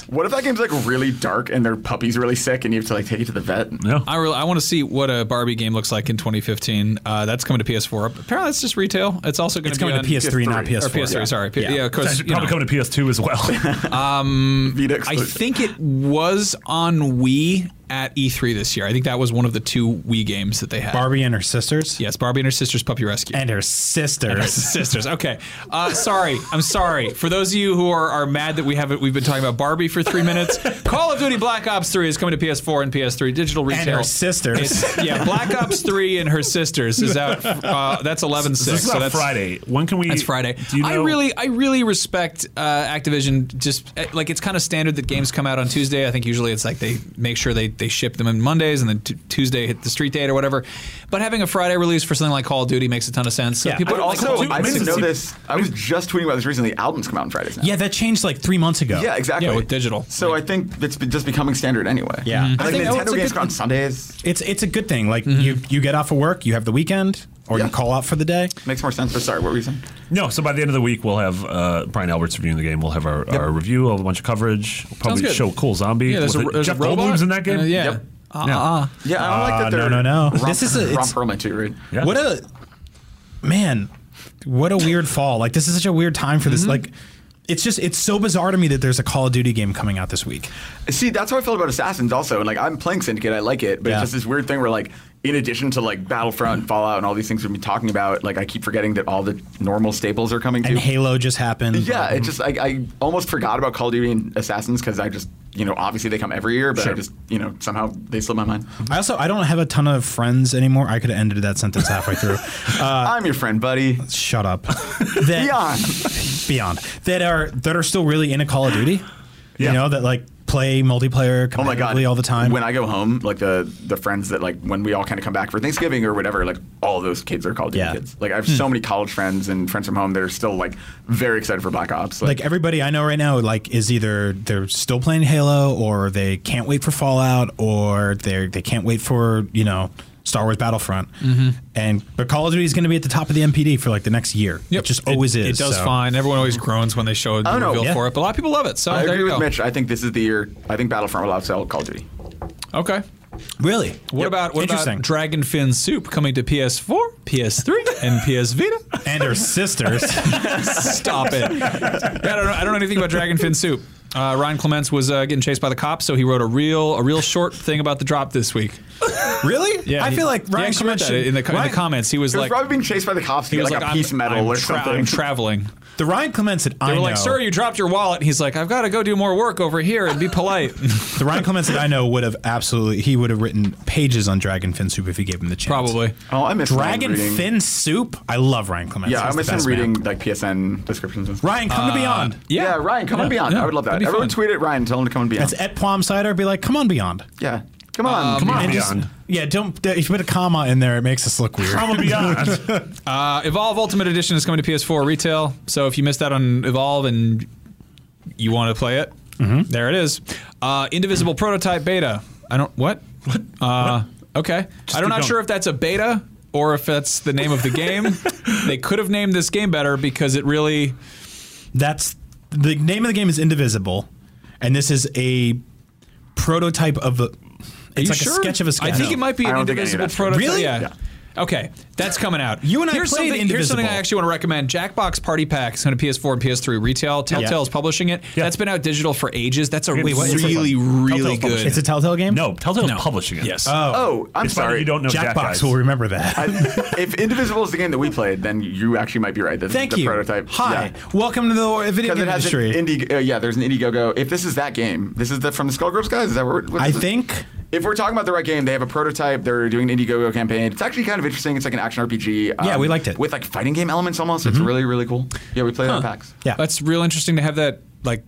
S5: What if that game's like really dark and their puppy's really sick and you have to like take it to the vet?
S3: no.
S4: I really, I want to see what a Barbie game looks like in 2015. Uh, that's coming to PS4. Apparently, that's just retail. It's also going
S2: It's
S4: to be
S2: coming to
S4: on
S2: PS3, not
S5: PS3.
S2: PS4.
S4: Or PS3, sorry. P- yeah. of course.
S3: It's
S4: you
S3: probably
S4: know.
S3: coming to PS2 as well. *laughs*
S5: Vita
S4: I
S5: exclusive.
S4: think it was on Wii at E3 this year. I think that was one of the two Wii games that they had.
S2: Barbie and her sisters.
S4: Yes, Barbie and her sisters, Puppy Rescue.
S2: And her sisters.
S4: *laughs* sisters. Okay. Uh, sorry. I'm sorry. For those of you who are, are mad that we haven't we've been talking about Barbie for three minutes, Call of Duty Black Ops 3 is coming to PS4 and PS3 digital retail.
S2: And her sisters.
S4: It's- yeah, Black Ops 3 and her sisters is out. Uh, that's 11 6.
S3: this is
S4: so
S3: on
S4: that's
S3: Friday. When can we?
S4: That's Friday.
S3: Do you know,
S4: I really, I really respect uh, Activision. Just uh, like it's kind of standard that games come out on Tuesday. I think usually it's like they make sure they, they ship them on Mondays and then t- Tuesday hit the street date or whatever. But having a Friday release for something like Call of Duty makes a ton of sense. So
S2: Yeah.
S4: people
S5: But
S4: are like,
S5: also,
S4: "Oh, dude,
S5: I
S4: this
S5: didn't
S4: is-
S5: know this. I was just tweeting about this recently. Albums come out on Fridays now.
S2: yeah, that changed like three months ago.
S5: Yeah, exactly.
S4: Yeah, with digital.
S5: So I think it's be- just becoming standard anyway.
S2: Yeah. Mhm.
S5: Like
S4: I think- oh, it's
S5: Nintendo
S4: a
S5: games
S4: good-
S5: come out on Sundays.
S4: Mm-hmm.
S2: It's it's a good thing. Like you you get off of work, you have the weekend. or
S5: Yeah.
S2: you call out for the day.
S5: Makes more sense. But sorry, what were you saying?
S3: No, so by the end of the week, we'll have uh, Brian Alberts reviewing the game. We'll have our, our review, a bunch of coverage. We'll probably
S4: good.
S3: show Cool Zombie.
S4: Yeah, there's
S3: Was
S4: a,
S3: it
S4: there's
S3: Jeff
S4: a robot
S3: Goldblum's in that game.
S4: Uh, yeah.
S5: Yep.
S4: Ah,
S3: Yeah.
S4: ah.
S5: Yeah, I don't like
S2: Uh,
S5: that they're
S2: no, no, no.
S5: Rom,
S2: This is a-
S5: Ron
S2: it's-
S5: Perlman too, right?
S3: Yeah.
S2: What a man! What a weird fall. Like this is such a weird time for this.
S4: Mm-hmm.
S2: Like it's just it's so bizarre to me that there's a Call of Duty game coming out this week.
S5: See, that's how I felt about Assassins also. And like I'm playing Syndicate, I like it, but
S2: Yeah.
S5: it's just this weird thing where like in addition to like Battlefront, Fallout and all these things we've been talking about, like I keep forgetting that all the normal staples are coming
S2: And
S5: too.
S2: Halo just happened.
S5: yeah, it just I, I almost forgot about Call of Duty and Assassins because I just you know obviously they come every year, but I
S3: Sure.
S5: just you know somehow they slip my mind.
S2: I also I don't have a ton of friends anymore. I could have ended that sentence halfway
S5: *laughs*
S2: through. Uh,
S5: I'm your friend, buddy.
S2: shut up. That,
S5: Beyond.
S2: beyond that are that are still really into Call of Duty.
S3: Yeah.
S2: You know that like play multiplayer competitively
S5: Oh my god!
S2: all the time.
S5: When I go home, like the the friends that like when we all kind of come back for Thanksgiving or whatever, like all those kids are Call of Duty
S2: Yeah. Hmm.
S5: kids. Like I have so many college friends and friends from home that are still like very excited for Black Ops.
S2: like everybody I know right now, like is either they're still playing Halo, or they can't wait for Fallout, or they they can't wait for you know Star Wars Battlefront,
S4: Mm-hmm.
S2: and but Call of Duty is going to be at the top of the MPD for like the next year. It just always
S4: is.
S2: is.
S4: It does
S2: so.
S4: fine. Everyone always groans when they show the
S3: Oh,
S5: don't know,
S4: reveal
S5: yeah.
S4: for it, but a lot of people love it. So
S5: I
S4: there
S5: agree
S4: you
S5: with
S4: go.
S5: Mitch. I think this is the year. I think Battlefront will outsell Call of Duty.
S4: Okay.
S2: Really?
S4: What about what
S2: Interesting.
S4: about Dragon Fin Soup coming to PS4, PS3, and PS Vita?
S2: and her sisters.
S4: *laughs* Stop it. I don't know, I don't know anything about Dragonfin Soup. Uh, Ryan Clements was uh, getting chased by the cops, so he wrote a real a real short thing about the drop this week.
S2: really? I
S4: he-
S2: feel like
S4: he actually
S2: Ryan
S4: wrote that
S2: Clements should-
S4: in the, co- in the
S2: Ryan-
S4: comments. He was
S5: It was
S4: like,
S5: probably being chased by the cops to
S4: he
S5: get
S4: was
S5: like,
S4: like,
S5: a
S4: I'm,
S5: peace medal
S4: I'm
S5: or
S4: tra-
S5: something.
S4: I'm traveling.
S2: The Ryan Clements that I
S4: They were
S2: know.
S4: like, "Sir, you dropped your wallet." He's like, "I've got to go do more work over here and be polite." *laughs*
S2: the Ryan Clements that I know would have absolutely. He would have written pages on Dragon Fin Soup if he gave him the chance.
S4: Probably.
S5: *laughs* oh, I miss
S2: Dragon
S5: reading.
S2: Fin Soup. I love Ryan Clements.
S5: Yeah, I
S2: He's the
S5: miss him
S2: best man.
S5: reading like PSN descriptions. And stuff.
S2: Ryan, come
S4: Uh,
S2: to Beyond.
S5: Yeah. Ryan, come on beyond.
S4: yeah,
S5: I would love
S4: that'd
S5: that.
S4: be
S5: Everyone
S4: fun.
S5: tweet at Ryan, tell him to come on beyond.
S2: It's at Plum Cider. Be like, come on, Beyond.
S5: yeah, come on,
S4: Um,
S3: Come on,
S2: And just-
S3: Beyond.
S2: yeah, don't. If you put a comma in there, it makes us look weird.
S3: Come
S4: *laughs*
S3: on, Beyond.
S4: Uh, Evolve Ultimate Edition is coming to PS4 retail. So if you missed out on Evolve and you want to play it, there it is. Uh, Indivisible Prototype Beta. I don't what? What? Uh, okay. I'm
S3: keep
S4: not
S3: going.
S4: sure if that's a beta or if that's the name of the game. they could have named this game better because it really
S2: That's the name of the game is Indivisible, and this is a prototype of a. It's
S4: You
S2: like
S4: sure?
S2: a sketch of a sketch.
S4: I think it might be
S5: I
S4: an
S5: don't think any of
S4: indivisible
S5: that's-
S4: prototype.
S2: Really?
S4: Yeah.
S5: Yeah.
S4: Okay, that's coming out.
S2: You and I
S4: here's
S2: played
S4: something, Here's something I
S2: Indivisible.
S4: actually want to recommend: Jackbox Party Pack. It's going to PS4 and PS3 retail. Telltale's publishing it.
S3: Yeah.
S4: That's been out digital for ages. That's a
S3: Wait, what?
S4: really, really
S3: Telltale's
S4: good.
S3: publishing
S2: It's a Telltale game.
S3: no, Telltale's publishing it.
S4: Yes.
S5: Oh, I'm
S3: It's funny
S5: sorry.
S3: You don't know
S2: Jackbox
S3: Jack guys.
S2: will remember that.
S5: if Indivisible is the game that we played, then you actually might be right. This
S2: Thank
S5: is the
S2: you.
S5: prototype.
S2: Hi, welcome to the video
S5: Because
S2: game
S5: it has an
S2: industry.
S5: indie, uh, yeah. There's an Indiegogo. If this is that game, this is the from the Skullgirls guys. Is that what? what
S2: I
S5: this is?
S2: think
S5: If we're talking about the right game, they have a prototype. They're doing an Indiegogo campaign. It's actually kind of interesting. It's like an action RPG.
S2: Yeah, we liked it.
S5: um, with like fighting game elements almost. It's really really cool. Yeah, we played it on PAX.
S2: Yeah.
S4: that's real interesting to have that. Like,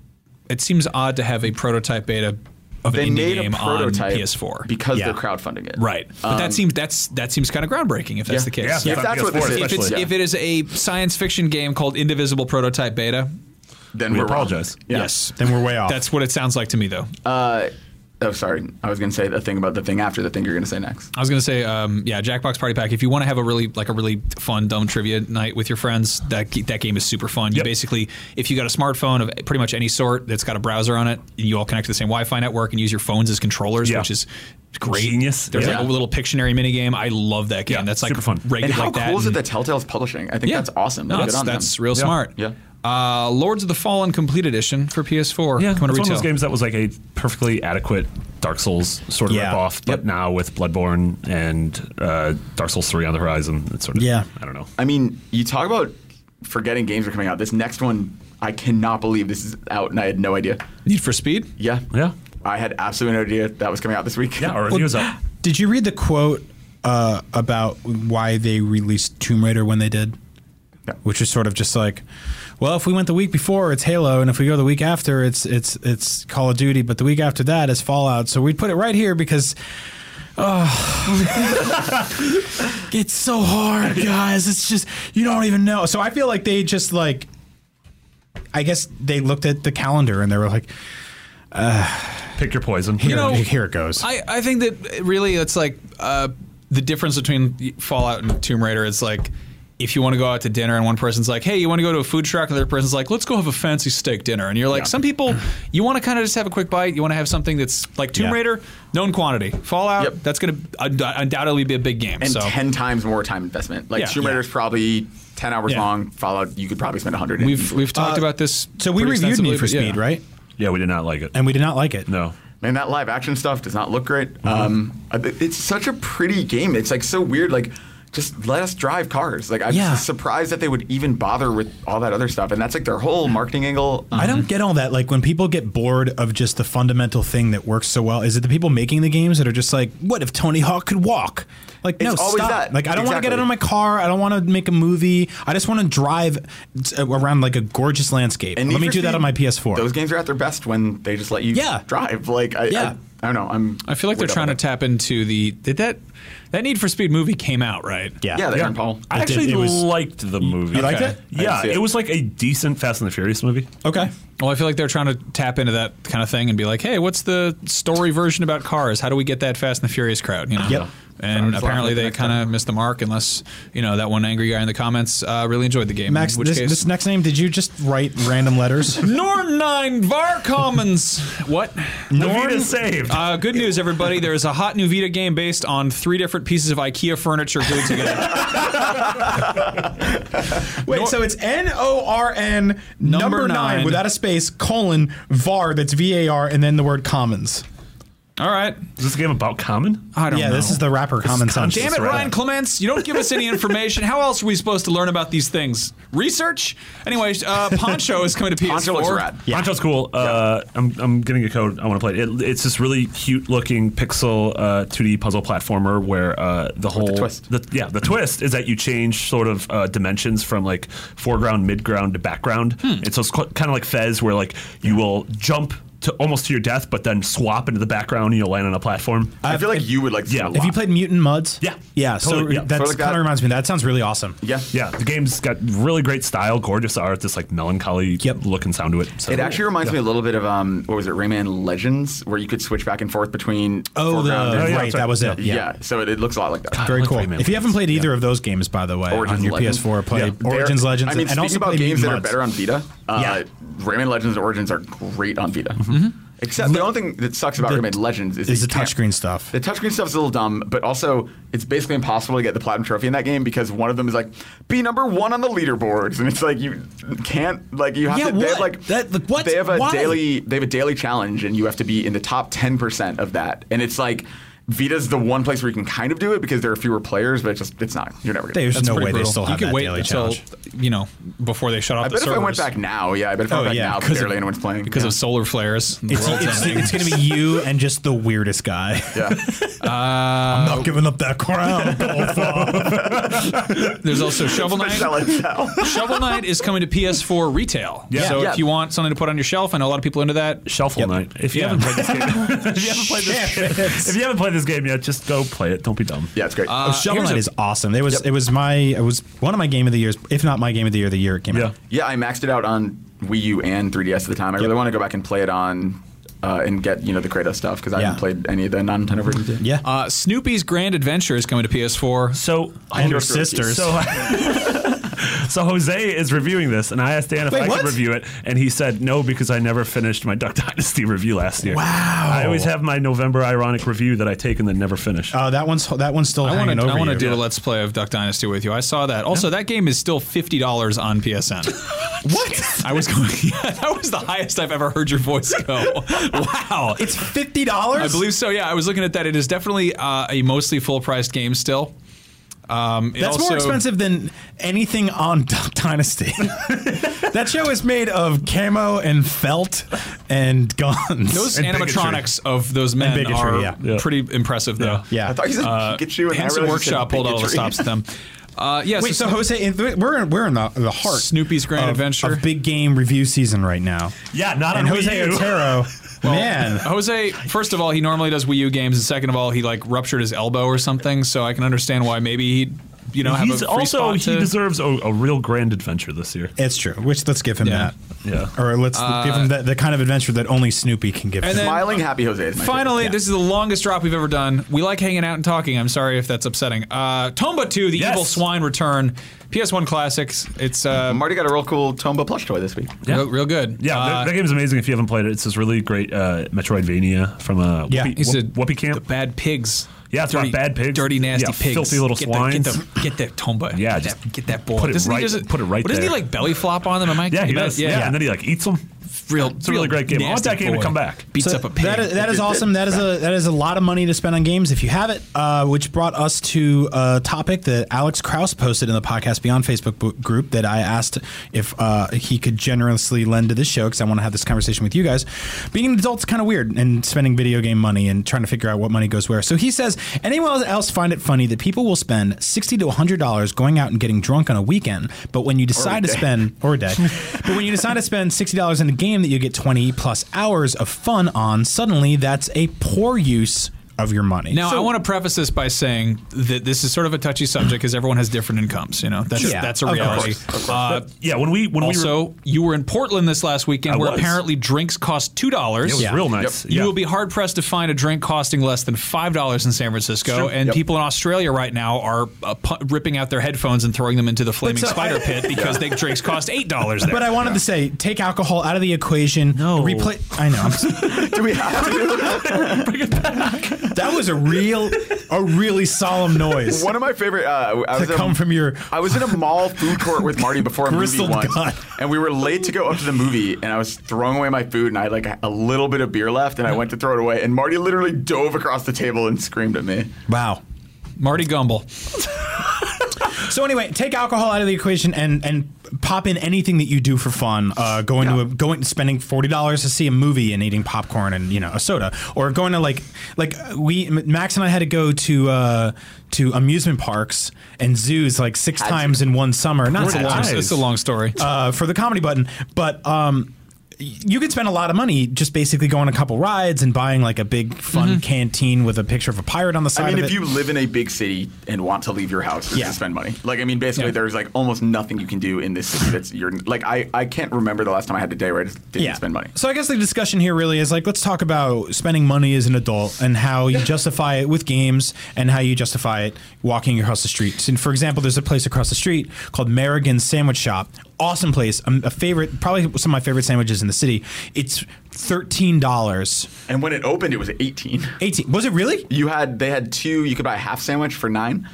S4: it seems odd to have a prototype beta of
S5: They
S4: an indie
S5: made a
S4: game
S5: prototype
S4: on PS4.
S5: because
S2: Yeah.
S5: they're crowdfunding it.
S4: right, but that seems that's that seems kind of groundbreaking if that's
S5: Yeah.
S4: the case.
S3: Yeah,
S5: If
S3: on
S5: that's what
S3: PS4
S5: this is-
S4: If, it's,
S3: especially.
S4: if it is a science fiction game called Indivisible Prototype Beta,
S5: Then
S3: We
S5: we're wrong.
S3: apologize.
S5: Yeah.
S4: yes,
S2: then we're
S5: *laughs*
S2: way off.
S4: That's what it sounds like to me, though.
S5: Oh. Uh, oh, sorry. I was going to say the thing about the thing after the thing you're going to say next.
S4: I was gonna say, um, yeah, Jackbox Party Pack. If you want to have a really like a really fun dumb trivia night with your friends, that ge- that game is super fun. You
S3: Yep.
S4: basically, if you got a smartphone of pretty much any sort that's got a browser on it, you all connect to the same Wi-Fi network and use your phones as controllers,
S3: Yeah.
S4: which is great.
S3: Genius.
S4: There's
S3: Yeah.
S4: like a little Pictionary mini game. I love that game.
S3: Yeah,
S4: that's like
S3: super fun.
S4: Regular
S5: And how
S4: like that.
S5: cool is it
S4: and-
S5: that Telltale's publishing? I think that's awesome.
S4: No,
S5: Good
S4: that's
S5: on them.
S4: that's real
S3: Yeah.
S4: smart.
S5: Yeah.
S4: Uh, Lords of the Fallen Complete Edition for PS4.
S3: Yeah, it's
S4: coming
S3: one
S4: to
S3: of
S4: retail.
S3: those games that was like a perfectly adequate Dark Souls sort of
S2: Yeah.
S3: ripoff, but now with Bloodborne and uh, Dark Souls Three on the horizon, it's sort of
S2: Yeah.
S3: I don't know.
S5: I mean, you talk about forgetting games are coming out. This next one, I cannot believe this is out, and I had no idea.
S4: Need for Speed.
S5: Yeah.
S3: Yeah,
S5: I had absolutely no idea that was coming out this week.
S3: yeah. Our review's up.
S2: Did you read the quote uh, about why they released Tomb Raider when they did?
S5: No.
S2: Which is sort of just like, well, if we went the week before, it's Halo, and if we go the week after, it's it's it's Call of Duty, but the week after that is Fallout. So we put it right here because, oh, *laughs* it's so hard, guys. It's just you don't even know. So I feel like they just like, I guess they looked at the calendar and they were like,
S3: Pick your poison.
S2: here,
S4: know,
S2: here it goes.
S4: I, I think that really it's like uh, the difference between Fallout and Tomb Raider is like if you want to go out to dinner and one person's like, "Hey, you want to go to a food truck?" and the other person's like, "Let's go have a fancy steak dinner." And you're like,
S5: Yeah.
S4: "Some people you want to kind of just have a quick bite. You want to have something that's like Tomb
S2: Yeah.
S4: Raider, known quantity. Fallout,
S5: Yep.
S4: that's going to und- undoubtedly be a big game."
S5: and
S4: so
S5: 10 times more time investment. Like
S4: Yeah.
S5: Tomb Raider's probably 10 hours
S2: Yeah.
S5: long. Fallout, you could probably spend 100. in.
S4: we've we've talked
S2: Uh,
S4: about this
S2: So we
S4: pretty
S2: reviewed
S4: extensively,
S2: Need for
S4: but yeah.
S2: Speed, right?
S3: Yeah, we did not like it.
S2: And we did not like it.
S3: no.
S5: Man, that live action stuff does not look great. Um, I thi- it's such a pretty game. It's like so weird. Like, just let us drive cars. Like, I'm
S2: Yeah.
S5: just surprised that they would even bother with all that other stuff. And that's like their whole marketing angle. Um,
S2: I don't get all that. Like when people get bored of just the fundamental thing that works so well, is it the people making the games that are just like, "What if Tony Hawk could walk?" Like no,
S5: It's always
S2: stop.
S5: that.
S2: Like I don't want to get
S5: Exactly.
S2: out of my car. I don't want to make a movie. I just want to drive t- around like a gorgeous landscape.
S5: and
S2: Let
S5: Need
S2: me
S5: for
S2: do that
S5: Speed,
S2: on my PS4.
S5: Those games are at their best when they just let you
S2: Yeah.
S5: drive. Like, I,
S2: Yeah.
S5: I, I don't know. I'm.
S4: I feel like they're
S5: weird
S4: trying to
S5: about
S4: tap into the did that that Need for Speed movie came out, right?
S5: that. Yeah, they Aaron Paul.
S3: I
S2: It did-
S3: actually
S2: it was-
S3: liked the movie.
S2: You liked it?
S3: Yeah,
S5: I didn't see
S3: it.
S5: it.
S3: was like a decent Fast and the Furious movie.
S2: okay.
S4: Well, I feel like they're trying to tap into that kind of thing and be like, "Hey, what's the story version about cars? How do we get that Fast and the Furious crowd?" You know.
S2: Yep.
S4: And
S5: Sounds
S4: apparently
S5: like the
S4: they
S5: next
S4: kind of missed the mark, unless you know that one angry guy in the comments uh, really enjoyed the game.
S2: Max,
S4: in which
S2: this,
S4: case,
S2: this next name, did you just write random letters?
S4: Nornine Var Commons. what?
S3: Norn Vita saved.
S4: Uh, good news, everybody. There is a hot new Vita game based on three different pieces of IKEA furniture glued
S2: *laughs*
S4: together.
S2: *laughs* Wait, so it's N O R N number
S4: Number
S2: nine
S4: nine.
S2: without a space colon var that's V A R and then the word commons.
S4: All right.
S3: is this a game about Common?
S4: I don't
S2: Yeah,
S4: know.
S2: this is the rapper Common Sense.
S4: Damn it,
S3: right.
S4: Ryan Clements! You don't give us
S5: *laughs*
S4: any information. How else are we supposed to learn about these things? Research? Anyway, uh, Poncho is coming to PS4.
S5: Poncho looks rad.
S2: Yeah.
S3: Poncho's cool. Uh, I'm, I'm getting a code. I want to play it. it. It's this really cute looking pixel uh, 2D puzzle platformer where uh, the whole
S5: twist.
S3: the- yeah, the twist is that you change sort of uh, dimensions from like foreground, midground to background.
S5: Hmm.
S3: And so it's kind of like Fez, where like you will jump to almost to your death, but then swap into the background and you'll land on a platform.
S5: I feel like you would like to see
S3: yeah.
S5: a
S3: If
S5: lot.
S2: Have you played Mutant Muds?
S3: Yeah.
S2: Yeah, so
S3: Totally, yeah.
S2: that
S5: Sort of like
S2: kind of
S5: that.
S2: reminds me. That sounds really awesome.
S5: yeah.
S3: yeah, the game's got really great style, gorgeous art, this like melancholy
S2: Yep.
S3: look and sound to it. So
S5: It actually reminds me a little bit of um, what was it, Rayman Legends, where you could switch back and forth between
S2: Oh, the,
S5: foreground and
S3: yeah,
S2: right,
S3: that's right.
S2: that was it.
S5: yeah.
S2: Yeah.
S5: So it, it looks a lot like that.
S2: Very
S3: like
S2: cool.
S3: Rayman
S2: If you haven't
S3: Legends.
S2: played either of those games, by the way,
S5: Origins
S2: on your
S5: Legends.
S2: PS4, play
S3: Yeah.
S5: They're-
S2: Origins Legends.
S5: I mean,
S2: and
S5: speaking
S2: also
S5: about
S2: play
S5: games that
S2: Mutant
S5: are better on
S2: Muds.
S5: Vita, uh, Rayman Legends and Origins are great on Vita. Except the only thing that sucks about
S2: Mm-hmm. The-
S5: Rayman Legends is
S2: is
S5: you
S2: the
S5: can't-
S2: touchscreen stuff.
S5: The touchscreen stuff's a little dumb, but also it's basically impossible to get the platinum trophy in that game because one of them is like be number one on the leaderboards, and it's like you can't like you have
S2: Yeah,
S5: to. They have
S2: what?
S5: like
S2: That- like, what?
S5: They have a
S2: Why?
S5: daily they have a daily challenge, and you have to be in the top ten percent of that, and it's like. Vita's the one place where you can kind of do it because there are fewer players, but it's just it's not. You're never gonna.
S2: There's
S4: That's
S2: no way
S4: pretty
S2: they
S4: brutal.
S2: still have
S4: you
S2: that
S4: could wait
S2: daily
S4: until,
S2: challenge.
S4: You know, before they shut off
S5: I
S4: the
S5: bet if I
S4: servers.
S5: went back now, yeah, I bet if I went
S2: Oh,
S5: back
S2: yeah,
S5: now,
S2: because
S5: barely anyone's playing
S4: because
S5: yeah.
S4: of solar flares. and
S2: It's,
S4: worlds
S2: it's, *laughs*
S4: ending.
S2: it's going to be you and just the weirdest
S4: *laughs*
S2: guy.
S5: Yeah. *laughs*
S2: I'm
S4: Oh.
S2: not giving up that crown. Goldfarb.
S4: There's also Shovel Knight.
S5: *laughs* Michelle and Sal.
S4: Shovel Knight is coming to PS4 retail.
S3: Yeah.
S4: So
S5: Yeah.
S4: if you want something to put on your shelf, I know a lot of people into that.
S3: Shuffle Night. If you
S4: Yeah.
S3: haven't played this game, *laughs* if you haven't played this
S2: Shit.
S3: If you haven't played this game yet, just go play it. Don't be dumb.
S5: Yeah, it's great.
S2: Oh, Shovel
S4: here's
S2: Knight
S4: a-
S2: is awesome. It was it was my it was one of my game of the years, if not my game of the year, the year it came
S3: Yeah.
S2: out.
S5: yeah, I maxed it out on Wii U and 3DS at the time. I really want to go back and play it on uh, and get you know the Kratos stuff because I
S2: Yeah.
S5: haven't played any of the non Nintendo versions. yet.
S2: Yeah,
S4: Uh, Snoopy's Grand Adventure is coming to PS4.
S3: So
S2: and her
S5: Understood.
S2: sisters.
S3: So, so *laughs* Jose is reviewing this, and I asked Dan if
S2: Wait,
S3: I
S2: what?
S3: could review it, and he said no because I never finished my Duck *laughs* Dynasty review last year. Wow! I always have my November ironic review that I take and then never finish.
S2: uh, that one's that one's still
S4: I want
S2: hanging
S4: to.
S2: over
S4: I want to
S2: you. *laughs*
S4: do a let's play of Duck Dynasty with you. I saw that. Also, that game is still fifty dollars on
S2: *laughs*
S4: PSN. what? *laughs* I was going. Yeah, that was the highest I've ever heard your voice
S2: *laughs*
S4: go. wow.
S2: It's fifty dollars.
S4: I believe so. Yeah, I was looking at that. It is definitely uh, a mostly full priced game still. Um, it
S2: That's
S4: also-
S2: more expensive than anything on *laughs* Duck Dynasty. that show is made of camo and felt and guns.
S4: Those
S3: And
S4: animatronics of those men
S2: bigotry,
S4: are
S2: yeah.
S3: Yeah.
S4: pretty impressive, though. Uh,
S2: yeah.
S5: I thought you said Pikachu and
S4: Hanson
S5: I realized you
S4: Workshop
S5: said
S4: pulled all the
S5: Pikachu.
S4: stops at them. Uh, yeah,
S2: Wait, so Jose, in- we're in, we're in the, the heart.
S4: Snoopy's Grand
S2: of,
S4: Adventure.
S2: of big game review season right now.
S3: yeah, not
S2: and
S3: on
S2: Jose
S3: Wii
S2: *laughs*
S3: U.
S2: Otero, man.
S4: Jose, first of all, he normally does Wii U games, and second of all, he like ruptured his elbow or something, so I can understand why maybe he you know, have
S3: He's
S4: a free
S3: also
S4: spot
S3: he
S4: to-
S3: deserves a, a real grand adventure this year.
S2: It's true. Which let's give him
S4: Yeah.
S2: that.
S3: Yeah.
S2: Or let's give him that, the kind of adventure that only Snoopy can give.
S4: Uh, And
S2: him.
S4: then-
S5: Smiling happy Jose. is my
S4: Finally, this is the longest drop we've ever done. We like hanging out and talking. I'm sorry if that's upsetting. Uh, Tomba 2, The
S3: Yes.
S4: Evil Swine Return, PS1 Classics. It's uh,
S5: favorite. Marty got a real cool Tomba plush toy
S2: *laughs*
S5: this week.
S3: Yeah.
S4: real, real good.
S3: Yeah,
S4: Uh,
S3: that, that game's amazing if you haven't played it. It's this really great uh, Metroidvania from uh, a
S2: Yeah,
S3: whoopee,
S4: he's a-
S3: whoop- whoopee camp.
S4: the bad pigs.
S3: Yeah, it's about bad pigs.
S4: Dirty, nasty
S3: Yeah,
S4: pigs.
S3: filthy little
S4: get the-
S3: swines.
S4: get, the, get that Tomba.
S3: Yeah,
S4: get,
S3: just
S4: that, get that boy.
S3: put it
S4: doesn't
S3: right-
S4: he just,
S3: put it right
S4: what, Doesn't he
S3: there.
S4: like belly flop on them? Am I
S3: yeah, he
S4: about-
S3: does. Yeah. and then he like eats them.
S4: real,
S3: It's a really great game. I want
S4: nasty
S3: that game to
S4: boy.
S3: come back.
S4: Beats
S2: So
S4: up a pig.
S2: That is, that is awesome. That is a that is a lot of money to spend on games if you have it. Uh, which brought us to a topic that Alex Kraus posted in the podcast Beyond Facebook bo- group that I asked if uh, he could generously lend to this show because I want to have this conversation with you guys. Being an adult's kind of weird and spending video game money and trying to figure out what money goes where. So he says, anyone else find it funny that people will spend sixty to hundred dollars going out and getting drunk on a weekend, but when you decide to
S5: weekday.
S2: spend spend- or a day. but when you decide to spend sixty dollars in a game that you get twenty plus hours of fun on, suddenly that's a poor use of your money.
S4: Now, I want to preface this by saying that this is sort of a touchy subject because everyone has different incomes. You know, that's
S2: Yeah,
S4: that's a
S2: of
S4: reality. Uh,
S3: Yeah, when we when we were,
S4: also, you were in Portland this last weekend,
S3: I
S4: where
S3: was.
S4: apparently drinks cost two
S3: it
S4: dollars.
S3: was real nice.
S4: You
S3: Yeah.
S4: will be hard pressed to find a drink costing less than five dollars in San Francisco, and
S5: Yep.
S4: people in Australia right now are uh, pu- ripping out their headphones and throwing them into the flaming
S2: so-
S4: spider pit because they drinks cost eight
S3: *laughs*
S4: dollars there.
S2: but I wanted to say, take alcohol out of the equation.
S3: No.
S2: replay. I know. I'm-
S5: Do we *laughs* have to?
S2: that was a real, a really solemn noise
S5: One of my favorite. Uh, I
S2: to
S5: was in a-
S2: come from your.
S5: I was in a mall food court with Marty before a movie
S2: Crystal
S5: once,
S2: gun.
S5: and we were late to go up to the movie, and I was throwing away my food, and I had like a, a little bit of beer left, and I went to throw it away, and Marty literally dove across the table and screamed at me.
S2: Wow.
S4: Marty Gumble,
S2: So anyway, take alcohol out of the equation and and pop in anything that you do for fun. Uh, going to
S5: Yeah.
S2: a, going spending forty dollars to see a movie and eating popcorn and you know a soda, or going to like like we Max and I had to go to uh, to amusement parks and zoos like six times in one summer. Not
S4: it's a
S2: had
S4: long,
S2: to.
S4: it's a long story.
S2: uh, for the comedy button, but. Um, y- you could spend a lot of money just basically going on a couple rides and buying like a big fun canteen with a picture of a pirate on the side.
S5: Mm-hmm. I mean,
S2: of
S5: if
S2: it.
S5: you live in a big city and want to leave your house
S2: Yeah.
S5: to spend money, like I mean, basically
S4: Yeah.
S5: there's like almost nothing you can do in this city that's your like I I can't remember the last time I had a day where I just didn't spend money.
S2: So I guess the discussion here really is like let's talk about spending money as an adult and how you justify it with games and how you justify it walking across the streets. And for example, there's a place across the street called Merrigan's Sandwich Shop. Awesome place. Um, a favorite, probably some of my favorite sandwiches in the city. It's thirteen dollars.
S5: And when it opened, it was 18.
S2: Eighteen. Was it really?
S5: You had they had two. You could buy a half sandwich for nine.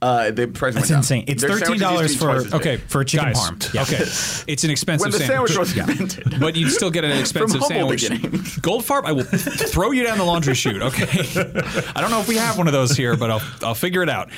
S5: Uh, the price
S2: That's
S5: went
S2: insane.
S5: Down.
S2: It's
S5: Their
S2: thirteen
S5: sandwiches
S2: dollars
S5: used to be
S2: for
S5: twice as big.
S4: okay,
S2: for a chicken
S4: guys,
S2: parm.
S5: *laughs*
S2: Yeah.
S4: Okay, it's an expensive
S5: When the
S4: sandwich.
S5: sandwich was
S4: *laughs*
S5: invented.
S4: but you'd still get an expensive
S5: humble
S4: sandwich.
S5: beginnings. *laughs*
S4: Goldfarb, I will throw you down the laundry chute. Okay, I don't know if we have one of those here, but I'll I'll figure it out.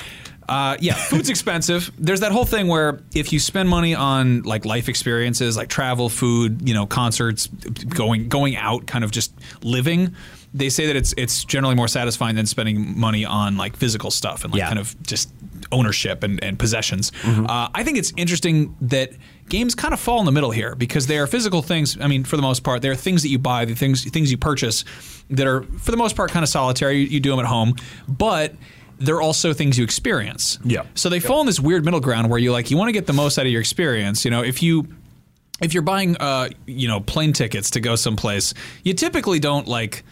S4: Uh, yeah, food's expensive. There's that whole thing where if you spend money on like life experiences, like travel, food, you know, concerts, going going out, kind of just living. They say that it's it's generally more satisfying than spending money on like physical stuff and like
S2: Yeah.
S4: kind of just ownership and, and possessions.
S3: Mm-hmm.
S4: Uh, I think it's interesting that games kind of fall in the middle here because they are physical things. I mean, for the most part, they are things that you buy, the things things you purchase that are for the most part kind of solitary. You, you do them at home, but they're also things you experience.
S3: Yeah.
S4: So they fall in this weird middle ground where you like you want to get the most out of your experience. You know, if you if you're buying uh you know plane tickets to go someplace you typically don't like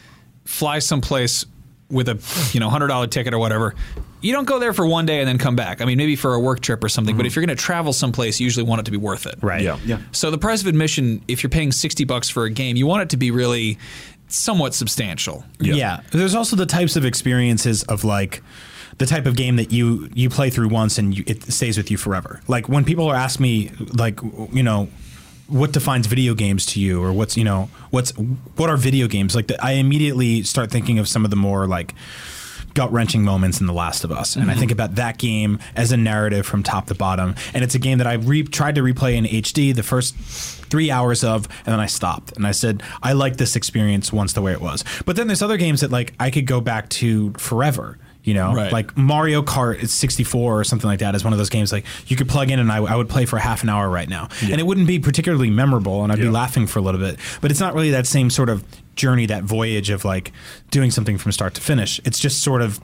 S4: fly someplace with a you know hundred dollar ticket or whatever you don't go there for one day and then come back i mean maybe for a work trip or something but if you're going to travel someplace you usually want it to be worth it
S2: Right.
S3: Mm-hmm. yeah.
S5: Yeah.
S4: so the price of admission if you're paying 60 bucks for a game you want it to be really somewhat substantial
S2: Yeah.
S3: Yeah.
S2: There's also the types of experiences of like the type of game that you you play through once and you, it stays with you forever. Like when people are ask me like you know what defines video games to you or what's you know what's what are video games like the, I immediately start thinking of some of the more like gut wrenching moments in The Last of Us. And I think about that game as a narrative from top to bottom. And it's a game that I re- tried to replay in HD the first three hours of, and then I stopped. And I said, I like this experience once the way it was. But then there's other games that like I could go back to forever. You know,
S4: Right.
S2: like Mario Kart it's 64 or something like that is one of those games like you could plug in and I, I would play for half an hour right now. And it wouldn't be particularly memorable and I'd be
S3: Yeah.
S2: laughing for a little bit. But it's not really that same sort of journey, that voyage of like doing something from start to finish. It's just sort of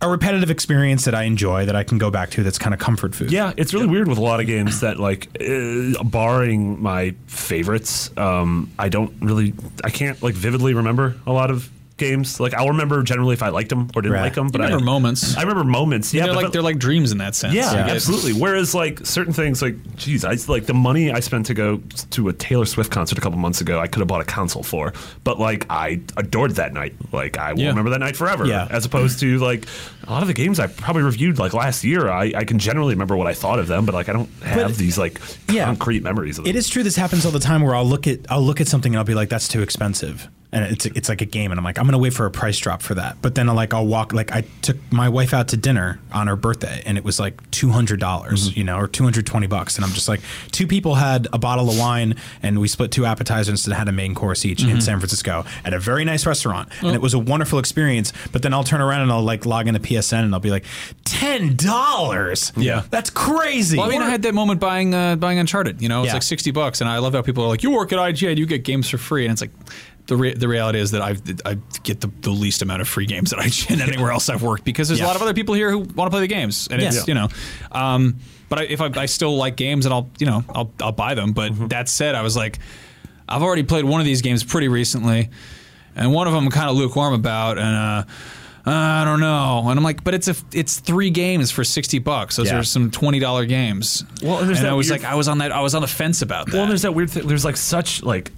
S2: a repetitive experience that I enjoy that I can go back to. That's kind of comfort food.
S3: Yeah, it's really weird with a lot of games that, like, uh, barring my favorites, um, I don't really, I can't like vividly remember a lot of games. Like, I'll remember generally if I liked them or didn't
S2: Right.
S3: like them. But
S4: remember
S3: I,
S4: moments.
S3: I remember moments. Yeah,
S4: they're
S3: but
S4: like
S3: if I-
S4: they're like dreams in that sense.
S3: Yeah,
S4: Like, it's-
S3: absolutely. Whereas like certain things, like geez, I like the money I spent to go to a Taylor Swift concert a couple months ago, I could have bought a console for. But like I adored that night. Like I will
S4: Yeah.
S3: remember that night forever.
S2: Yeah.
S3: As opposed to like a lot of the games I probably reviewed like last year, I, I can generally remember what I thought of them, but like I don't have these like
S2: Yeah.
S3: concrete memories of them.
S2: It is true. This happens all the time where I'll look at I'll look at something and I'll be like, "That's too expensive," and it's it's like a game, and I'm like, "I'm gonna wait for a price drop for that." But then I like I'll walk like I took my wife out to dinner on her birthday, and it was like two hundred dollars,
S4: Mm-hmm.
S2: you know, or two hundred twenty bucks, and I'm just like, two people had a bottle of wine, and we split two appetizers and had a main course each
S4: Mm-hmm.
S2: in San Francisco at a very nice restaurant, and it was a wonderful experience. But then I'll turn around and I'll like log into PSN and I'll be like, ten dollars,
S4: Yeah.
S2: that's crazy.
S4: Well, I mean, I had that moment buying uh, buying Uncharted. You know, it's
S2: Yeah.
S4: like sixty bucks, and I love how people are like, "You work at IGN, you get games for free," and it's like. The, re- the reality is that I've, I get the, the least amount of free games at IGN *laughs* anywhere else I've worked because there's a
S2: Yeah.
S4: lot of other people here who want to play the games and
S2: Yeah.
S4: it's you know, um, but I, if I, I still like games and I'll you know I'll I'll buy them. But
S3: Mm-hmm.
S4: that said, I was like, I've already played one of these games pretty recently, and one of them I'm kind of lukewarm about, and uh, I don't know. And I'm like, but it's a it's three games for sixty bucks. Those
S2: Yeah.
S4: are some twenty dollar games.
S3: Well, and there's that
S4: I was
S3: weird-
S4: like, I was on that, I was on the fence about that.
S3: Well, there's that weird thing. There's like such like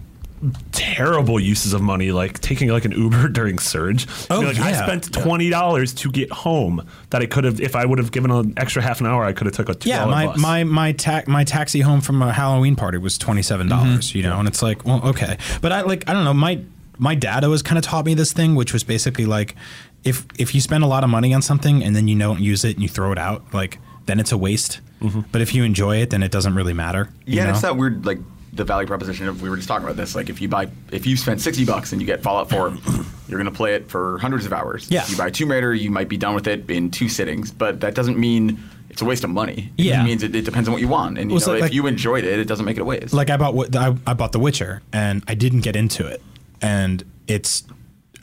S3: terrible uses of money, like taking like an Uber *laughs* during surge.
S2: Oh,
S3: You're like, I
S2: yeah.
S3: spent twenty dollars to get home that I could have if I would have given an extra half an hour, I could have took a two
S2: Yeah,
S3: dollar
S2: my
S3: bus.
S2: my my, ta- my taxi home from a Halloween party was twenty seven
S5: Mm-hmm.
S2: dollars. You know, and it's like, well, okay, but I like I don't know. My my dad always kind of taught me this thing, which was basically like, if if you spend a lot of money on something and then you don't use it and you throw it out, like then it's a waste. But if you enjoy it, then it doesn't really matter. you
S5: Mm-hmm. Yeah, and it's
S2: know?
S5: that weird like the value proposition of we were just talking about this. Like if you buy if you spend sixty bucks and you get Fallout
S2: *coughs*
S5: Four, you're gonna play it for hundreds of hours.
S2: Yeah.
S5: If you buy Tomb Raider, you might be done with it in two sittings, but that doesn't mean it's a waste of money. It
S2: Yeah.
S5: means it, it depends on what you want. And you
S2: Well, it's
S5: know,
S2: like-
S5: if
S2: like-
S5: you enjoyed it, it doesn't make it a waste.
S2: like I bought what I, I bought The Witcher and I didn't get into it, and it's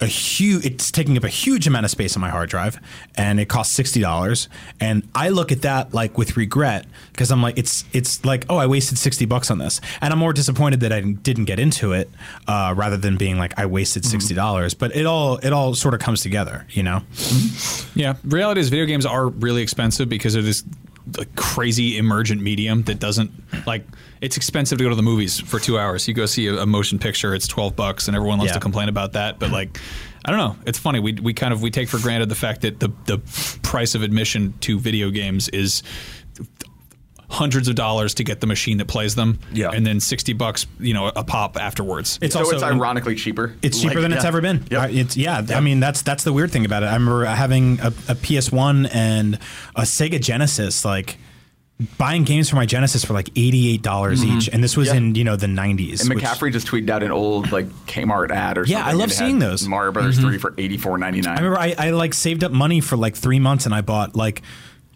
S2: a huge it's taking up a huge amount of space on my hard drive and it costs $60 and i look at that like with regret because i'm like it's it's like oh i wasted 60 bucks on this and i'm more disappointed that i didn't get into it uh, rather than being like i wasted $60 dollars but it all it all sort of comes together you know
S4: Yeah, reality is video games are really expensive because they're this like, crazy emergent medium that doesn't like. It's expensive to go to the movies for two hours. You go see a, a motion picture, it's twelve bucks, and everyone loves
S2: Yeah.
S4: to complain about that. But like, I don't know. It's funny. We we kind of we take for granted the fact that the the price of admission to video games is hundreds of dollars to get the machine that plays them,
S3: Yeah.
S4: and then sixty bucks, you know, a pop afterwards.
S2: it's
S5: so
S2: also
S5: it's ironically cheaper.
S2: It's cheaper
S5: Like,
S2: than it's
S5: yeah.
S2: ever been.
S5: Yep.
S2: I, it's yeah. I mean, that's that's the weird thing about it. I remember having a, a PS1 and a Sega Genesis, like buying games for my Genesis for like eighty eight dollars each, and this was
S5: Yeah.
S2: in you know the nineties.
S5: Mm-hmm. And McCaffrey just tweeted out an old like Kmart ad or something.
S2: Yeah, I love
S5: that
S2: seeing
S5: had
S2: those. Mm-hmm.
S5: Mario Brothers three for eighty four ninety nine.
S2: I remember I, I like saved up money for like three months, and I bought like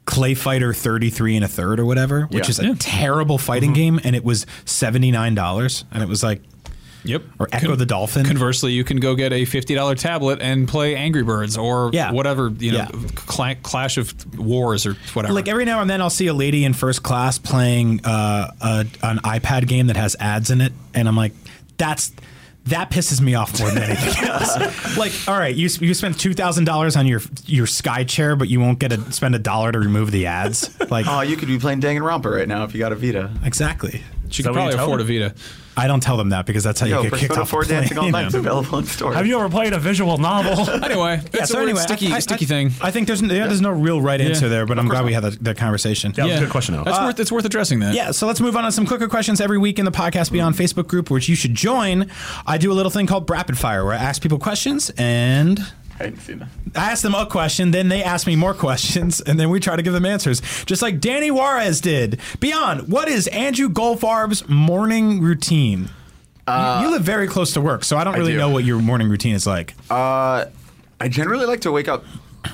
S2: Clay Fighter thirty three and a third or whatever, which
S5: Yeah. Mm-hmm.
S2: is a terrible fighting game, and it was seventy nine dollars, and it was like
S4: Yep.
S2: or Echo the Dolphin.
S4: Conversely, you can go get a fifty dollar tablet and play Angry Birds or
S2: Yeah.
S4: whatever you know,
S2: Yeah.
S4: cla Clash of Wars or whatever.
S2: Like every now and then, I'll see a lady in first class playing uh, a, an iPad game that has ads in it, and I'm like, that's that pisses me off more than anything
S5: *laughs*
S2: else. like, all right, you s- you spent two thousand dollars on your your Sky chair, but you won't get a spend a dollar to remove the ads.
S5: *laughs*
S2: Like,
S5: Oh, you could be playing Danganronpa right now if you got a Vita.
S2: exactly.
S4: she
S3: that
S4: could
S3: what you
S4: probably
S3: tell
S4: afford
S3: them?
S4: a Vita.
S2: I don't tell them that because that's how
S5: Yo,
S2: Oh, you get kicked
S5: Persona
S2: off. the
S5: Four Dancing All
S2: plane.
S5: Night's available in store.
S3: have you ever played a
S2: *laughs*
S3: visual novel?
S4: Anyway,
S2: Yeah,
S4: it's
S2: so
S4: a weird
S2: anyway,
S4: sticky,
S2: I- I-
S4: sticky
S2: I-
S4: thing.
S2: I think there's n- yeah, there's no real right answer there, but I'm glad we had that, that conversation.
S3: Yeah. That was a good question, though.
S4: That's worth it's worth addressing that.
S2: Yeah, so let's move on to some quicker questions every week in the Podcast Beyond Facebook group, which you should join. I do a little thing called Rapid Fire where I ask people questions and
S5: I didn't see that.
S2: I ask them a question, then they ask me more *laughs* questions, and then we try to give them answers, just like Danny Juarez did. Beyond, what is Andrew Goldfarb's morning routine? you, you live very close to work, so I don't really
S5: Uh, do.
S2: know what your morning routine is like.
S5: Uh, I generally like to wake up.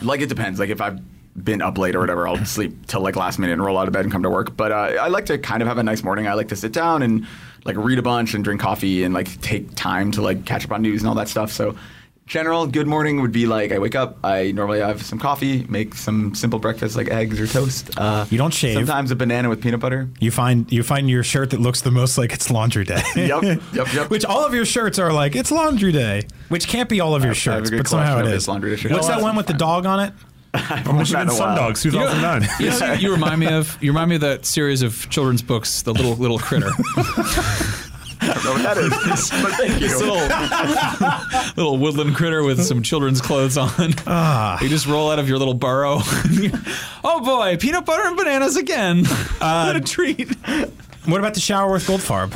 S5: Like it depends. Like if I've been up late or
S3: *laughs*
S5: whatever, I'll sleep till like last minute and roll out of bed and come to work. But uh, I like to kind of have a nice morning. I like to sit down and like read a bunch and drink coffee and like take time to like catch up on news and all that stuff. So general good morning would be like I wake up, I normally have some coffee, make some simple breakfast like eggs or toast. Uh,
S2: You don't shave.
S5: Sometimes a banana with
S3: *laughs*
S5: peanut butter.
S2: You find you find your shirt that looks the most like it's laundry day. *laughs*
S5: Yep, yep, yep.
S2: Which all of your shirts are like it's laundry day, which can't be all of your
S5: I have
S2: shirts,
S5: a good
S2: but somehow
S5: collection
S2: it
S5: of
S2: is.
S5: these laundry day shirts.
S2: What's
S5: Oh,
S2: that
S5: that's
S2: one with the dog on it?
S3: Promotion in
S5: Not a while.
S3: Sun
S2: *laughs*
S3: Dogs 2009.
S4: You, know, you- you remind me of you remind me of that series of children's books, the little little
S2: *laughs*
S4: critter,
S5: I don't know what
S3: *laughs*
S5: that is, but thank you.
S4: this little little woodland critter with some children's clothes on.
S2: Ah.
S4: You just roll out of your little burrow. *laughs* oh boy, peanut butter and bananas again.
S2: Uh,
S4: *laughs* what a treat!
S2: What about the shower with Goldfarb?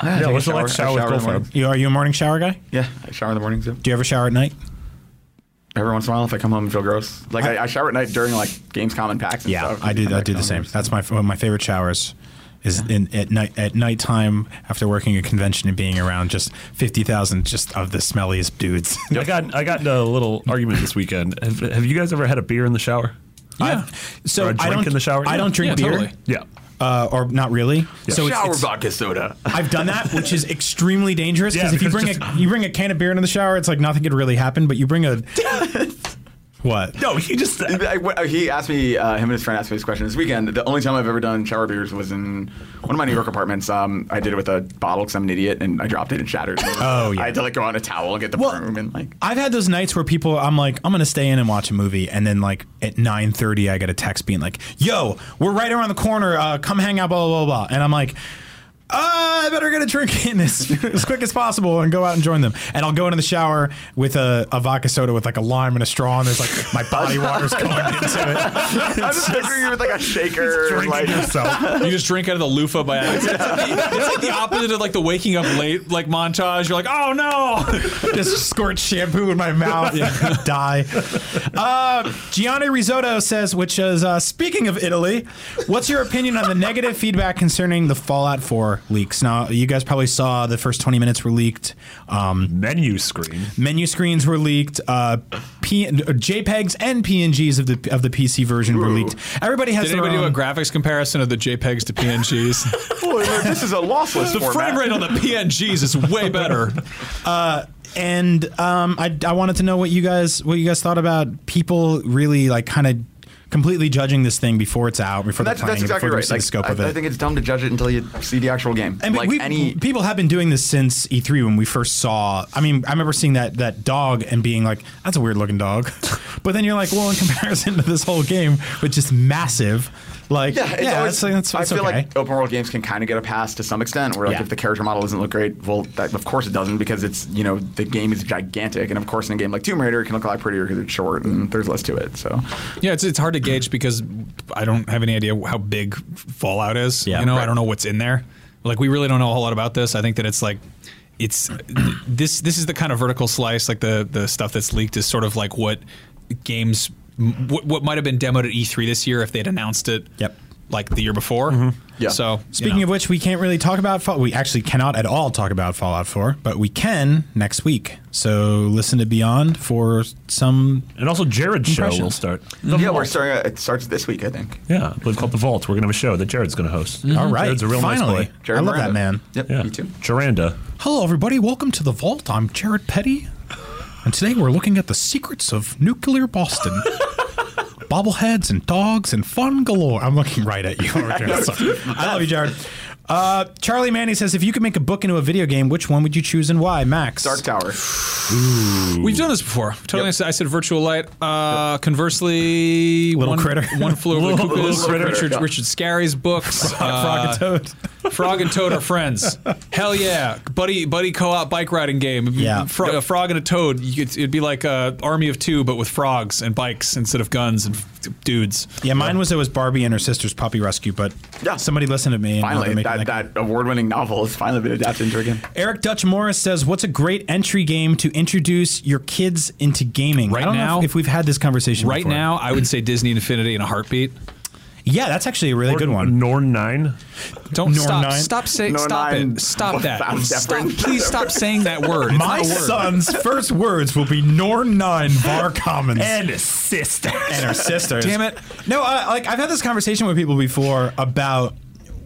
S5: I
S3: Yeah,
S5: take a
S3: what's the last
S5: I
S3: shower with
S5: in the
S3: Goldfarb?
S5: morning.
S2: You are you a morning shower guy?
S5: Yeah, I shower in the mornings. Yeah.
S2: Do you ever shower at night?
S5: Every once in a while, if I come home and feel gross, like I, I shower at night during like Gamescom and PAX. And
S2: Yeah,
S5: stuff. um,
S2: I do.
S5: Come
S2: I
S5: back
S2: do the
S5: home.
S2: same. That's my one of my favorite showers. Is in at night at nighttime after working a convention and being around just fifty thousand just of the smelliest dudes.
S3: I got I got in a little argument this weekend. Have, have you guys ever had a beer in the shower?
S2: Yeah. so
S3: Or a
S2: *laughs* I
S3: drink
S2: don't
S3: in the shower?
S2: I don't drink
S4: Yeah,
S2: beer,
S4: totally.
S3: Yeah.
S2: uh, or not really. So it's-
S5: shower
S2: it's,
S5: vodka soda.
S2: *laughs* I've done that, which is extremely dangerous
S3: Yeah,
S2: because if you
S3: because
S2: bring a you bring a can of beer into the shower, it's like nothing could really happen. But you bring
S3: *laughs*
S2: a what?
S3: No, he just
S5: I- I- He asked me, uh, him and his friend asked me this question this weekend. The only time I've ever done shower beers was in one of my New York apartments. Um, I did it with a bottle because I'm an idiot and I dropped it and shattered.
S2: *laughs* Oh, yeah.
S5: I had to like go on a towel and get the
S2: Well-
S5: broom
S2: *laughs*
S5: and like.
S2: I've had those nights where people, I'm like, I'm gonna stay in and watch a movie, and then like at 9:30, I get a text being like, "Yo, we're right around the corner. Uh, come hang out." Blah blah blah, blah. and I'm like. Uh, I better get a drink in as, *laughs* as quick as possible and go out and join them. And I'll go into the shower with a, a vodka soda with like a lime and a straw, and there's like my body
S3: *laughs*
S2: water's going into it.
S5: I'm just picturing you with like a shaker.
S3: drinking
S2: *laughs*
S5: Like,
S3: yourself.
S4: You just drink out of the loofah by accident. It's like the, it's like the opposite of like the waking up late like montage. You're like, oh no.
S2: just squirt shampoo in my mouth, *laughs* die. Uh, Gianni Risotto says, which is uh, speaking of Italy, what's your opinion on the negative feedback concerning the Fallout 4 leaks? Now, you guys probably saw the first 20 minutes were leaked. Um,
S3: Menu screen.
S2: menu screens were leaked. Uh, P- JPEGs and PNGs of the of the PC version were leaked. Everybody has
S4: Did
S2: their
S4: anybody do a
S2: own-
S4: graphics comparison of the JPEgs to
S2: *laughs*
S4: PNGs?
S5: "Boy, look, this is a lossless
S4: the
S5: format."
S4: frame rate on the PNGs is way better.
S2: and um, I, I wanted to know what you guys what you guys thought about people really like kind of completely judging this thing before it's out before
S5: That's,
S2: they're playing
S5: that's
S2: it,
S5: exactly
S2: before
S5: right.
S2: they
S5: Like,
S2: see the scope
S5: I,
S2: of it.
S5: I think it's dumb to judge it until you see the actual game.
S2: and
S5: like
S2: we,
S5: any
S2: people have been doing this since E3 when we first saw. I mean, I remember seeing that that dog and being like, "That's a weird looking dog," *laughs* but then you're like, "Well, in *laughs* comparison to this whole game, which is massive, like, yeah,
S5: it's
S2: that's,
S5: always-
S2: that's, that's
S5: I feel
S2: okay."
S5: like open world games can kind of get a pass to some extent. Where like
S2: Yeah.
S5: if the character model doesn't look great, well, that, of course it doesn't because it's you know the game is gigantic, and of course in a game like Tomb Raider, it can look a lot prettier because it's short and there's less to it. So
S4: Yeah, it's, it's hard to gauge because I don't have any idea how big Fallout is.
S2: Yeah.
S4: you know, I
S2: Right.
S4: don't know what's in there. Like we really don't know a whole lot about this. I think that it's like it's this this is the kind of vertical slice like the the stuff that's leaked is sort of like what games m- what, what might have been demoed at E3 this year if they'd announced it.
S2: Yep.
S4: Like the year before.
S5: Yeah.
S4: So you
S2: Speaking
S4: know.
S2: of which, we can't really talk about Fallout. We actually cannot at all talk about Fallout 4, but we can next week. So listen to Beyond for some.
S3: And also Jared's show
S2: Impressions.
S3: will start.
S2: Mhm.
S5: yeah, we're starting. At, it starts this week, I think.
S3: Yeah, we've called The Vault. We're going to have a show that Jared's going to host.
S2: Mm-hmm. All right,
S3: Mm-hmm. Jared's a real nice
S2: finally,
S3: boy.
S5: Jared
S2: I love
S5: Miranda.
S2: that man.
S5: Yep,
S3: Yeah.
S5: me too.
S3: Jaranda.
S2: Hello, everybody. Welcome to the Vault. I'm Jared Petty, and today we're looking at the secrets of nuclear Boston. Bobbleheads and dogs and fun galore. I'm looking right at you. over there. Sorry. I love you, Jared. Uh, Charlie Manny says, if you could make a book into a video game, which one would you choose and why? Max.
S5: Dark Tower.
S4: We've done this before. Totally, I, said, I said virtual light. Uh, Conversely,
S2: Little
S4: one,
S2: critter.
S4: one flew over the
S2: *laughs*
S3: Little-
S4: cuckoo's.
S3: little critter.
S4: Richard,
S5: Yeah.
S4: Richard Scarry's books.
S2: Frog
S4: uh,
S2: and Toad.
S4: Frog and Toad are friends. Hell yeah, buddy, buddy co-op bike riding game.
S2: Yeah.
S4: Fro- a frog and a toad. You could, it'd be like a army of two, but with frogs and bikes instead of guns and f- dudes.
S2: Yeah, mine was it was Barbie and her sister's puppy rescue, but
S5: Yeah.
S2: somebody listened to me. And
S5: Finally,
S2: they're making
S5: that, that award-winning novel has finally been adapted into a game.
S2: Eric Dutch Morris says, "What's a great entry game to introduce your kids into gaming?"
S4: Right
S2: I don't know
S4: now-
S2: if- if we've had this conversation
S4: Right
S2: before.
S4: now, I would say Disney Infinity in a heartbeat.
S2: Yeah, that's actually a really good one.
S3: Norn 9.
S4: Don't
S2: Nor
S4: stop.
S2: nine.
S4: Stop saying.
S5: Nor
S4: Stop
S5: nine.
S4: it. Stop that.
S5: Without
S4: Stop,
S5: difference.
S4: please stop saying that word. It's
S2: My
S4: not a word.
S2: son's first words will be Norn Nine Bar
S4: *laughs*
S2: Commons
S3: a sister.
S2: *laughs* and her sisters.
S4: Damn it.
S2: No, uh, like I've had this conversation with people before about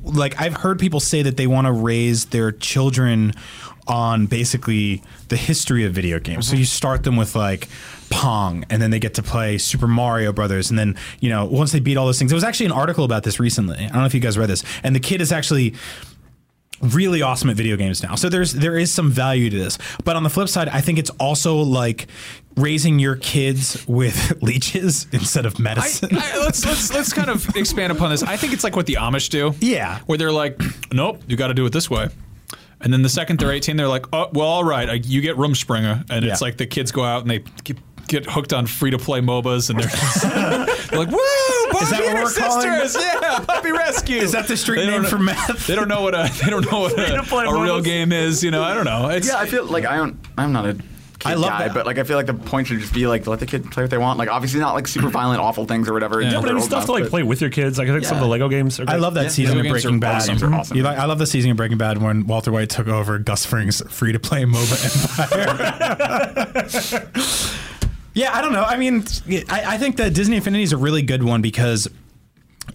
S2: like I've heard people say that they want to raise their children on basically the history of video games. So you start them with like Pong, and then they get to play Super Mario Brothers, and then you know once they beat all those things. There was actually an article about this recently. I don't know if you guys read this, and the kid is actually really awesome at video games now. So there's there is some value to this. But on the flip side, I think it's also like raising your kids with *laughs* leeches instead of
S4: I,
S2: medicine.
S4: I, let's let's let's kind of expand upon this. I think it's like what the Amish do.
S2: Yeah.
S4: where they're like, nope, you got to do it this way. And then the second they're 18, they're like, oh, well, all right, like, you get room springer, and it's
S2: Yeah.
S4: like the kids go out and they get, get hooked on free to play MOBAs, and they're, just, they're *laughs* like, woo, Bobby
S2: that what
S4: and her
S2: we're calling
S4: sisters, yeah, Puppy Rescue.
S2: is that the street
S4: They
S2: name
S4: don't
S2: for
S4: know-
S2: meth?
S4: They don't know what a they don't know what a,
S3: Free-to-play
S4: a real
S3: MOBAs.
S4: game is. You know, I don't know. It's,
S5: Yeah, I feel like I don't. I'm not a kid
S2: I love
S5: guy,
S2: that.
S5: but like I feel like the point should just be like let the kid play what they want. Like obviously not
S2: *clears throat*
S5: like super violent, awful things or whatever.
S4: Yeah,
S5: until
S3: but I
S5: they're
S3: mean,
S5: old
S3: stuff to like
S5: enough, but-
S3: play with your kids. Like I think some of the
S5: Yeah.
S3: Lego games. Are
S2: I
S3: great.
S2: love that season
S4: Video games
S2: of Breaking
S4: are
S2: Bad.
S4: awesome.
S5: They're awesome.
S2: You like- I love the season of Breaking Bad when Walter White took over Gus Fring's free to play MOBA empire. *laughs* yeah, I don't know. I mean, I, I think that Disney Infinity is a really good one because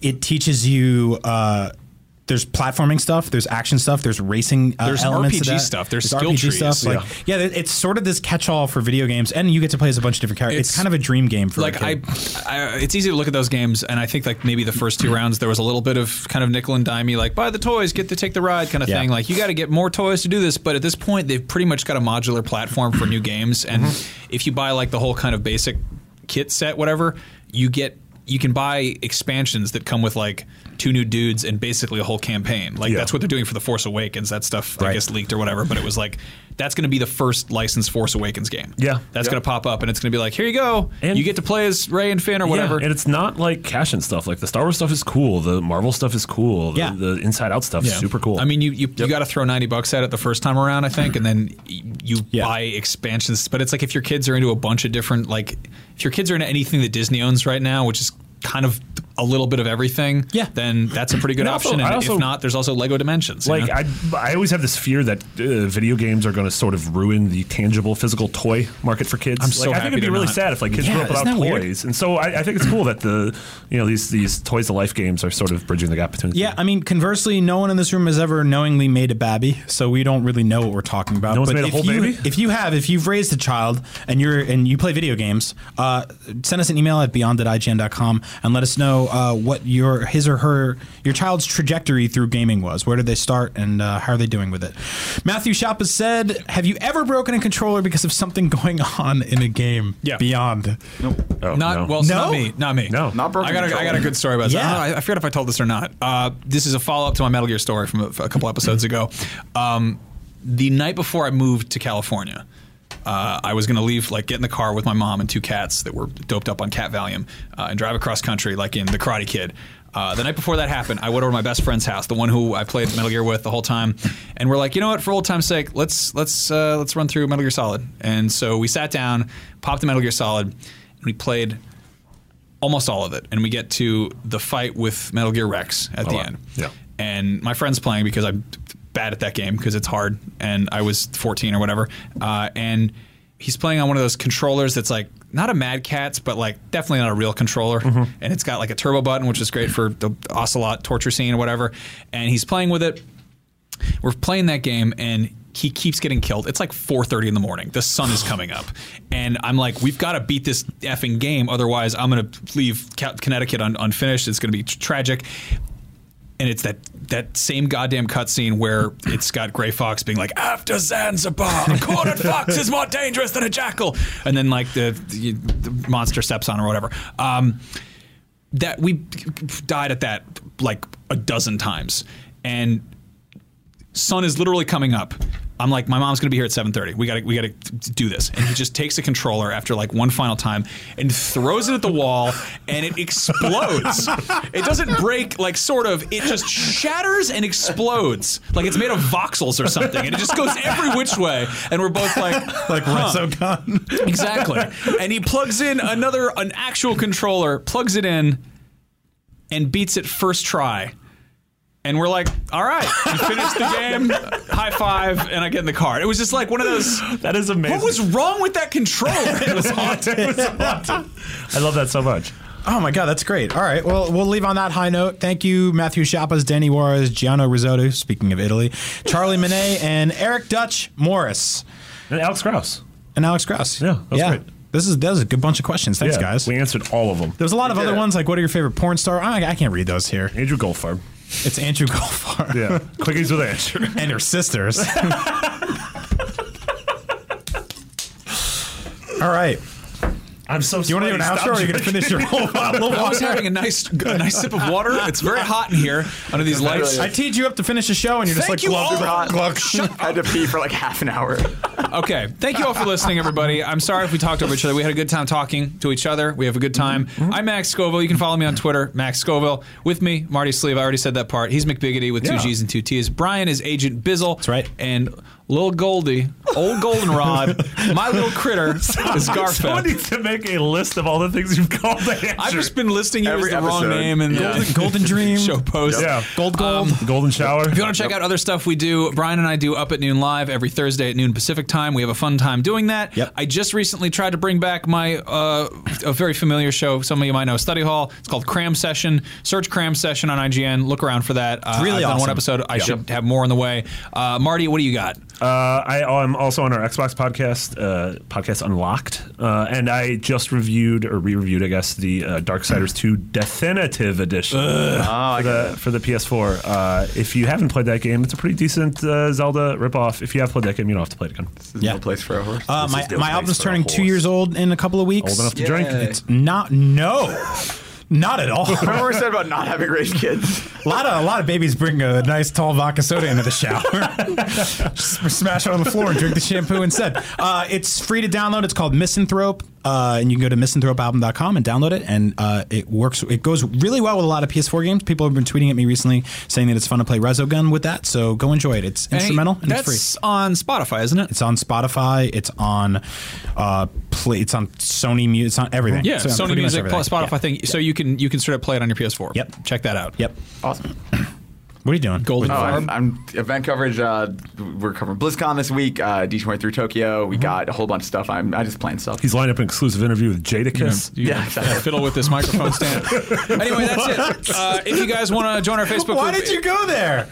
S2: it teaches you. Uh, there's platforming stuff, there's action stuff, there's racing uh,
S4: There's
S2: elements to
S4: RPG
S2: that.
S4: stuff, there's skill trees,
S2: Like, yeah. it's sort of this catch-all for video games, and you get to play as a bunch of different characters. It's,
S4: It's-
S2: kind of a dream game for a
S4: like I,
S2: kid.
S4: I, it's easy to look at those games, and I think like maybe the first
S2: Mm-hmm.
S4: two rounds there was a little bit of kind of nickel and dimey, like buy the toys, get to take the ride, kind of
S2: Yeah.
S4: thing. Like you got to get more toys to do this, but at this point they've pretty much got a modular platform for new games, and
S2: Mm-hmm.
S4: if you buy like the whole kind of basic kit set, whatever, you get. You can buy expansions that come with like two new dudes and basically a whole campaign. Like
S3: Yeah.
S4: that's what they're doing for the Force Awakens. That stuff I
S2: Right.
S4: guess leaked or whatever, but it was like that's going to be the first licensed Force Awakens game.
S3: Yeah.
S4: that's
S3: Yeah.
S4: going to pop up and it's going to be like, here you go,
S3: And-
S4: you get to play as Ray and Finn or whatever.
S3: Yeah, and it's not like cash and stuff. Like the Star Wars stuff is cool. The Marvel stuff is cool. The,
S2: Yeah.
S3: the Inside Out stuff is
S4: Yeah.
S3: super cool.
S4: I mean, you you, you got to throw ninety bucks at it the first time around, I think, and then y- you
S3: *laughs*
S2: Yeah.
S4: buy expansions. But it's like if your kids are into a bunch of different, like if your kids are into anything that Disney owns right now, which is kind of a little bit of everything,
S2: Yeah.
S4: then that's a pretty good
S3: And also-
S4: option. And
S3: I also-
S4: if not, there's also Lego Dimensions. you
S3: like
S4: know?
S3: I, I always have this fear that uh, video games are going to sort of ruin the tangible physical toy market for kids. I'm like,
S4: so
S3: I
S4: happy
S3: think it'd be
S4: they're
S3: really
S4: not.
S3: sad if like kids
S2: Yeah,
S3: grew up without
S2: isn't that
S3: toys.
S2: weird?
S3: And so I, I think it's cool that the you know these these toys to life games are sort of bridging the gap between. the
S2: Yeah,
S3: two.
S2: I mean, conversely, no one in this room has ever knowingly made a babby, so we don't really know what we're talking about.
S3: No one's
S2: but
S3: made a
S2: if
S3: whole
S2: you,
S3: baby?
S2: If you have, if you've raised a child and you're and you play video games, uh, send us an email at beyond@ign.com and let us know uh, what your his or her your child's trajectory through gaming was. Where did they start, and uh, how are they doing with it? Matthew Shop has said, "Have you ever broken a controller because of something *laughs* going on in a game?"
S4: Yeah.
S2: Beyond.
S3: Oh,
S4: not
S3: no.
S4: well, it's not
S2: No?
S4: me, not me,
S3: No.
S5: Not broken
S4: I got, a, I
S5: controller.
S4: got a good story about this.
S2: Yeah.
S4: I, don't know, I, I forget if I told this or not. Uh, this is a follow up to my Metal Gear story from a, a couple episodes ago. Um, the night before I moved to California, uh, I was going to leave, like, get in the car with my mom and two cats that were doped up on Cat Valium uh, and drive across country, like in The Karate Kid. Uh, the night before that happened, I went over to my best friend's house, the one who I played Metal Gear with the whole time, and we're like, you know what? For old time's sake, let's let's uh, let's run through Metal Gear Solid. And so we sat down, popped the Metal Gear Solid, and we played almost all of it, and we get to the fight with Metal Gear Rex at the
S3: Oh, wow.
S4: end.
S3: Yeah.
S4: And my friend's playing because I'm bad at that game because it's hard, and I was 14 or whatever. Uh, and he's playing on one of those controllers that's like not a Mad Catz, but like definitely not a real controller.
S3: Mm-hmm.
S4: And it's got like a turbo button, which is great for the ocelot torture scene or whatever. And he's playing with it we're playing that game and he keeps getting killed. It's like 4:30 in the morning. The sun is coming up, and I'm like, "We've got to beat this effing game, otherwise, I'm going to leave Ca- Connecticut un- unfinished. It's going to be tr- tragic." And it's that that same goddamn cutscene where it's got Gray Fox being like, "After Zanzibar, a cornered fox is more dangerous than a jackal," and then like the, the, the monster steps on or whatever. Um, that we died at that like a dozen times, and sun is literally coming up. I'm like, my mom's gonna be here at 7:30. We gotta, we gotta do this. And he just takes a controller after like one final time and throws it at the wall, and it explodes. it doesn't break, like sort of. It just shatters and explodes, like it's made of voxels or something, and it just goes every which way. And we're both like,
S2: Like Resogun.
S4: exactly. And he plugs in another, an actual controller, plugs it in, and beats it first try. And we're like, all right, you finished the game, high five, and I get in the car. It was just like one of those.
S3: that is
S4: *laughs*
S3: amazing. *laughs*
S4: What was wrong with that controller? It was haunting.
S3: I love that so much.
S2: Oh my God, that's great. All right, well, we'll leave on that high note. Thank you, Matthew Chiappas, Danny Juarez, Gianno Risotto, speaking of Italy, Charlie Monet, and Eric Dutch Morris,
S3: And Alex Krauss.
S2: and Alex Krauss.
S3: Yeah, that's great.
S2: This is, that was a good bunch of questions. Thanks,
S3: Yeah,
S2: guys.
S3: We answered all of them.
S2: There's a lot of
S5: We did
S2: other
S5: it.
S2: ones, like what are your favorite porn star? I, I can't read those here.
S3: Andrew Goldfarb.
S2: It's Andrew *laughs* Goldfarb
S3: *laughs* Yeah. Quickies with Andrew.
S2: and her sisters. *laughs* All right.
S3: I'm so
S2: You want to do an outro or are you going to finish your whole bottle of
S4: I was
S2: water?
S4: having a nice, a nice sip of water. It's very hot in here under these lights.
S2: I teed you up to finish the show and you're just
S4: Thank
S2: like,
S4: you
S2: glug,
S4: all.
S5: Super hot.
S2: glug.
S5: I *laughs* had to pee for like half an hour.
S4: Okay. Thank you all for listening, everybody. I'm sorry if we talked over each other. We had a good time talking to each other. We have a good time. I'm Max Scoville. You can follow me on Twitter, Max Scoville. With me, Marty Sleeve. I already said that part. He's McBiggity with two
S3: Yeah.
S4: G's and two T's. Brian is Agent Bizzle. That's
S2: right.
S4: And Lil Goldie, old Goldenrod, my little critter is
S3: *laughs* Someone
S4: Garfield.
S3: needs to make a list of all the things you've called Andrew.
S4: I've just been listing you
S5: Every
S4: as the wrong
S5: episode.
S4: name in
S5: Yeah.
S4: the
S2: Golden Dream.
S4: show post.
S3: yeah. Um,
S2: Gold Gold.
S3: Golden shower.
S4: If you want to check out other stuff we do, Brian and I do Up at Noon Live every Thursday at noon Pacific time. We have a fun time doing that.
S2: Yep.
S4: I just recently tried to bring back my uh, a very familiar show. Some of you might know Study Hall. It's called Cram Session. Search Cram Session on IGN. Look around for that. Uh,
S2: really
S4: I've done
S2: awesome.
S4: one episode. I
S2: Yeah.
S4: should have more on the way. Uh, Marty, what do you got?
S3: Uh, I, am also on our Xbox podcast, uh, Podcast Unlocked, uh, and I just reviewed or re-reviewed, I guess, the uh, Darksiders 2 Definitive Edition for, the, for the PS4. Uh, if you haven't played that game, it's a pretty decent uh, Zelda ripoff. If you have played that game, you don't have to play it again.
S5: There's
S2: Yeah.
S5: no place for a horse.
S2: Uh, my
S3: no
S2: my
S3: place
S2: album's
S3: for a
S2: turning two
S3: horse.
S2: years old in a couple of weeks.
S3: Old enough to drink.
S5: Yay.
S2: It's not no, not at
S3: *laughs*
S2: all. a
S5: Remember what I said about not having raised kids?
S2: lot of a lot of babies bring a nice tall vodka soda into the shower, *laughs* Just smash it on the floor and drink the shampoo instead. Uh, it's free to download. It's called Misanthrope, uh, and you can go to misanthropealbum.com and download it. And uh, it works. It goes really well with a lot of PS4 games. People have been tweeting at me recently saying that it's fun to play Resogun with that. So go enjoy it. It's instrumental
S4: Hey,
S2: and it's
S4: that's
S2: free.
S4: on Spotify, isn't it?
S2: It's on Spotify. It's on, uh, play, it's on Sony Music. It's on everything.
S4: Yeah,
S2: It's on
S4: Sony
S2: pretty much
S4: Music,
S2: everything.
S4: plus Spotify thing. So you can you can sort of play it on your PS4.
S2: Yep.
S4: Check that out.
S2: Yep.
S5: Awesome.
S2: What are you doing?
S4: Golden
S5: Oh,
S4: Farm.
S5: I'm, I'm event coverage. Uh, we're covering BlizzCon this week. Uh, D23 Tokyo. We got a whole bunch of stuff. I'm I just plan stuff.
S3: He's lined up an exclusive interview with Jadakiss.
S4: You
S5: Yeah, exactly.
S4: fiddle with this microphone stand. anyway, that's it. Uh, if you guys want to join our Facebook
S2: Why
S4: group,
S2: did you go there?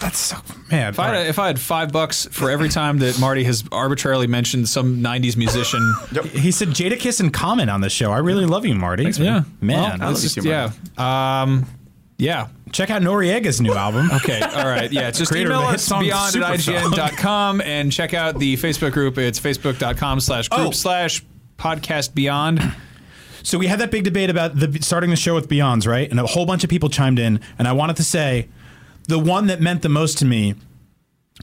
S2: That's so man.
S4: If I,
S2: all
S4: had,
S2: right.
S4: if I had five bucks for every time that Marty has arbitrarily mentioned some '90s
S2: *laughs*
S4: musician,
S2: He said Jadakiss and comment on this show. I really love you, Marty.
S4: yeah,
S2: man.
S4: Well,
S5: love
S4: it's
S5: you
S4: just,
S5: too,
S4: yeah,
S5: Marty.
S4: um, yeah.
S2: Check out Noriega's new album.
S4: Okay, all right, yeah. Just
S2: Creator of
S4: email
S2: the hit
S4: us
S2: song
S4: beyond at
S2: Supersong.
S4: ign.com and check out the Facebook group. It's facebook.com slash
S2: Oh.
S4: group slash podcast beyond.
S2: So we had that big debate about the starting the show with Beyonds, right? And a whole bunch of people chimed in, and I wanted to say the one that meant the most to me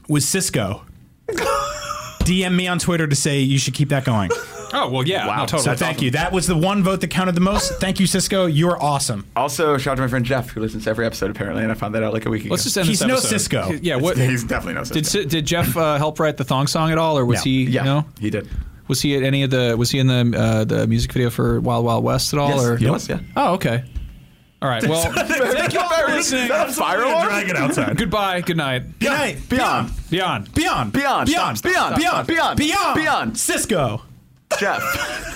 S2: was Cisco. DM me on Twitter to say you should keep that going.
S4: Oh well, yeah.
S5: Wow.
S4: No, totally.
S2: So thank you. That was the one vote that counted the most. Thank you, Cisco. You are awesome.
S5: Also, shout out to my friend Jeff, who listens to every episode apparently, and I found that out like a week ago.
S4: Let's just
S5: *laughs*
S4: end
S2: He's
S4: this
S2: no
S4: episode.
S2: Cisco.
S4: Yeah. What?
S5: He's definitely no.
S4: Did Si- did Jeff uh, help write the thong song at all, or was
S2: No.
S4: he?
S5: yeah,
S4: No.
S5: he did.
S4: Was he at any of the? Was he in the uh, the music video for Wild Wild West at all?
S5: Yes,
S4: or
S5: he was, yeah.
S4: Oh, okay. All right. Well, *laughs* thank you all for listening.
S5: Fire
S3: We're gonna
S5: alarm?
S3: drag it outside.
S4: Goodbye. Good night.
S2: Good night.
S5: Beyond,
S4: Beyond.
S2: Beyond.
S5: Beyond.
S2: Beyond.
S5: Stop, stop,
S2: Beyond.
S5: stop. Beyond.
S2: Beyond.
S5: Beyond.
S2: Cisco.
S5: Jeff.